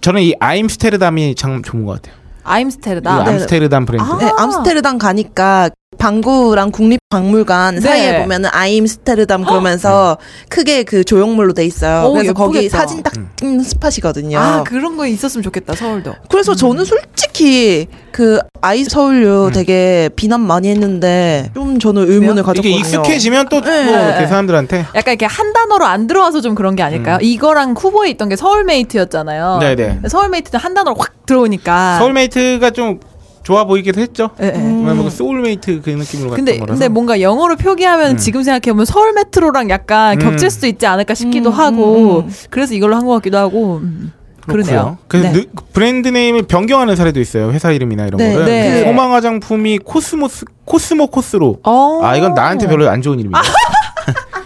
D: 저는 이 아임스테르담이 참 좋은 것 같아요.
F: 아임스테르다.
D: 이 암스테르담 브랜드.
E: 네, 암스테르담 가니까 방구랑 국립박물관
F: 네.
E: 사이에 보면은 아임스테르담 그러면서 크게 그 조형물로 돼 있어요.
F: 오,
E: 그래서 거기
F: 예쁘겠다.
E: 사진
D: 음.
E: 딱 찍는 스팟이거든요. 음.
F: 아 그런 거 있었으면 좋겠다 서울도.
E: 그래서 저는 솔직히 그 아이 서울류
D: 음.
E: 되게 비난 많이 했는데 좀 저는 의문을
D: 이게
E: 가졌거든요.
D: 익숙해지면 또,
E: 네.
D: 또 이렇게 사람들한테
F: 약간 이렇게 한 단어로 안 들어와서 좀 그런 게 아닐까요? 이거랑 쿠보에 있던 게 서울메이트였잖아요.
D: 음. 네네.
F: 서울메이트는 한 단어로 확 들어오니까.
D: 서울메이트가 좀 좋아 보이기도 했죠.
F: 예, 예.
D: 정말 뭔가 소울메이트 그 느낌으로 갔던
F: 근데
D: 음, 거라서.
F: 근데 뭔가 영어로 표기하면 지금 생각해 보면 서울 메트로랑 약간
D: 음.
F: 겹칠 수도 있지 않을까 싶기도
E: 음,
F: 하고 그래서 이걸로 한 것 같기도 하고 음. 그러네요.
D: 그래서
F: 네.
D: 브랜드 네임을 변경하는 사례도 있어요. 회사 이름이나 이런
E: 네,
D: 거를.
E: 네.
D: 근데 소망 화장품이 코스모스 코스모 코스로.
F: 어.
D: 아 이건 나한테 별로 안 좋은 이름이야.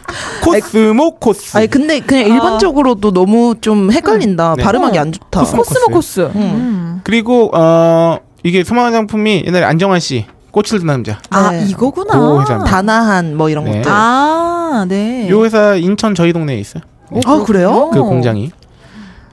D: 코스모 코스.
E: 아니 근데 그냥 일반적으로도 너무 좀 헷갈린다.
D: 네.
E: 발음하기 어, 안 좋다.
D: 코스모
F: 아, 코스모 코스. 음.
D: 그리고 어 이게 소망 화장품이 옛날에 안정환 씨 꽃을 든 남자.
F: 아
E: 네.
F: 이거구나.
D: 고 회사입니다.
E: 다나한 뭐 이런
D: 네.
E: 것들. 아,
F: 아 네. 어.
D: 요 회사 인천 저희 동네에 있어요.
E: 그래요?
D: 그 공장이.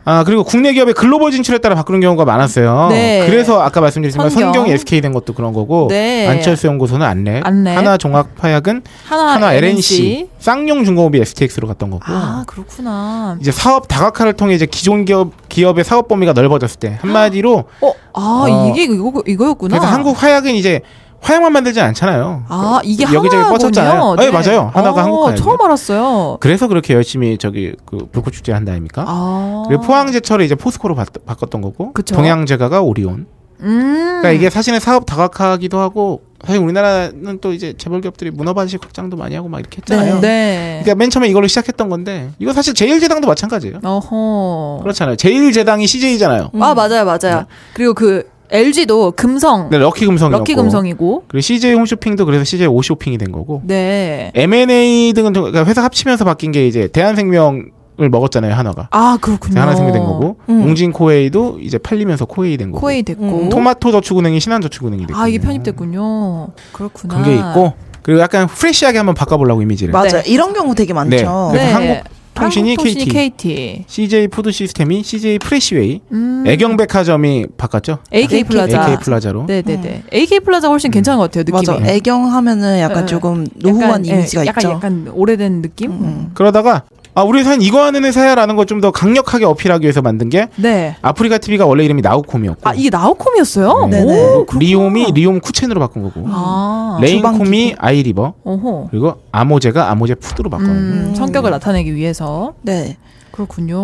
D: 아 그리고 국내 기업의 글로벌 진출에 따라 바꾸는 경우가 많았어요.
F: 네.
D: 그래서 아까 말씀드렸지만
F: 선경.
D: 선경, SK 된 것도 그런 거고
F: 네.
D: 안철수 연구소는 안랩,
F: 안랩.
D: 하나 종합화약은
F: 하나,
D: 하나 LNC, 쌍용 중공업이 STX로 갔던 거고
F: 아 그렇구나.
D: 이제 사업 다각화를 통해 이제 기존 기업 기업의 사업 범위가 넓어졌을 때 한마디로
F: 어, 아
D: 어.
F: 이게 이거 이거였구나.
D: 그래서 한국 화약은 이제 화약만 만들지 않잖아요.
F: 아 이게
D: 여기저기
F: 하나군요.
D: 뻗쳤잖아요. 네, 맞아요. 하나가
F: 어,
D: 한국 화약이에요.
F: 처음 알았어요.
D: 그래서 그렇게 열심히 저기 그 불꽃 축제 한다 아닙니까?
F: 아.
D: 그리고 포항제철을 이제 포스코로 바, 꿨던 거고
F: 그쵸.
D: 동양제가가 오리온.
F: 음.
D: 그러니까 이게 사실은 사업 다각화기도 하고 사실 우리나라는 또 이제 재벌 기업들이 문어반식 확장도 많이 하고 막 이렇게
F: 네.
D: 했잖아요.
F: 네.
D: 그러니까 맨 처음에 이걸로 시작했던 건데 이거 사실 제일제당도 마찬가지예요.
F: 어허.
D: 그렇잖아요. 제일제당이 CJ잖아요.
F: 아 맞아요, 맞아요. 그리고 그 LG도 금성,
D: 네, 럭키
F: 음.
D: 금성이었고.
F: 럭키 금성이고,
D: 그리고 CJ 홈쇼핑도 그래서 CJ 오쇼핑이 된 거고.
F: 네.
D: M&A 등은 좀- 그러니까 회사 합치면서 바뀐 게 이제 대한생명을 먹었잖아요, 한화가.
F: 아 그렇군요.
D: 하나생명 된 거고.
E: 음.
D: 웅진코웨이도 이제 팔리면서 코웨이 된 거고.
F: 코웨이 됐고.
E: 음.
D: 토마토저축은행이 신한저축은행이 됐고.
F: 아 이게 편입됐군요. 그렇구나. 네.
D: 그런 게 있고. 그리고 약간 프레시하게 한번 바꿔보려고 이미지를.
E: 맞아. 요 이런 경우 되게 많죠.
D: 네. 그래서 한국통신이
F: 한국통신이
D: KT.
F: KT.
D: CJ 푸드 시스템이 CJ 프레시웨이,
F: 음.
D: 애경백화점이 바꿨죠.
F: AK 플라자.
D: AK 플라자로. 음.
F: 네네네. AK 플라자가 훨씬 괜찮은 것 같아요. 느낌이.
E: 음. 맞아. 애경하면은 약간
F: 예,
E: 조금
F: 약간,
E: 노후한
F: 예,
E: 이미지가
F: 약간,
E: 있죠. 음.
F: 약간 오래된 느낌?
D: 그러다가 아 우리 회사는 이거 하는 회사야라는 걸 좀 더 강력하게 어필하기 위해서 만든 게
F: 네.
D: 아프리카 TV가 원래 이름이 나우콤이었고
F: 아 이게 나우콤이었어요?
D: 네.
E: 네네.
F: 오, 그렇구나.
D: 리옴이 리옴 쿠첸으로 바꾼 거고
F: 아.
D: 음. 레인콤이 아이리버
F: 어허.
D: 그리고 아모제가 아모제 푸드로 바꾼 거고
F: 음, 성격을 나타내기 위해서
E: 네.
F: 그렇군요.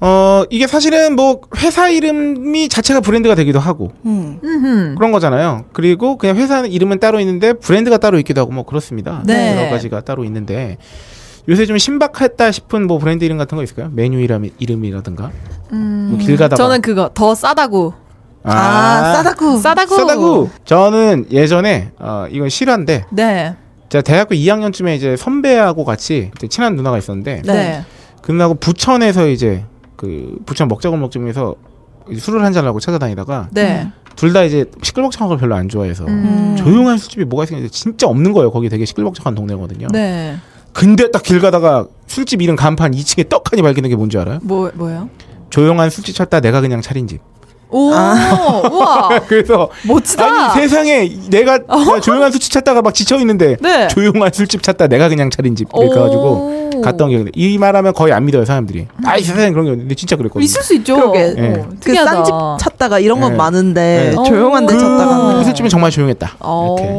D: 어 이게 사실은 뭐 회사 이름이 자체가 브랜드가 되기도 하고
E: 음.
F: 음흠.
D: 그런 거잖아요 그리고 그냥 회사 이름은 따로 있는데 브랜드가 따로 있기도 하고 뭐 그렇습니다
F: 네.
D: 여러 가지가 따로 있는데 요새 좀 신박했다 싶은 뭐 브랜드 이름 같은 거 있을까요 메뉴 이름 이름이라든가 뭐길 가다가
F: 음. 저는 그거 더 싸다고.
E: 아, 싸다구.
F: 싸다고.
D: 음. 싸다구. 저는 예전에 어, 이건 실화인데
F: 네.
D: 제가 대학교 2학년쯤에 이제 선배하고 같이 그때 친한 누나가 있었는데
F: 네. 네.
D: 그 누나하고 부천에서 이제 그 부천 먹자골목 중에서 이제 술을 한잔 하고 찾아다니다가 둘 다 이제 시끌벅적한 걸 별로 안 좋아해서
F: 네. 음.
D: 조용한 술집이 뭐가 있었는데 진짜 없는 거예요. 거기 되게 시끌벅적한 동네거든요.
F: 네.
D: 근데 딱 길 가다가 술집 이름 간판 2층에 떡하니 발견된 게 뭔지 알아요?
F: 뭐 뭐예요?
D: 조용한 술집 찾다 내가 그냥 차린 집.
F: 오. 우와.
D: 그래서
F: 멋지다.
D: 아. 아니 세상에 내가 내가 조용한 술집 찾다가 막 지쳐 있는데
F: 어. 네.
D: 조용한 술집 찾다 내가 그냥 차린 집 이렇게
F: 오. 음.
D: 가지고 갔던 기억이 이 말하면 거의 안 믿어요 사람들이 아이 세상에 그런 게 없는데 진짜 그랬거든요
F: 뭐 있을 수 있죠.
E: 그러게.
F: 어,
D: 예.
E: 그
F: 특이하다.
E: 싼집 찾다가 이런 건
D: 네.
E: 많은데
D: 네.
E: 조용한 데
F: 그-
E: 찾다가
D: 그 술집은 정말 조용했다
F: 어.
D: 이렇게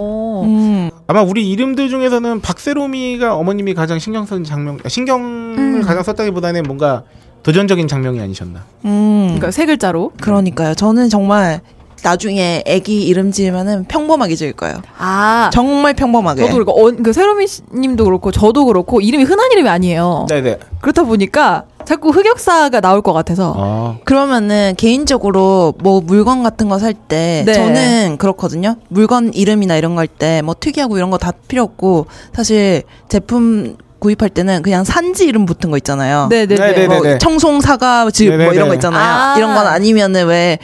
E: 음.
D: 아마 우리 이름들 중에서는 박세롬이가 어머님이 가장 신경 쓴 장면 아,
F: 음.
D: 신경을 가장 썼다기보다는 뭔가 도전적인 장면이 아니셨나
E: 음.
F: 그러니까 세 글자로.
E: 그러니까요. 저는 정말 나중에 아기 이름 지으면은 평범하게 지을 거예요.
F: 아.
E: 정말 평범하게.
F: 저도 그렇고 언- 그 세로미 씨- 님도 그렇고 저도 그렇고 이름이 흔한 이름이 아니에요.
D: 네네
F: 그렇다 보니까 자꾸 흑역사가 나올 것 같아서
D: 아,
E: 그러면은 개인적으로 뭐 물건 같은 거 살 때
F: 네.
E: 저는 그렇거든요. 물건 이름이나 이런 거 할 때 뭐 특이하고 이런 거 다 필요 없고 사실 제품 구입할 때는 그냥 산지 이름 붙은 거 있잖아요.
F: 네네네.
D: 네네네.
E: 뭐 청송 사과 즙 뭐 이런
D: 네네네.
E: 거 있잖아요.
F: 아.
E: 이런 건 아니면은 왜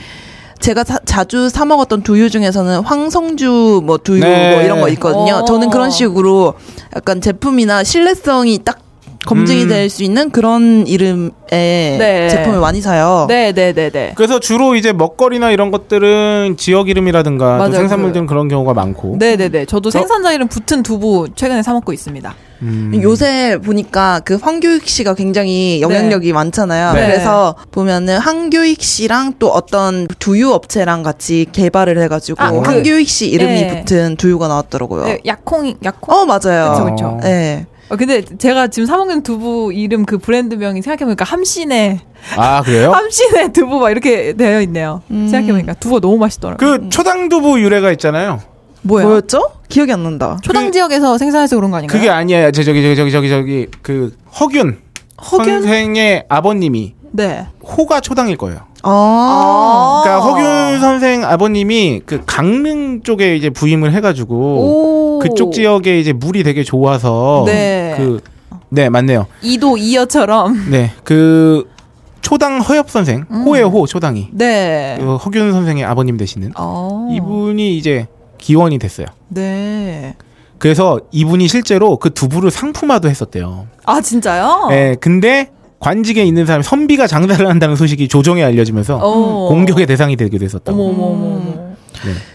E: 제가 사- 자주 사 먹었던 두유 중에서는 황성주 뭐 두유
D: 네.
E: 뭐 이런 거 있거든요.
F: 어.
E: 저는 그런 식으로 약간 제품이나 신뢰성이 딱 검증이
D: 음.
E: 될 수 있는 그런 이름의 제품을 많이 사요.
F: 네. 네네네네.
D: 그래서 주로 이제 먹거리나 이런 것들은 지역 이름이라든가 또
F: 맞아요.
D: 생산물들은 그런 경우가 많고
F: 네네네. 저도
D: 저-
F: 생산자 이름 붙은 두부 최근에 사 먹고 있습니다.
E: 요새 보니까 그 황교익 씨가 굉장히 영향력이 많잖아요.
F: 네.
E: 그래서 보면은 황교익 씨랑 또 어떤 두유 업체랑 같이 개발을 해가지고
F: 아, 그-
E: 황교익 씨 이름이
F: 네.
D: 어.
E: 붙은 두유가 나왔더라고요.
F: 네, 약콩 약콩.
E: 어 맞아요.
F: 그쵸, 그쵸.
E: 네.
F: 어, 근데 제가 지금 사먹는 두부 이름 그 브랜드명이 생각해보니까 함신의
D: 아 그래요?
F: 함신의 두부 막 이렇게 되어 있네요. 생각해보니까 두부가 너무 맛있더라고요.
D: 그 초당두부 유래가 있잖아요.
F: 뭐예요?
E: 뭐였죠? 기억이 안 난다.
F: 초당
D: 그-
F: 지역에서 생산해서 그런 거 아닌가요?
D: 그게 아니야. 저 저기 저기 저기 저기 저기 그 허균
F: 허균?
D: 선생의 아버님이
F: 네.
D: 호가 초당일 거예요.
E: 아.
D: 그러니까
F: 어.
D: 허균 선생 아버님이 그 강릉 쪽에 이제 부임을 해가지고
F: 오.
D: 그쪽 지역에 이제 물이 되게 좋아서
F: 네.
D: 그, 네 맞네요.
F: 이도 이어처럼.
D: 네, 그 초당 허엽 선생 호의 호 초당이
F: 음. 네.
D: 그 허균 선생의 아버님 되시는
F: 어.
D: 이분이 이제 기원이 됐어요.
F: 네.
D: 그래서 이분이 실제로 그 두부를 상품화도 했었대요.
F: 아 진짜요?
D: 예, 근데 관직에 있는 사람이 선비가 장사를 한다는 소식이 조정에 알려지면서
F: 어.
D: 공격의 대상이 되기도 했었다고.
F: 어머 어머 어머, 어머.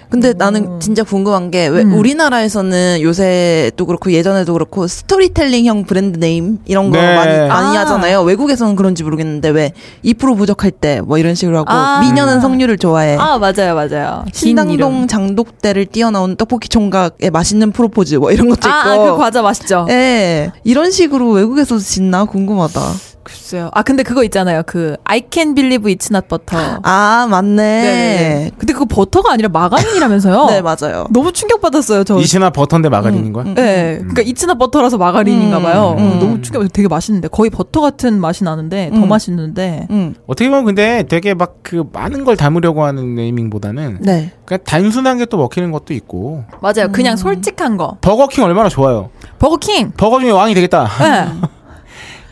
E: 근데
F: 음.
E: 나는 진짜 궁금한 게 왜 우리나라에서는 요새도 그렇고 예전에도 그렇고 스토리텔링형 브랜드 네임 이런 거
D: 네.
E: 많이 많이
F: 아.
E: 하잖아요. 외국에서는 그런지 모르겠는데 왜 2% 부족할 때 뭐 이런 식으로 하고
F: 아.
E: 미녀는 성류를 좋아해.
F: 아 맞아요 맞아요. 긴
E: 신당동
F: 이름.
E: 장독대를 뛰어나온 떡볶이 총각의 맛있는 프로포즈 뭐 이런 것도
F: 아,
E: 있고.
F: 그 과자 맛있죠.
E: 예. 이런 식으로 외국에서도 짓나 궁금하다.
F: 글쎄요. 아 근데 그거 있잖아요. 그 I can believe it's not butter.
E: 아, 맞네.
F: 네네네. 어. 근데 그거 버터가 아니라 마가린이라면서요?
E: 네, 맞아요.
F: 너무 충격받았어요 저.
D: 이시나 버터인데 마가린인 거야?
F: 네, 그러니까 이츠나 버터라서 마가린인가 봐요. 너무 충격, 되게 맛있는데 거의 버터 같은 맛이 나는데 더 맛있는데.
E: 음.
D: 어떻게 보면 근데 되게 막 그 많은 걸 담으려고 하는 네이밍보다는
E: 네.
D: 그냥 단순한 게 또 먹히는 것도 있고
F: 맞아요, 그냥 솔직한 거.
D: 버거킹 얼마나 좋아요.
F: 음. 버거킹.
D: 버거 중에 왕이 되겠다
F: 네.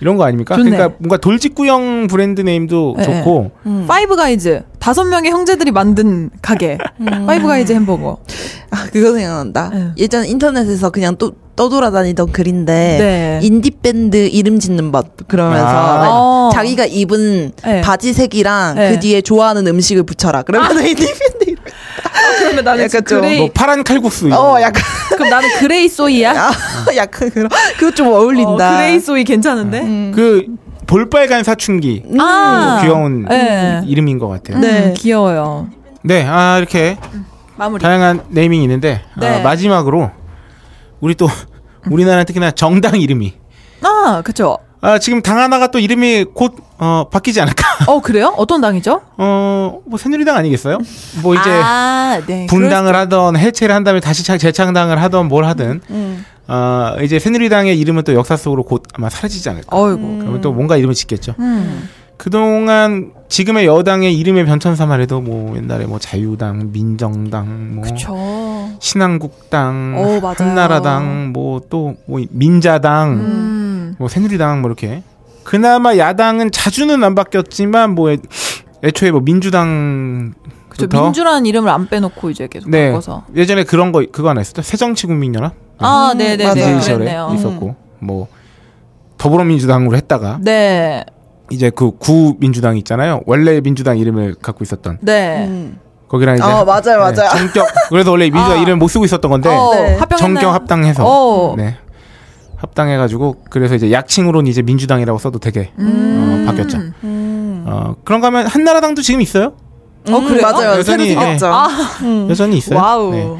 D: 이런 거 아닙니까?
F: 좋네.
D: 그러니까 뭔가 돌직구형 브랜드 네임도
F: 네,
D: 좋고
F: 파이브 가이즈 다섯 명의 형제들이 만든 가게 파이브 가이즈 햄버거
E: 아, 그거 생각난다.
F: 예.
E: 예전 인터넷에서 그냥 또 떠돌아다니던 글인데
F: 네.
E: 인디 밴드 이름 짓는 법 그러면서
D: 아.
E: 막
F: 어.
E: 자기가 입은
F: 예.
E: 바지 색이랑
F: 예.
E: 그 뒤에 좋아하는 음식을 붙여라. 그러면
F: 아.
E: 인디 밴드 이름.
F: 그러면 나는
E: 약간 좀
F: 그레이
D: 뭐 파란 칼국수 이런
E: 어,
D: 거.
E: 약간
F: 그럼 나는 그레이 소이야
E: 아, 약간 그런 그거 좀
F: 어,
E: 어울린다.
F: 그레이 소이 괜찮은데
D: 그 볼빨간 사춘기
F: 아
D: 귀여운
F: 네.
D: 이름인 것 같아요.
E: 네.
F: 음, 귀여워요
D: 네, 아 이렇게
F: 마무리
D: 다양한 네이밍이 있는데
F: 네.
D: 아, 마지막으로 우리 또 우리나라 특히나 정당 이름이
F: 아 그쵸
D: 아 지금 당 하나가 또 이름이 곧 어, 바뀌지 않을까?
F: 어 그래요 어떤 당이죠
D: 어뭐 새누리당 아니겠어요? 뭐 이제
F: 아, 네.
D: 분당을 하던 해체를 한 다음에 다시 차- 재창당을 하던 뭘 하든
F: 음,
D: 어, 이제 새누리당의 이름은 또 역사 속으로 곧 아마 사라지지 않을까?
F: 어이구
D: 그러면 또 뭔가 이름을 짓겠죠.
F: 음.
D: 그동안 지금의 여당의 이름의 변천사만 해도 뭐 옛날에 뭐 자유당, 민정당, 뭐
F: 그쵸
D: 신한국당,
F: 어, 맞아요.
D: 한나라당, 뭐 또 뭐 민자당,
F: 음.
D: 뭐 새누리당 뭐 이렇게. 그나마 야당은 자주는 안 바뀌었지만 뭐 애- 애초에 뭐 민주당
F: 그쵸
D: 부터
F: 민주라는 이름을 안 빼놓고 이제 계속
D: 네
F: 바꿔서
D: 예전에 그런 거 그거 하나 있었죠 새정치국민연합
F: 아
E: 맞아요.
F: 네네네
D: 음. 디제이 시절에
F: 그랬네요 음.
D: 있었고 뭐 더불어민주당으로 했다가
F: 네네
D: 이제 그 구민주당 있잖아요 원래 민주당 이름을 갖고 있었던
F: 네.
E: 음.
D: 거기랑 이제 네,
E: 어, 맞아요, 맞아요.
D: 정격 그래서 원래 민주당
F: 아.
D: 이름 못 쓰고 있었던 건데
F: 어,
E: 네.
F: 합병했나요?
D: 정경 합당해서
F: 어.
D: 네. 합당해가지고 그래서 이제 약칭으로는 이제 민주당이라고 써도 되게
F: 음.
D: 어, 바뀌었죠. 어, 그런가 하면 한나라당도 지금 있어요?
E: 어,
D: 음,
E: 그래요? 맞아요. 새로
D: 여전히,
E: 생겼죠.
D: 예. 여전히 있어요.
F: 음. 와우.
D: 네.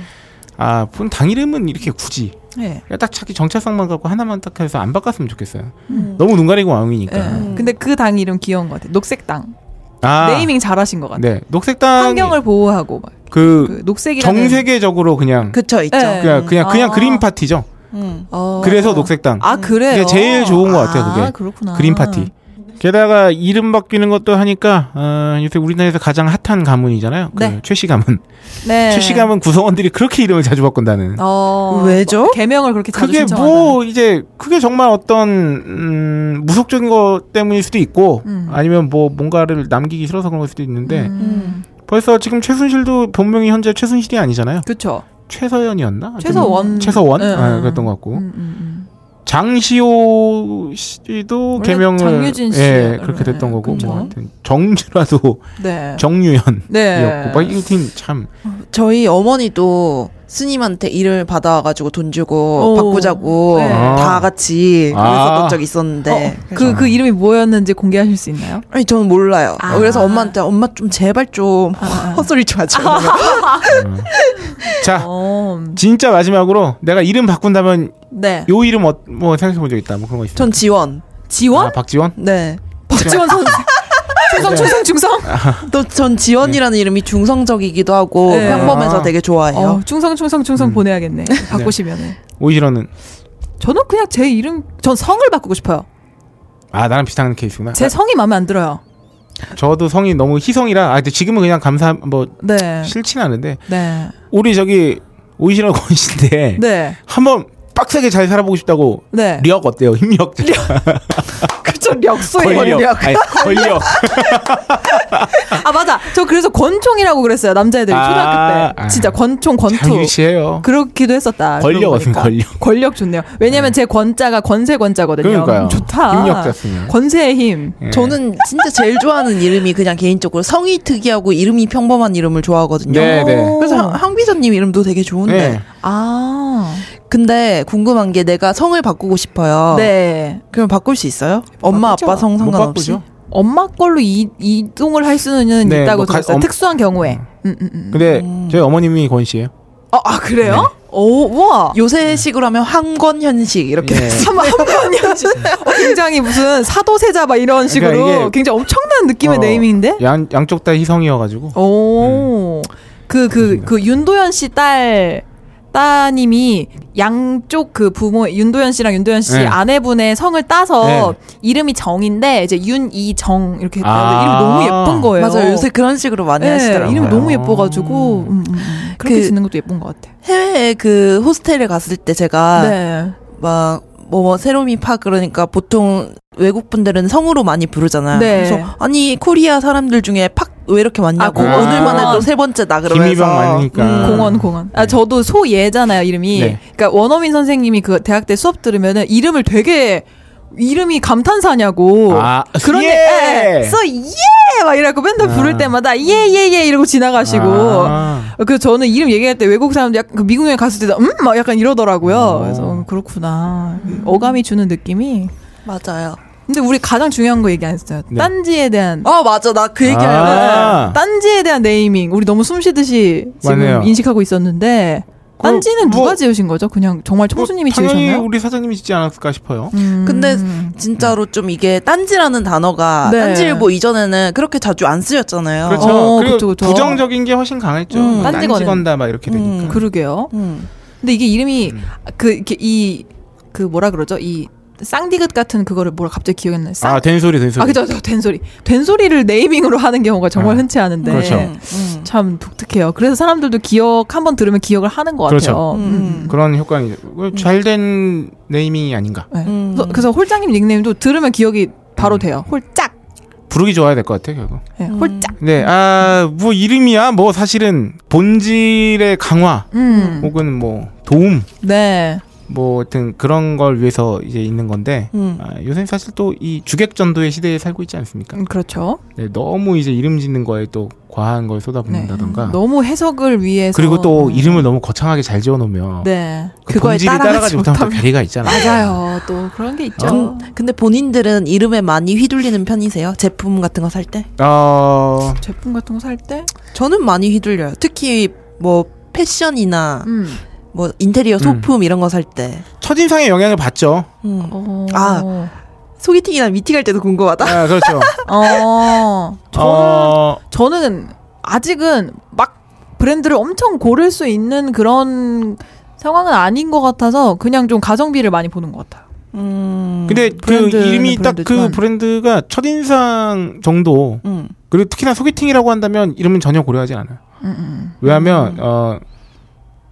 D: 아, 본 당 이름은 이렇게 굳이
F: 네.
D: 그냥 딱 자기 정체성만 갖고 하나만 딱 해서 안 바꿨으면 좋겠어요.
F: 음.
D: 너무 눈 가리고 왕이니까.
F: 예. 근데 그 당 이름 귀여운 것 같아요. 녹색당.
D: 음. 아,
F: 네이밍 잘하신 것 같아요.
D: 네, 녹색당
F: 그 환경을 보호하고 막.
D: 그,
F: 그 녹색이라는
D: 정세계적으로 그냥
E: 그쵸, 있죠.
F: 네.
D: 그냥 그냥, 그냥
F: 아.
D: 그린 파티죠.
F: 어.
D: 그래서 녹색당.
F: 아 그래요.
D: 그게 제일 좋은 것 같아요. 그게
F: 아, 그렇구나.
D: 그린 파티. 게다가 이름 바뀌는 것도 하니까 어, 요새 우리나라에서 가장 핫한 가문이잖아요. 그
F: 네.
D: 최씨 가문.
F: 네.
D: 최씨 가문 구성원들이 그렇게 이름을 자주 바꾼다는.
F: 어.
E: 왜죠?
F: 개명을 그렇게 자주 음.
D: 그게
F: 네, 신청한다.
D: 뭐 이제 그게 정말 어떤 음, 무속적인 것 때문일 수도 있고
F: 음.
D: 아니면 뭐 뭔가를 남기기 싫어서 그런 걸 수도 있는데
F: 음.
D: 벌써 지금 최순실도 본명이 현재 최순실이 아니잖아요.
F: 그쵸.
D: 최서연이었나? 하여튼
F: 최서원.
D: 최서원?
F: 네,
D: 아,
F: 음.
D: 그랬던 것 같고.
F: 음, 음,
D: 장시호 씨도
F: 원래
D: 개명을
F: 장유진 씨
D: 예,
F: 약간
D: 그렇게 됐던
F: 그런,
D: 거고
F: 그쵸.
D: 뭐 하여튼 정주라도
F: 음. 네.
D: 정유현이었고
F: 네.
D: 막 이팀 참.
E: 저희 어머니도 스님한테 일을 받아와가지고 돈 주고
F: 오.
E: 바꾸자고
F: 네.
E: 다 같이
D: 아.
E: 그랬었던 적이 있었는데
F: 어, 그, 그 이름이 뭐였는지 공개하실 수 있나요?
E: 아니 아, 저는 몰라요.
F: 아.
E: 그래서 엄마한테 엄마 좀 제발 좀 헛소리 좀 하지 말라고.
D: 자,
F: 어,
D: 진짜 마지막으로 내가 이름 바꾼다면
F: 네.
D: 요 이름 어, 뭐 생각해 본 적 있다. 뭐 그런 거 있어요.
E: 전 지원.
F: 지원?
D: 아, 박지원?
E: 네.
F: 박지원 선수. 충성,
D: 네.
F: 충성, 충성.
E: 또 전 지원이라는 이름이 중성적이기도 하고
F: 네.
E: 평범해서
D: 아.
E: 되게 좋아해요.
F: 어, 충성, 충성, 충성
D: 음.
F: 보내야겠네. 바꾸시면은.
D: 오이시러는
F: 저는 그냥 제 이름, 전 성을 바꾸고 싶어요.
D: 아, 나랑 비슷한 케이스구나.
F: 제 성이 마음에 안 들어요.
D: 아, 저도 성이 너무 희성이라 아, 근데 지금은 그냥 감사 뭐
F: 네.
D: 싫진 않은데
F: 네.
D: 우리 저기 오이시러 권씨인데
F: 네.
D: 한번 빡세게 잘 살아보고 싶다고
F: 네.
D: 력 어때요? 힘력.
F: 그쵸, 력소의
D: 권력.
F: 권력.
D: 아니, 권력.
F: 아, 맞아. 저 그래서 권총이라고 그랬어요. 남자애들이
D: 아,
F: 초등학교 때.
D: 아.
F: 진짜 권총,
D: 참
F: 권투.
D: 유치해요.
F: 그렇기도 했었다.
D: 권력
F: 그러고
D: 같은
F: 보니까.
D: 권력.
F: 권력 좋네요. 왜냐면 제 권자가 권세 권자거든요.
D: 그러니까요.
F: 좋다.
D: 힘력 잤으면.
F: 권세의 힘.
D: 예.
E: 저는 진짜 제일 좋아하는 이름이 그냥 개인적으로 성이 특이하고 이름이 평범한 이름을 좋아하거든요.
D: 네, 네.
E: 그래서 항- 항비전님 이름도 되게 좋은데.
D: 네.
F: 아.
E: 근데 궁금한 게 내가 성을 바꾸고 싶어요.
F: 네.
E: 그럼 바꿀 수 있어요? 엄마
F: 바꾸죠.
E: 아빠 성
D: 못
E: 상관없이.
D: 바꾸죠.
F: 엄마 걸로 이, 이동을 할 수는
D: 네,
F: 있다고
D: 뭐 가-
F: 들었어요.
D: 엄-
F: 특수한 경우에. 음, 음, 음.
D: 근데 저희 어머님이 권씨예요.
F: 어, 아, 그래요?
D: 네.
F: 오, 우와.
E: 요새식으로 하면 항권현식 이렇게.
D: 예.
F: 참, 한 번이야, 진짜. 어, 굉장히 무슨 사도세자 막 이런 식으로
D: 그러니까 이게-
F: 굉장히 엄청난 느낌의
D: 어, 음.
F: 네이밍인데?
D: 양 양쪽 다 희성이어가지고.
F: 오. 그, 그, 그 윤도현 씨 딸, 따님이 양쪽 그 부모, 윤도현 씨랑 윤도현 씨
D: 네.
F: 아내분의 성을 따서 이름이 정인데, 이제 윤이정 이렇게 했다는데,
D: 아.
F: 이름이 너무 예쁜 거예요.
E: 맞아요. 요새 그런 식으로 많이
F: 네,
E: 하시더라고요.
F: 이름이 너무 예뻐가지고, 음, 음, 음. 그렇게
E: 그-
F: 짓는 것도 예쁜 것 같아.
E: 해외에 그 호스텔에 갔을 때 제가
F: 네.
E: 막 뭐 세로미 파 그러니까 보통 외국 분들은 성으로 많이 부르잖아요.
F: 네.
E: 그래서 아니 코리아 사람들 중에 팍 왜 이렇게 많냐고
F: 아, 공원.
E: 오늘만 해도 세 번째다 그러면서
D: 김희병 많으니까.
F: 공원 공원. 아 저도 소예잖아요 이름이.
D: 네.
F: 그러니까 원어민 선생님이 그 대학 때 수업 들으면은 이름을 되게 이름이 감탄사냐고.
D: 아,
F: 그런
D: 예!
F: 예. 소예 막 이러고 맨날 부를 때마다 예 예 예 이러고 지나가시고.
D: 아.
F: 그 저는 이름 얘기할 때 외국 사람들 약간 그 미국 여행 갔을 때도 음 막 약간
D: 어.
F: 이러더라고요. 그래서 음, 그렇구나. 어감이 주는 느낌이.
E: 맞아요.
F: 근데 우리 가장 중요한 거 얘기 안 했어요.
D: 네.
F: 딴지에 대한
E: 아 맞아 나 그 얘기 하려고
D: 아.
F: 딴지에 대한 네이밍 우리 너무 숨쉬듯이 지금
D: 맞네요.
F: 인식하고 있었는데
D: 그럼
F: 딴지는 누가
D: 뭐-
F: 지으신 거죠? 그냥 정말
D: 뭐
F: 청수님이
D: 당연히
F: 지으셨나요?
D: 우리 사장님이 짓지 않았을까 싶어요.
E: 근데 진짜로 좀 이게 딴지라는 단어가
F: 네.
E: 딴지일보 이전에는 그렇게 자주 안 쓰였잖아요.
D: 그렇죠.
F: 어,
D: 그리고
F: 그쵸, 그쵸.
D: 부정적인 게 훨씬 강했죠.
E: 음.
D: 딴
F: 딴지
D: 지
F: 거는.
D: 건다 막 이렇게 되니까.
F: 음, 그러게요.
E: 음.
F: 근데 이게 이름이
D: 음.
F: 그 이렇게 이 그 뭐라 그러죠? 이 쌍디귿 같은 그거를 뭐라 갑자기 기억이 안 나요. 쌍...
D: 아, 된 소리, 된 소리.
F: 아 그죠, 저 된소리. 된소리를 네이밍으로 하는 경우가 정말
D: 아,
F: 흔치 않은데
D: 그렇죠.
E: 음, 음.
F: 참 독특해요. 그래서 사람들도 기억 한 번 들으면 기억을 하는 것
D: 그렇죠.
F: 같아요. 음.
D: 그런 효과는 뭐 잘된 네이밍이 아닌가.
F: 네. 그래서, 그래서 홀장님 닉네임도 들으면 기억이
D: 음.
F: 바로 돼요. 홀짝,
D: 부르기 좋아야 될 것 같아요, 결국.
F: 네, 홀짝.
D: 네, 아, 뭐 이름이야 뭐 사실은 본질의 강화
F: 음.
D: 혹은 뭐 도움
F: 네.
D: 뭐 하여튼 그런 걸 위해서 이제 있는 건데
F: 음.
D: 아, 요새 사실 또 이 주객전도의 시대에 살고 있지 않습니까?
F: 음, 그렇죠.
D: 네, 너무 이제 이름 짓는 거에 또 과한 걸 쏟아붓는다던가
F: 네. 음, 너무 해석을 위해서 음.
D: 그리고 또 이름을 너무 거창하게 잘 지어놓으면
F: 네.
D: 그
E: 그거에
D: 본질이
E: 따라가지
D: 따라가지 못하면 어? 또 괴리가 있잖아.
F: 맞아요. 또 그런 게 있죠.
E: 근- 근데 본인들은 이름에 많이 휘둘리는 편이세요? 제품 같은 거 살 때?
D: 어,
F: 제품 같은 거 살 때?
E: 저는 많이 휘둘려요. 특히 뭐 패션이나
F: 음.
E: 뭐
D: 음.
E: 인테리어 소품 이런 거 살 때.
D: 첫인상의 영향을 받죠.
E: 음.
F: 어.
E: 아. 소개팅이나 미팅 할 때도 궁금하다.
D: 아, 그렇죠.
F: 어. 저는
D: 어,
F: 저는 아직은 막 브랜드를 엄청 고를 수 있는 그런 상황은 아닌 것 같아서 그냥 좀 가성비를 많이 보는 것 같아요.
E: 음.
D: 근데 그
F: 브랜드는
D: 이름이 딱 그
F: 브랜드지만.
D: 브랜드가 첫인상 정도
E: 음.
D: 그리고 특히나 소개팅이라고 한다면 이름은 전혀 고려하지 않아요.
F: 음,
D: 왜냐하면 어,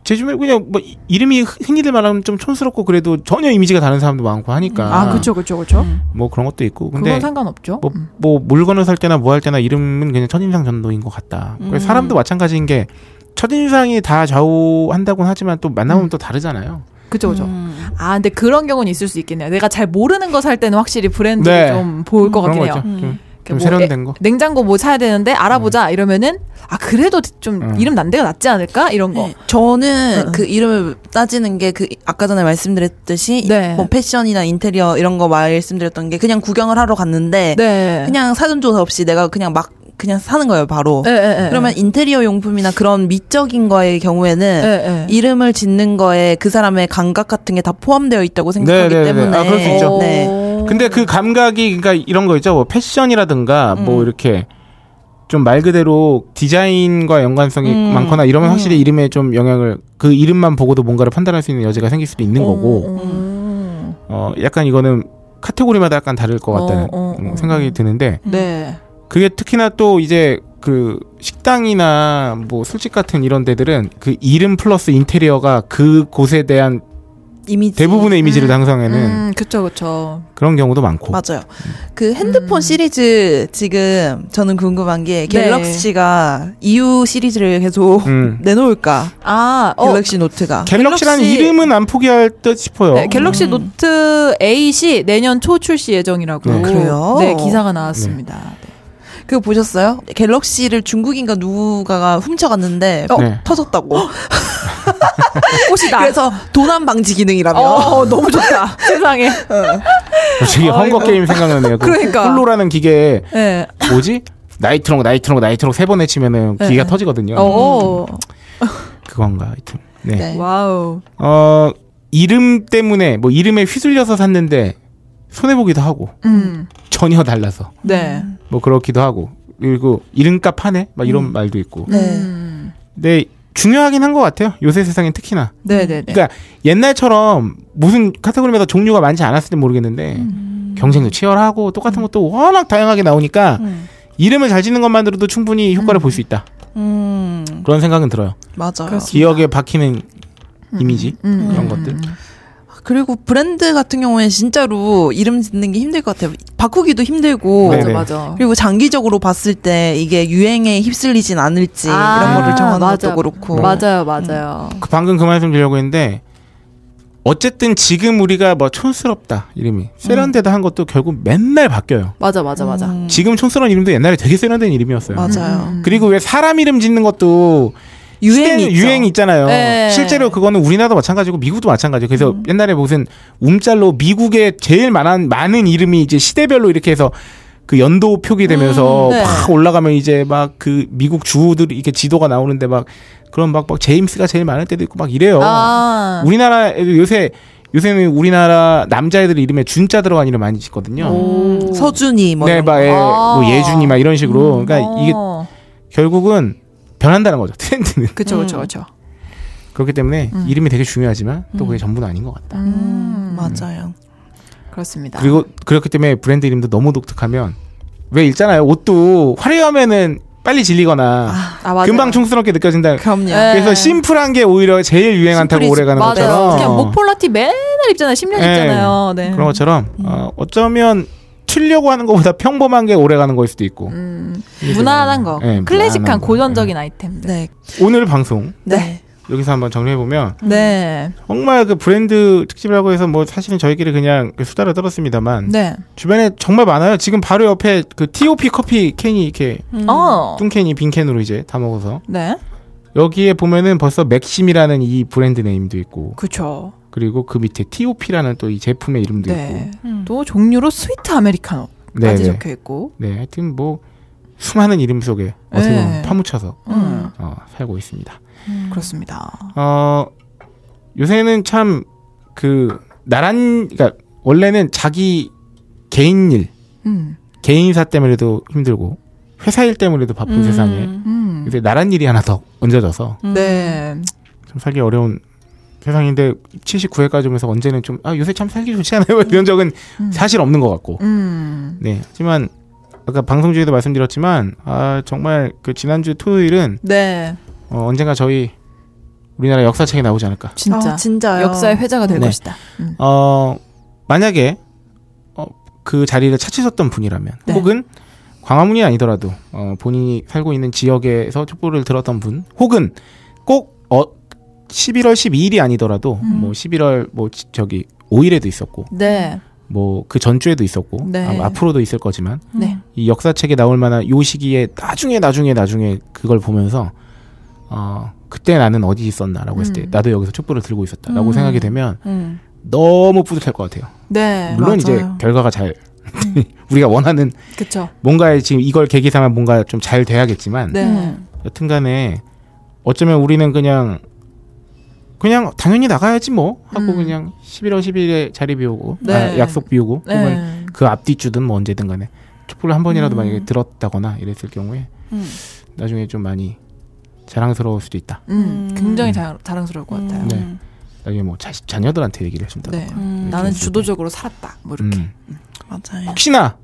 D: 제 주변에 그냥 뭐 이- 이름이 흔- 흔히들 말하면 좀 촌스럽고 그래도 전혀 이미지가 다른 사람도 많고 하니까
F: 아, 그쵸, 그쵸, 그쵸.
D: 뭐 그런 것도 있고 근데
F: 그건 상관없죠.
D: 뭐,
F: 음.
D: 뭐 물건을 살 때나 뭐 할 때나 이름은 그냥 첫인상 전도인 것 같다.
F: 음.
D: 그래서 사람도 마찬가지인 게 첫인상이 다 좌우한다고는 하지만 또
F: 음.
D: 만나면 또 다르잖아요.
F: 그쵸, 그쵸.
D: 음.
F: 아, 근데 그런 경우는 있을 수 있겠네요. 내가 잘 모르는 거 살 때는 확실히 브랜드를
D: 네.
F: 좀 볼 것
D: 그런
F: 같긴
D: 거
F: 해요.
D: 있죠. 좀 좀
F: 뭐
D: 세련된 거.
F: 냉장고 뭐 사야 되는데 알아보자 이러면은 아 그래도 좀
D: 음.
F: 이름 난데가 낫지 않을까 이런
E: 뭐.
F: 거.
E: 네. 저는 그 이름을 따지는 게 그 아까 전에 말씀드렸듯이
F: 네.
E: 뭐 패션이나 인테리어 이런 거 말씀드렸던 게 그냥 구경을 하러 갔는데
F: 네.
E: 그냥 사전 조사 없이 내가 그냥 막 그냥 사는 거예요 바로.
F: 예, 예, 예.
E: 그러면 인테리어 용품이나 그런 미적인 거의 경우에는
F: 예, 예.
E: 이름을 짓는 거에 그 사람의 감각 같은 게 다 포함되어 있다고 생각하기
D: 네, 네, 네.
E: 때문에
D: 아, 그럴 수 있죠.
E: 네.
D: 근데 그 감각이 그러니까 이런 거 있죠. 뭐 패션이라든가
F: 음.
D: 뭐 이렇게 좀 말 그대로 디자인과 연관성이
E: 음.
D: 많거나 이러면 확실히 이름에 좀 영향을 그 이름만 보고도 뭔가를 판단할 수 있는 여지가 생길 수도
F: 어,
D: 있는 거고
F: 음.
D: 어 약간 이거는 카테고리마다 약간 다를 것 같다는
F: 어, 어,
D: 음,
F: 어.
D: 생각이 드는데
F: 네.
D: 그게 특히나 또 이제 그 식당이나 뭐 술집 같은 이런 데들은 그 이름 플러스 인테리어가 그 곳에 대한
E: 이미지
D: 대부분의 이미지를
F: 음,
D: 당상에는
F: 그쵸, 그쵸.
D: 그런 경우도 많고
E: 맞아요. 그 핸드폰 시리즈 지금 저는 궁금한 게
F: 음. 네.
E: 갤럭시가 EU 시리즈를 계속
D: 음.
E: 내놓을까?
F: 아, 어,
E: 갤럭시 노트가.
D: 갤럭시라는
F: 갤럭시-
D: 이름은 안 포기할 듯 싶어요.
F: 네,
E: 음.
F: 갤럭시 노트 8이 내년 초 출시 예정이라고
D: 네.
E: 아, 그래요?
F: 네, 기사가 나왔습니다.
E: 그거 보셨어요? 갤럭시를 중국인가 누가가 훔쳐갔는데
D: 어. 네.
E: 터졌다고.
F: 꽃이다.
E: 그래서 도난 방지 기능이라며.
F: 네. 아. 어, 너무 좋다. 세상에.
D: 갑자기 어, 헝거 게임 생각나네요.
F: 아,
D: 그
F: 그러니까.
D: 홀로라는 기계
F: 예.
D: 뭐지? 나이트롱 나이트롱 나이트롱 세 번 외치면은
F: 네. 어,
D: 기계가 터지거든요.
F: 오.
D: 그건가 하여튼. 네.
E: 네.
F: 와우.
D: 어 이름 때문에 뭐 이름에 휘둘려서 샀는데 손해 보기도 하고
F: 음.
D: 전혀 달라서
F: 네.
D: 뭐 그렇기도 하고 그리고 이름값 하네 막 이런 말도 있고.
E: 네.
F: 음.
D: 근데 중요하긴 한 것 같아요. 요새 세상엔 특히나.
F: 네, 네, 네.
D: 그러니까 옛날처럼 무슨 카테고리마다 종류가 많지 않았을 땐 모르겠는데
F: 음.
D: 경쟁도 치열하고 똑같은 것도 워낙 다양하게 나오니까
E: 음.
D: 이름을 잘 짓는 것만으로도 충분히 효과를 볼 수 있다
E: 음.
D: 그런 생각은 들어요
E: 맞아요.
D: 기억에 박히는 이미지
F: 음.
D: 이런 것들
E: 그리고 브랜드 같은 경우에는 진짜로 이름 짓는 게 힘들 것 같아요. 바꾸기도 힘들고.
D: 네.
F: 맞아, 맞아.
E: 그리고 장기적으로 봤을 때 이게 유행에 휩쓸리진 않을지
F: 아,
E: 이런 거를 정하는
F: 맞아.
E: 것도 그렇고.
D: 네.
F: 맞아요, 맞아요.
D: 그 방금 그 말씀 드리려고 했는데 어쨌든 지금 우리가 뭐 촌스럽다 이름이 세련되다 한 것도 결국 맨날 바뀌어요
F: 맞아, 맞아, 맞아.
E: 음.
D: 지금 촌스러운 이름도 옛날에 되게 세련된 이름이었어요
E: 맞아요.
F: 음.
D: 그리고 왜 사람 이름 짓는 것도
E: 유행이
D: 시대는
E: 있죠.
D: 유행이 있잖아요.
F: 네.
D: 실제로 그거는 우리나라도 마찬가지고 미국도 마찬가지고 그래서
E: 음.
D: 옛날에 무슨 움짤로 미국의 제일 많은 많은 이름이 이제 시대별로 이렇게 해서 그 연도 표기되면서
F: 음, 네.
D: 팍 올라가면 이제 막 그 미국 주들 이렇게 지도가 나오는데 막 그런 막 막 제임스가 제일 많을 때도 있고 막 이래요.
F: 아.
D: 우리나라에도 요새 요새는 우리나라 남자애들 이름에 준자 들어간 이름 많이 짓거든요.
F: 오.
E: 서준이 뭐
D: 네,
E: 이런 거.
D: 막 예,
F: 아.
D: 뭐 예준이 막 이런 식으로. 그러니까 이게
F: 어.
D: 결국은 변한다는 거죠. 트렌드는.
F: 그쵸, 그쵸, 그쵸.
D: 그렇기 때문에
F: 음.
D: 이름이 되게 중요하지만 또 그게 전부는 아닌 것 같다.
E: 음, 맞아요.
F: 그렇습니다.
D: 그리고 그렇기 때문에 브랜드 이름도 너무 독특하면 왜 있잖아요. 옷도 화려하면은 빨리 질리거나
F: 아, 맞아요.
D: 금방 촌스럽게 느껴진다.
E: 그럼요.
F: 네.
D: 그래서 심플한 게 오히려 제일 유행한다고
E: 심플이지.
D: 오래가는
F: 맞아요.
D: 것처럼
F: 그냥 목폴라티 맨날 입잖아요. 10년
D: 예.
F: 입잖아요. 네.
D: 그런 것처럼 어, 어쩌면 추려고 하는 것보다 평범한 게 오래가는 걸 수도 있고
F: 음, 무난한 거.
D: 예, 무난한
F: 클래식한
D: 거.
F: 고전적인 아이템들.
E: 네.
D: 오늘 방송
E: 네.
D: 여기서 한번 정리해 보면
F: 네.
D: 정말 그 브랜드 특집이라고 해서 뭐 사실은 저희끼리 그냥 그 수다를 떨었습니다만
F: 네.
D: 주변에 정말 많아요. 지금 바로 옆에 그 TOP 커피 캔이 이렇게
F: 어.
D: 뚱캔이 빈캔으로 이제 다 먹어서
F: 네.
D: 여기에 보면은 벌써 맥심이라는 이 브랜드 네임도 있고
F: 그쵸.
D: 그리고 그 밑에 TOP라는 또 이 제품의 이름도
F: 네.
D: 있고
E: 음.
F: 또 종류로 스위트 아메리카노까지
D: 네, 네.
F: 적혀 있고.
D: 네 하여튼 뭐 수많은 이름 속에 어떻게 보면
F: 네.
D: 파묻혀서
F: 음.
D: 어, 살고 있습니다.
E: 음.
F: 그렇습니다.
D: 어 요새는 참 그 나란 그러니까 원래는 자기 개인 일
F: 음.
D: 개인사 때문에도 힘들고 회사 일 때문에도 바쁜 세상에
F: 음.
D: 근데 나란 일이 하나 더 얹어져서
E: 음.
F: 네.
D: 좀 살기 어려운 세상인데 79회까지 오면서 언제는 좀 아 요새 참 살기 좋지 않아요 이런 적은 사실 없는 것 같고
F: 음.
D: 네 하지만 아까 방송 중에도 말씀드렸지만 아 정말 그 지난주 토요일은
F: 네.
D: 어, 언젠가 저희 우리나라 역사책에 나오지 않을까
F: 진짜.
E: 아, 진짜요.
F: 역사의 회자가 될
D: 네.
F: 것이다. 음.
D: 어 만약에 어, 그 자리를 찾으셨던 분이라면
F: 네.
D: 혹은 광화문이 아니더라도 어, 본인이 살고 있는 지역에서 촛불을 들었던 분 혹은 꼭 어, 11월 12일이 아니더라도
F: 음.
D: 뭐 11월 뭐 지- 저기 5일에도 있었고
F: 네.
D: 뭐 그 전주에도 있었고
F: 네.
D: 아마 앞으로도 있을 거지만
F: 네.
D: 이 역사책에 나올 만한 요 시기에 나중에 나중에 나중에 그걸 보면서 어 그때 나는 어디 있었나라고 했을
F: 음.
D: 때 나도 여기서 촛불을 들고 있었다라고 생각이 되면
E: 음.
D: 너무 뿌듯할 것 같아요.
F: 네.
D: 물론 이제
E: 맞아요.
D: 결과가 잘 우리가 원하는
F: 그쵸.
D: 뭔가에 지금 이걸 계기 삼아 뭔가 좀 잘 돼야겠지만
F: 네.
E: 음.
D: 여튼간에 어쩌면 우리는 그냥 그냥 당연히 나가야지 뭐 하고 그냥 11월 10일에 자리 비우고
F: 음. 네.
D: 아, 약속 비우고
F: 네.
D: 혹은 그 앞뒤 주든 뭐 언제든 간에 촛불을 한
F: 음.
D: 번이라도 만약에 들었다거나 이랬을 경우에
E: 음.
D: 나중에 좀 많이 자랑스러울 수도 있다.
F: 음,
E: 음.
F: 굉장히 자, 자랑스러울 것 같아요.
D: 네. 나중에 뭐 자, 자녀들한테 얘기를 해준다.
F: 네.
E: 음.
F: 나는 주도적으로 살았다. 뭐 이렇게.
D: 음.
E: 맞아요.
D: 혹시나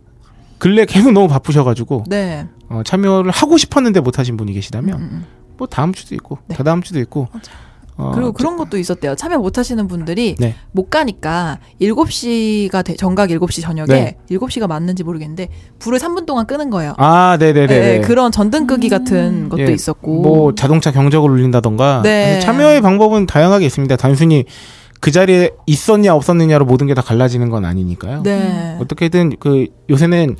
D: 근래 계속 너무 바쁘셔가지고
F: 네.
D: 어, 참여를 하고 싶었는데 못하신 분이 계시다면
F: 음, 음.
D: 뭐 다음 주도 있고
F: 네.
D: 다다음 주도 있고 어,
F: 그리고 그런 것도 있었대요. 참여 못 하시는 분들이
D: 네.
F: 못 가니까 7시가 돼, 정각 7시 저녁에
D: 네.
F: 7시가 맞는지 모르겠는데 불을 3분 동안 끄는 거예요.
D: 아 네네네
F: 예, 예, 그런 전등 끄기 같은 것도
D: 예,
F: 있었고.
D: 뭐 자동차 경적을 울린다던가
F: 네.
D: 사실 참여의 방법은 다양하게 있습니다 단순히 그 자리에 있었냐 없었느냐로 모든 게 다 갈라지는 건 아니니까요
F: 네.
D: 어떻게든 그 요새는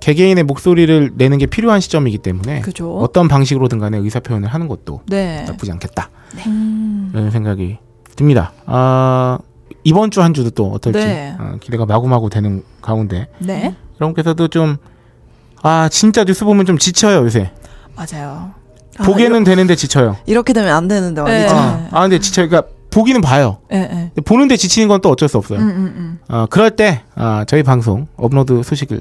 D: 개개인의 목소리를 내는 게 필요한 시점이기 때문에
F: 그죠.
D: 어떤 방식으로든 간에 의사 표현을 하는 것도
F: 네.
D: 나쁘지 않겠다 이런 생각이 듭니다 아 이번 주 한 주도 또 어떨지
F: 네.
D: 어, 기대가 마구마구 되는 가운데
F: 네.
D: 여러분께서도 좀, 아, 진짜 뉴스 보면 좀 지쳐요, 요새.
F: 맞아요.
E: 아,
D: 보기는 되는데 지쳐요.
E: 이렇게 되면 안 되는데
F: 네.
E: 말이죠.
D: 아, 아, 근데 지쳐요. 그러니까, 보기는 봐요.
F: 예, 예.
D: 근데 보는데 지치는 건 또 어쩔 수 없어요.
F: 음, 음, 음.
D: 어, 그럴 때, 아, 저희 방송, 업로드 소식을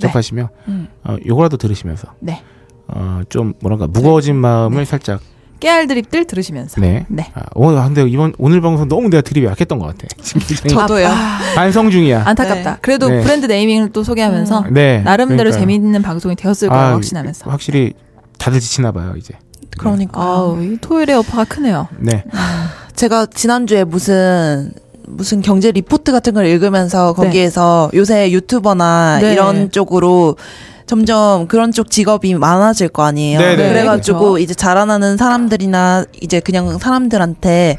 D: 접하시며,
E: 음.
D: 어, 요거라도 들으시면서,
F: 네.
D: 어, 좀, 뭐랄까, 무거워진 마음을 살짝,
F: 깨알 드립들 들으시면서.
D: 네.
F: 네.
D: 아, 오늘, 아, 근데 이번, 오늘 방송 너무 내가 드립이 약했던 것 같아. 지금 굉장히
E: 저도요.
F: 아,
D: 반성 중이야.
F: 안타깝다. 그래도
D: 네.
F: 브랜드 아, 네이밍을 또 소개하면서
D: 네.
F: 나름대로
D: 그러니까요.
F: 재미있는 방송이 되었을 거라고
D: 아,
F: 확신하면서.
D: 확실히, 다들 지치나 봐요, 이제.
E: 그러니까
F: 아우, 이 토요일의 여파가 크네요.
D: 네.
E: 제가 지난주에 무슨 무슨 경제 리포트 같은 걸 읽으면서 거기에서 요새 유튜버나
F: 네.
E: 이런 쪽으로 점점 그런 쪽 직업이 많아질 거 아니에요.
D: 네, 네.
E: 그래가지고
F: 그렇죠.
E: 이제 자라나는 사람들이나 이제 그냥 사람들한테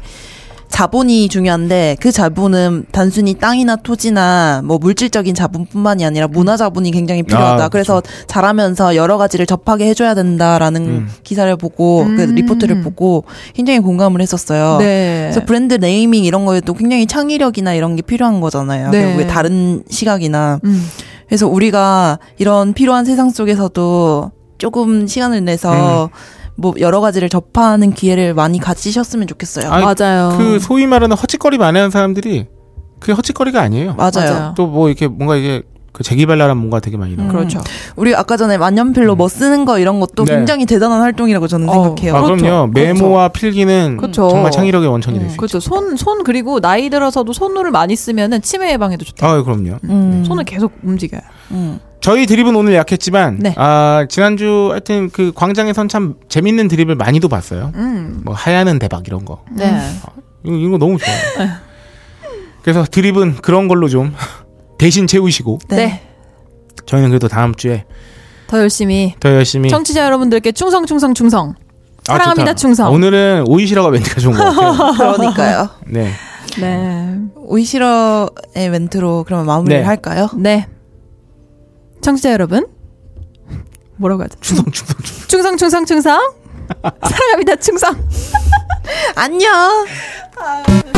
E: 자본이 중요한데 그 자본은 단순히 땅이나 토지나 뭐 물질적인 자본뿐만이 아니라 문화 자본이 굉장히 필요하다.
D: 아,
E: 그래서 자라면서 여러 가지를 접하게 해줘야 된다라는
D: 음.
E: 기사를 보고 그
F: 음.
E: 리포트를 보고 굉장히 공감을 했었어요.
F: 네.
E: 그래서 브랜드 네이밍 이런 거에도 굉장히 창의력이나 이런 게 필요한 거잖아요.
F: 네.
E: 결국에 다른 시각이나.
F: 음.
E: 그래서 우리가 이런 필요한 세상 속에서도 조금 시간을 내서 뭐 여러 가지를 접하는 기회를 많이 가지셨으면 좋겠어요.
D: 아니,
F: 맞아요. 음.
D: 그 소위 말하는 헛짓거리 많이 하는 사람들이 그게 헛짓거리가 아니에요.
E: 맞아요.
F: 맞아요.
D: 또 뭐 이렇게 뭔가 이게 그 재기발랄한 뭔가 되게 많이 나와요.
F: 그렇죠.
E: 우리 아까 전에 만년필로 뭐 쓰는 거 이런 것도
D: 네.
E: 굉장히 대단한 활동이라고 저는
F: 어,
E: 생각해요.
D: 아,
F: 그렇죠.
D: 그럼요 메모와 필기는
F: 그렇죠.
D: 정말 창의력의 원천이 될 수 있죠.
F: 그렇죠. 손, 손, 그리고 나이 들어서도 손으로 많이 쓰면은 치매 예방에도 좋대요.
D: 아, 그럼요.
E: 음.
F: 손을 계속 움직여요.
E: 음.
D: 저희 드립은 오늘 약했지만,
F: 네.
D: 아, 지난주 하여튼 그 광장에선 참 재밌는 드립을 많이도 봤어요.
F: 음.
D: 뭐 하얀은 대박 이런 거. 음,
F: 네.
D: 이거, 이거 너무 좋아요. 그래서 드립은 그런 걸로 좀 대신 채우시고,
F: 네.
D: 저희는 그래도 다음 주에
F: 더 열심히.
D: 더 열심히.
F: 청취자 여러분들께 충성, 충성, 충성.
D: 아,
F: 사랑합니다,
D: 좋다.
F: 충성.
D: 오늘은 오이시라가 멘트가 좋은 것 같아요.
E: 그러니까요.
D: 네.
F: 네.
E: 오이시러의 멘트로 그러면 마무리를
D: 네.
E: 할까요?
F: 네. 청취자 여러분. 뭐라고 하죠?
D: 충성, 충성, 충성.
F: 충성, 충성, 충성. 사랑합니다, 충성.
E: 안녕.